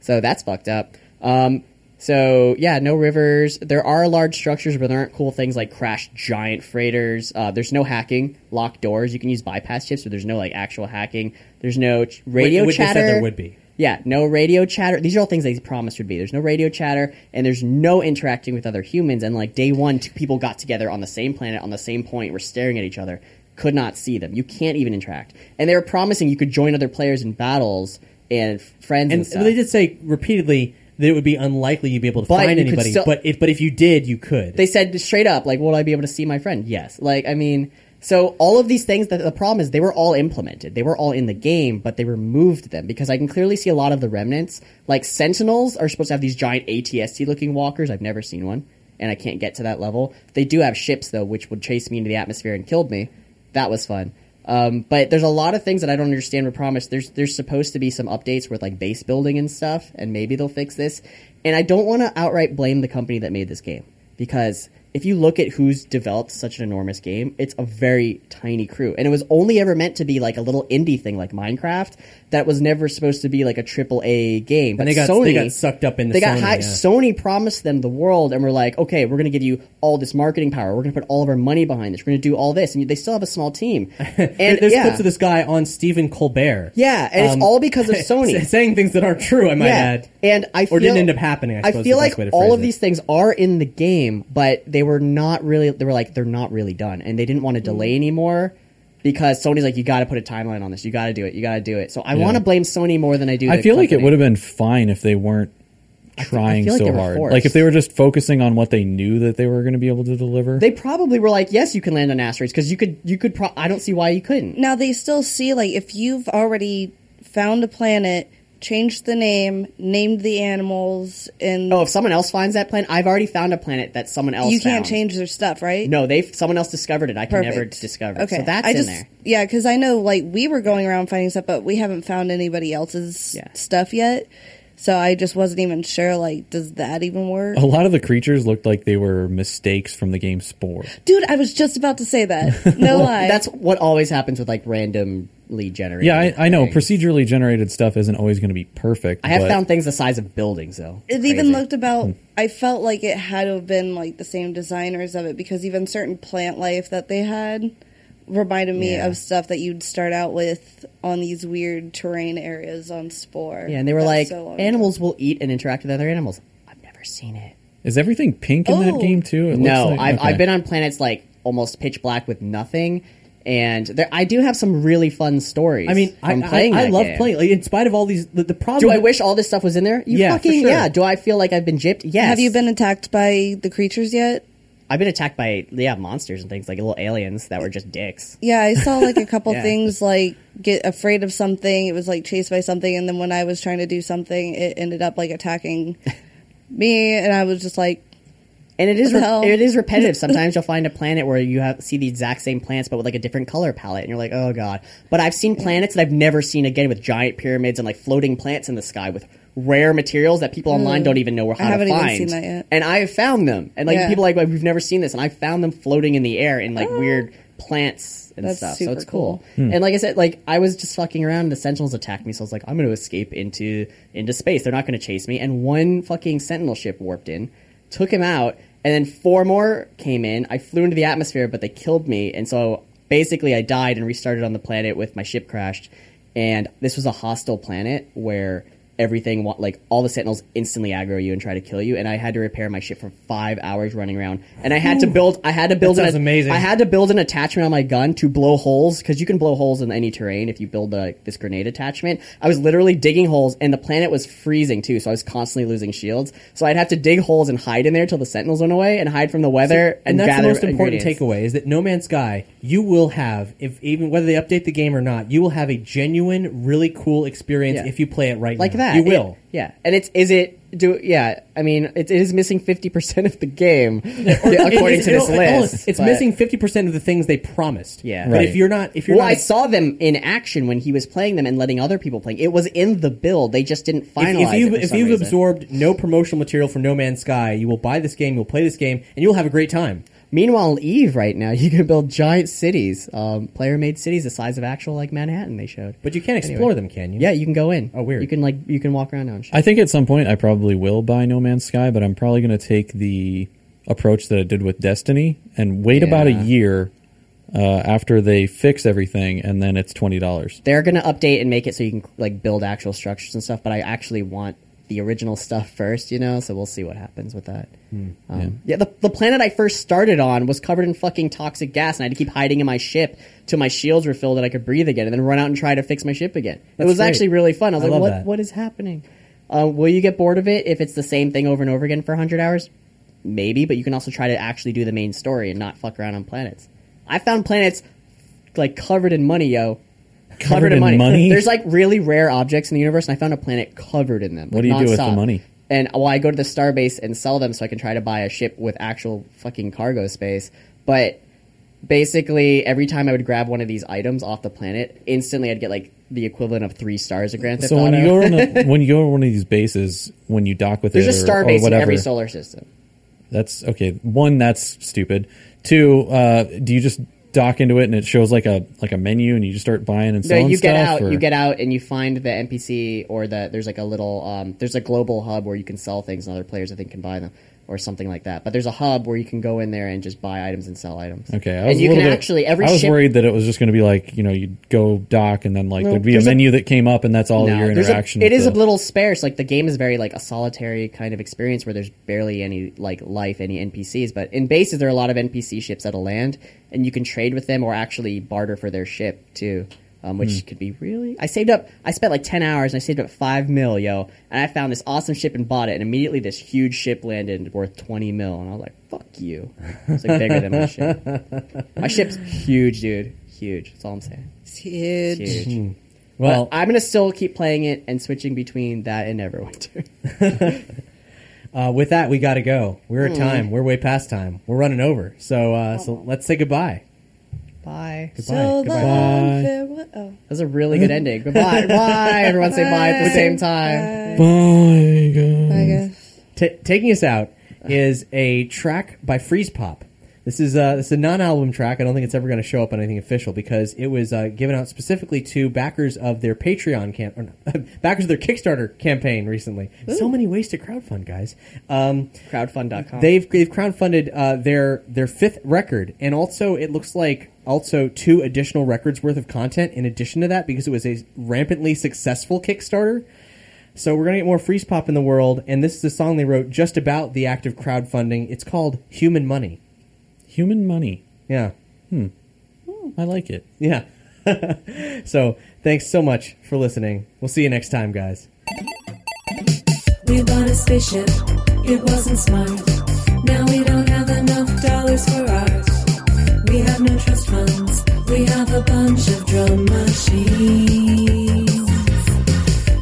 [SPEAKER 1] So that's fucked up. Um, so yeah, no rivers. There are large structures, but there aren't cool things like crashed giant freighters. Uh, there's no hacking, locked doors. You can use bypass chips, but there's no like actual hacking. There's no ch- radio
[SPEAKER 4] Whitney said
[SPEAKER 1] chatter.
[SPEAKER 4] there would be.
[SPEAKER 1] Yeah, no radio chatter. These are all things they promised would be. There's no radio chatter, and there's no interacting with other humans. And like day one, two people got together on the same planet, on the same point, were staring at each other, could not see them. You can't even interact. And they were promising you could join other players in battles and f- friends and,
[SPEAKER 4] And
[SPEAKER 1] stuff.
[SPEAKER 4] they did say repeatedly that it would be unlikely you'd be able to
[SPEAKER 1] But
[SPEAKER 4] find
[SPEAKER 1] you could
[SPEAKER 4] anybody.
[SPEAKER 1] still-
[SPEAKER 4] but if but if you did, you could.
[SPEAKER 1] they said straight up, like, will I be able to see my friend? Yes. Like, I mean, so all of these things, the, the problem is they were all implemented. They were all in the game, but they removed them because I can clearly see a lot of the remnants. Like, Sentinels are supposed to have these giant ATST looking walkers. I've never seen one, and I can't get to that level. They do have ships, though, which would chase me into the atmosphere and killed me. That was fun. Um, but there's a lot of things that I don't understand were promised. There's there's supposed to be some updates with like base building and stuff, and maybe they'll fix this. And I don't want to outright blame the company that made this game because if you look at who's developed such an enormous game, it's a very tiny crew, and it was only ever meant to be like a little indie thing like Minecraft that was never supposed to be like a triple A game. But
[SPEAKER 4] they got-
[SPEAKER 1] Sony
[SPEAKER 4] they got sucked up into
[SPEAKER 1] they got
[SPEAKER 4] Sony,
[SPEAKER 1] hi-
[SPEAKER 4] yeah.
[SPEAKER 1] Sony promised them the world, and we're like, okay, we're going to give you all this marketing power. We're going to put all of our money behind this. We're going to do all this, and they still have a small team. And
[SPEAKER 4] There's
[SPEAKER 1] yeah,
[SPEAKER 4] clips of this guy on Stephen Colbert. Um,
[SPEAKER 1] yeah, and it's all because of Sony.
[SPEAKER 4] saying things that aren't true. I might add.
[SPEAKER 1] and I feel,
[SPEAKER 4] or didn't end up happening. I, suppose, is
[SPEAKER 1] feel
[SPEAKER 4] the
[SPEAKER 1] like
[SPEAKER 4] best way to
[SPEAKER 1] all
[SPEAKER 4] phrase
[SPEAKER 1] of
[SPEAKER 4] it.
[SPEAKER 1] these things are in the game, but they were not really. They were like they're not really done, and they didn't want to
[SPEAKER 4] Hmm.
[SPEAKER 1] delay anymore because Sony's like, you got to put a timeline on this. You got to do it. You got to do it. So I want to blame Sony more than I do.
[SPEAKER 3] I
[SPEAKER 1] the
[SPEAKER 3] feel like it
[SPEAKER 1] company.
[SPEAKER 3] would have been fine if they weren't trying
[SPEAKER 1] feel like they
[SPEAKER 3] so
[SPEAKER 1] were
[SPEAKER 3] hard.
[SPEAKER 1] forced.
[SPEAKER 3] Like if they were just focusing on what they knew that they were going to be able to deliver.
[SPEAKER 1] They probably were like, yes, you can land on asteroids because you could. You could. Pro- I don't see why you couldn't.
[SPEAKER 2] Now they still see like if you've already found a planet, changed the name, named the animals, and
[SPEAKER 1] Oh, if someone else finds that planet, I've already found a planet that someone else.
[SPEAKER 2] you can't
[SPEAKER 1] found.
[SPEAKER 2] change their stuff, right?
[SPEAKER 1] No, they someone else discovered it. I can
[SPEAKER 2] Perfect.
[SPEAKER 1] never discover. Okay, so that's
[SPEAKER 2] I
[SPEAKER 1] in
[SPEAKER 2] just,
[SPEAKER 1] there.
[SPEAKER 2] Yeah, because I know like we were going around finding stuff, but we haven't found anybody else's
[SPEAKER 1] Yeah.
[SPEAKER 2] stuff yet. So I just wasn't even sure. Like, does that even work,
[SPEAKER 3] a
[SPEAKER 1] Oh.
[SPEAKER 3] lot of the creatures looked like they were mistakes from the game Spore.
[SPEAKER 2] dude? I was just about to say that. No lie.
[SPEAKER 1] That's what always happens with like randomly generated.
[SPEAKER 3] Yeah, I, I know.
[SPEAKER 1] things.
[SPEAKER 3] Procedurally generated stuff isn't always going to be perfect.
[SPEAKER 1] I have
[SPEAKER 3] but
[SPEAKER 1] found things the size of buildings though.
[SPEAKER 2] It
[SPEAKER 1] Crazy. Hmm.
[SPEAKER 2] even looked about. I felt like it had to have been like the same designers of it because even certain plant life that they had reminded me
[SPEAKER 1] Yeah.
[SPEAKER 2] of stuff that you'd start out with on these weird terrain areas on Spore.
[SPEAKER 1] Yeah, and they were
[SPEAKER 2] That's
[SPEAKER 1] like,
[SPEAKER 2] so long
[SPEAKER 1] animals will eat and interact with other animals. I've never seen it.
[SPEAKER 3] Is everything pink in
[SPEAKER 2] Oh.
[SPEAKER 3] that game too? It
[SPEAKER 1] No,
[SPEAKER 3] looks like-
[SPEAKER 1] I've, I've
[SPEAKER 3] okay.
[SPEAKER 1] been on planets like almost pitch black with nothing, and there, I do have some really fun stories.
[SPEAKER 4] I mean, I,
[SPEAKER 1] from
[SPEAKER 4] I,
[SPEAKER 1] playing
[SPEAKER 4] I
[SPEAKER 1] that
[SPEAKER 4] love
[SPEAKER 1] game.
[SPEAKER 4] playing. Like, in spite of all these, the, the problem.
[SPEAKER 1] Oh, Do I wish all this stuff was in there? You
[SPEAKER 4] Yeah, for
[SPEAKER 1] fucking
[SPEAKER 4] sure.
[SPEAKER 1] yeah. Do I feel like I've been gypped? Yes.
[SPEAKER 2] Have you been attacked by the creatures yet?
[SPEAKER 1] I've been attacked by yeah monsters and things like little aliens that were just dicks.
[SPEAKER 2] Yeah, I saw like a couple
[SPEAKER 1] Yeah.
[SPEAKER 2] things like get afraid of something. It was like chased by something, and then when I was trying to do something, it ended up like attacking me, and I was just like,
[SPEAKER 1] And it is
[SPEAKER 2] What
[SPEAKER 1] re-
[SPEAKER 2] the hell?
[SPEAKER 1] it is repetitive. Sometimes you'll find a planet where you have see the exact same plants but with like a different color palette, and you're like, oh god. But I've seen planets that I've never seen again with giant pyramids and like floating plants in the sky with rare materials that people online don't even know how
[SPEAKER 2] Hmm. I haven't
[SPEAKER 1] to
[SPEAKER 2] even
[SPEAKER 1] find.
[SPEAKER 2] seen that yet.
[SPEAKER 1] And I have found them, and like
[SPEAKER 2] Yeah. Oh.
[SPEAKER 1] people are like, like we've never seen this, and I found them floating in the air in like weird plants and
[SPEAKER 2] That's
[SPEAKER 1] stuff.
[SPEAKER 2] super Hmm.
[SPEAKER 1] so it's cool. And like I said, like I was just fucking around and the Sentinels attacked me, so I was like, I'm gonna escape into into space. They're not gonna chase me. And one fucking Sentinel ship warped in, took him out, And then four more came in. I flew into the atmosphere, but they killed me. And so basically, I died and restarted on the planet with my ship crashed. And this was a hostile planet where everything, wa- like all the sentinels, instantly aggro you and try to kill you. And I had to repair my ship for five hours running around. And I had to build. I had to build.
[SPEAKER 4] sounds
[SPEAKER 1] an,
[SPEAKER 4] amazing.
[SPEAKER 1] I had to build an attachment on my gun to blow holes because you can blow holes in any terrain if you build uh this grenade attachment. I was literally digging holes, and the planet was freezing too, so I was constantly losing shields. So I'd have to dig holes and hide in there till the sentinels went away, and hide from the weather.
[SPEAKER 4] and
[SPEAKER 1] and
[SPEAKER 4] that's the
[SPEAKER 1] gather
[SPEAKER 4] most important
[SPEAKER 1] ingredients.
[SPEAKER 4] takeaway is that No Man's Sky, you will have if even whether they update the game or not, you will have a genuine, really cool experience
[SPEAKER 1] Yeah.
[SPEAKER 4] if you play it right
[SPEAKER 1] like
[SPEAKER 4] now.
[SPEAKER 1] that.
[SPEAKER 4] You will.
[SPEAKER 1] It- yeah, and it's is it do yeah. I mean, it, it is missing fifty percent of the game according
[SPEAKER 4] It-
[SPEAKER 1] to
[SPEAKER 4] it-
[SPEAKER 1] this
[SPEAKER 4] it-
[SPEAKER 1] list.
[SPEAKER 4] it's
[SPEAKER 1] but-
[SPEAKER 4] missing fifty percent of the things they promised.
[SPEAKER 1] Yeah.
[SPEAKER 4] but
[SPEAKER 3] Right.
[SPEAKER 4] if you're not, if you're
[SPEAKER 1] Well,
[SPEAKER 4] not,
[SPEAKER 1] I saw them in action when he was playing them and letting other people play. It was in the build; they just didn't
[SPEAKER 4] if,
[SPEAKER 1] finalize
[SPEAKER 4] if
[SPEAKER 1] it.
[SPEAKER 4] you've,
[SPEAKER 1] for
[SPEAKER 4] if
[SPEAKER 1] some
[SPEAKER 4] you've
[SPEAKER 1] reason.
[SPEAKER 4] absorbed no promotional material for No Man's Sky, you will buy this game, you'll play this game, and you'll have a great time.
[SPEAKER 1] Meanwhile, Eve right now, you can build giant cities, um, player-made cities the size of actual like Manhattan. They showed,
[SPEAKER 4] But you can't explore them, can you?
[SPEAKER 1] yeah, you can go in.
[SPEAKER 4] Oh, weird.
[SPEAKER 1] You can like you can walk around now. And shit.
[SPEAKER 3] I think at some point I probably will buy No Man's Sky, but I'm probably going to take the approach that I did with Destiny and wait about a
[SPEAKER 1] Yeah.
[SPEAKER 3] year uh, after they fix everything, and then it's twenty dollars.
[SPEAKER 1] They're gonna update and make it so you can like build actual structures and stuff. But I actually want the original stuff first, you know. So we'll see what happens with that. Um, yeah, the, the planet I first started on was covered in fucking toxic gas, and I had to keep hiding in my ship till my shields were filled and I could breathe again, and then run out and try to fix my ship again.
[SPEAKER 4] That's
[SPEAKER 1] it was
[SPEAKER 4] great.
[SPEAKER 1] actually really fun. I was
[SPEAKER 4] I
[SPEAKER 1] like,
[SPEAKER 4] love
[SPEAKER 1] what
[SPEAKER 4] that.
[SPEAKER 1] what is happening? Uh, will you get bored of it if it's the same thing over and over again for 100 hours? Maybe, but you can also try to actually do the main story and not fuck around on planets. I found planets like covered in money, yo.
[SPEAKER 3] Covered in money?
[SPEAKER 1] There's like really rare objects in the universe, and I found a planet covered in them.
[SPEAKER 3] What do
[SPEAKER 1] like,
[SPEAKER 3] you do with the
[SPEAKER 1] nonstop.
[SPEAKER 3] money?
[SPEAKER 1] And well, I go to the starbase and sell them so I can try to buy a ship with actual fucking cargo space. But basically, every time I would grab one of these items off the planet, instantly I'd get like the equivalent of three stars of Grand Theft
[SPEAKER 3] So when
[SPEAKER 1] Auto.
[SPEAKER 3] you go on a, when you go to one of these bases, when you dock with
[SPEAKER 1] There's
[SPEAKER 3] it
[SPEAKER 1] a
[SPEAKER 3] or,
[SPEAKER 1] star
[SPEAKER 3] or
[SPEAKER 1] base in
[SPEAKER 3] whatever,
[SPEAKER 1] every solar system.
[SPEAKER 3] that's okay. One, that's stupid. Two, uh, do you just dock into it and it shows like a like a menu and you just start buying and
[SPEAKER 1] No,
[SPEAKER 3] selling
[SPEAKER 1] you
[SPEAKER 3] stuff?
[SPEAKER 1] get out.
[SPEAKER 3] or-
[SPEAKER 1] You get out, and you find the NPC or the there's like a little um, there's a global hub where you can sell things, and other players I think can buy them or something like that. But there's a hub where you can go in there and just buy items and sell items.
[SPEAKER 3] Okay, I was
[SPEAKER 1] and
[SPEAKER 3] a
[SPEAKER 1] you can
[SPEAKER 3] little bit-
[SPEAKER 1] actually every
[SPEAKER 3] I was
[SPEAKER 1] ship.
[SPEAKER 3] worried that it was just going to be like you know you'd go dock and then like there'd be a
[SPEAKER 1] there's a-
[SPEAKER 3] menu that came up and that's all
[SPEAKER 1] No,
[SPEAKER 3] your
[SPEAKER 1] there's a-
[SPEAKER 3] interaction.
[SPEAKER 1] it
[SPEAKER 3] with
[SPEAKER 1] is a
[SPEAKER 3] the-
[SPEAKER 1] little sparse. Like the game is very like a solitary kind of experience where there's barely any like life, any NPCs. But in bases, there are a lot of NPC ships that'll land, and you can trade with them or actually barter for their ship too, um, which could be really. I saved up. I spent like ten hours and I saved up five mil, yo, and I found this awesome ship and bought it. And immediately, this huge ship landed worth twenty mil, and I was like, "Fuck you!" It's like bigger than my ship. My ship's huge, dude. Huge. That's all I'm saying.
[SPEAKER 2] It's huge.
[SPEAKER 1] It's huge.
[SPEAKER 4] Mm-hmm. Well,
[SPEAKER 1] I'm gonna still keep playing it and switching between that and Neverwinter. Hmm.
[SPEAKER 4] uh, with that, we got to go. We're at time. We're way past time. We're running over. So, uh, so let's say goodbye.
[SPEAKER 1] Bye. That
[SPEAKER 4] Bye.
[SPEAKER 2] So
[SPEAKER 4] Goodbye.
[SPEAKER 3] Bye.
[SPEAKER 2] long farewell. Oh.
[SPEAKER 1] was a really good ending. Goodbye. Bye. Everyone say bye at the same time.
[SPEAKER 3] Bye, guys.
[SPEAKER 2] I guess.
[SPEAKER 4] T- taking us out is a track by Freeze Pop. This is a this is a non-album track. I don't think it's ever going to show up on anything official because it was uh, given out specifically to backers of their Patreon camp, or not, backers of their Kickstarter campaign recently. So many ways to crowdfund, guys. Um,
[SPEAKER 1] Crowdfund.com.
[SPEAKER 4] They've they've crowdfunded uh, their their fifth record, and also it looks like also two additional records worth of content in addition to that because it was a rampantly successful Kickstarter. So we're gonna get more freeze pop in the world, and this is a song they wrote just about the act of crowdfunding. It's called "Human Money."
[SPEAKER 3] Human money.
[SPEAKER 4] Yeah,
[SPEAKER 3] I like it.
[SPEAKER 4] yeah. so thanks so much for listening. We'll see you next time, guys.
[SPEAKER 5] We bought a spaceship, it wasn't smart. Now we don't have enough dollars for art. We have no trust funds, we have a bunch of drum machines.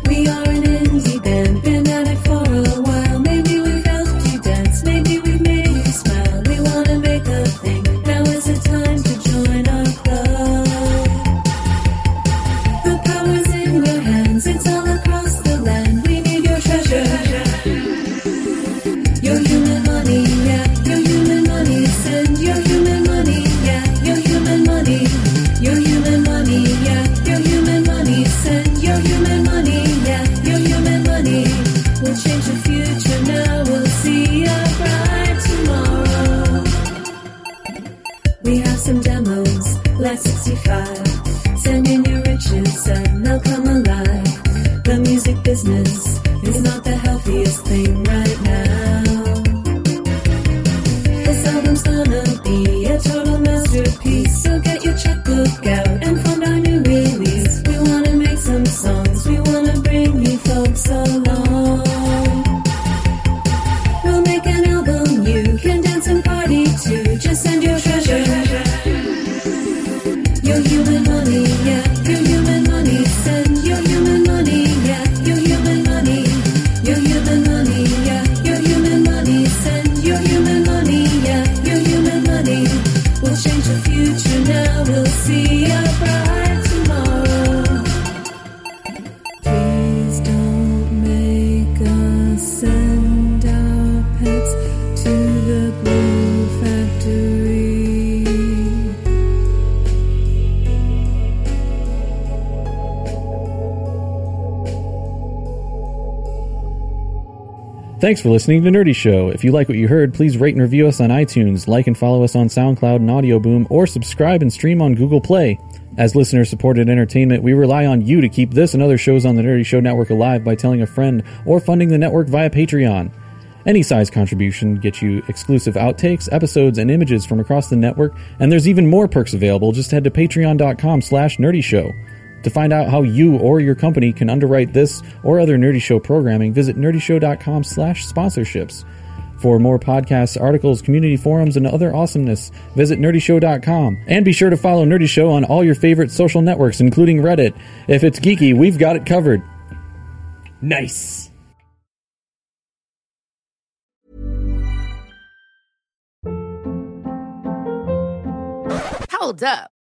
[SPEAKER 5] We are an indie band, been at it for a while. Maybe we've helped you dance, maybe we've made you smile. We wanna make a thing, now is the time to join our club. The power's in your hands, it's all across the land. We need your treasure. Your human
[SPEAKER 4] 25. Send in your riches and they'll come alive. The music business is not the healthiest thing right now. This album's gonna be a total masterpiece. So get your checkbook out and fund our new release. We wanna make some songs. We wanna bring you folks along. We'll make an album you can dance and party to. Just send your treasure. Your human money, yeah. Your human money. Send your human money, yeah. Your human money. Your human money, yeah. Your human money. Send your human money, yeah. Your human money. We'll change the future now. We'll see a bright tomorrow. Please don't make us send our pets to the glue factory.
[SPEAKER 3] Thanks for listening to Nerdy Show. If you like what you heard, please rate and review us on iTunes, like and follow us on SoundCloud and Audio Boom, or subscribe and stream on Google Play. As listener supported entertainment, we rely on you to keep this and other shows on the Nerdy Show Network alive by telling a friend or funding the network via Patreon. Any size contribution gets you exclusive outtakes, episodes, and images from across the network, and there's even more perks available. Just head to patreon.com slash nerdyshow. To find out how you or your company can underwrite this or other Nerdy Show programming, visit nerdyshow.com slash sponsorships. For more podcasts, articles, community forums, and other awesomeness, visit nerdyshow.com. And be sure to follow Nerdy Show on all your favorite social networks, including Reddit. If it's geeky, we've got it covered.
[SPEAKER 6] Nice.
[SPEAKER 5] Hold up.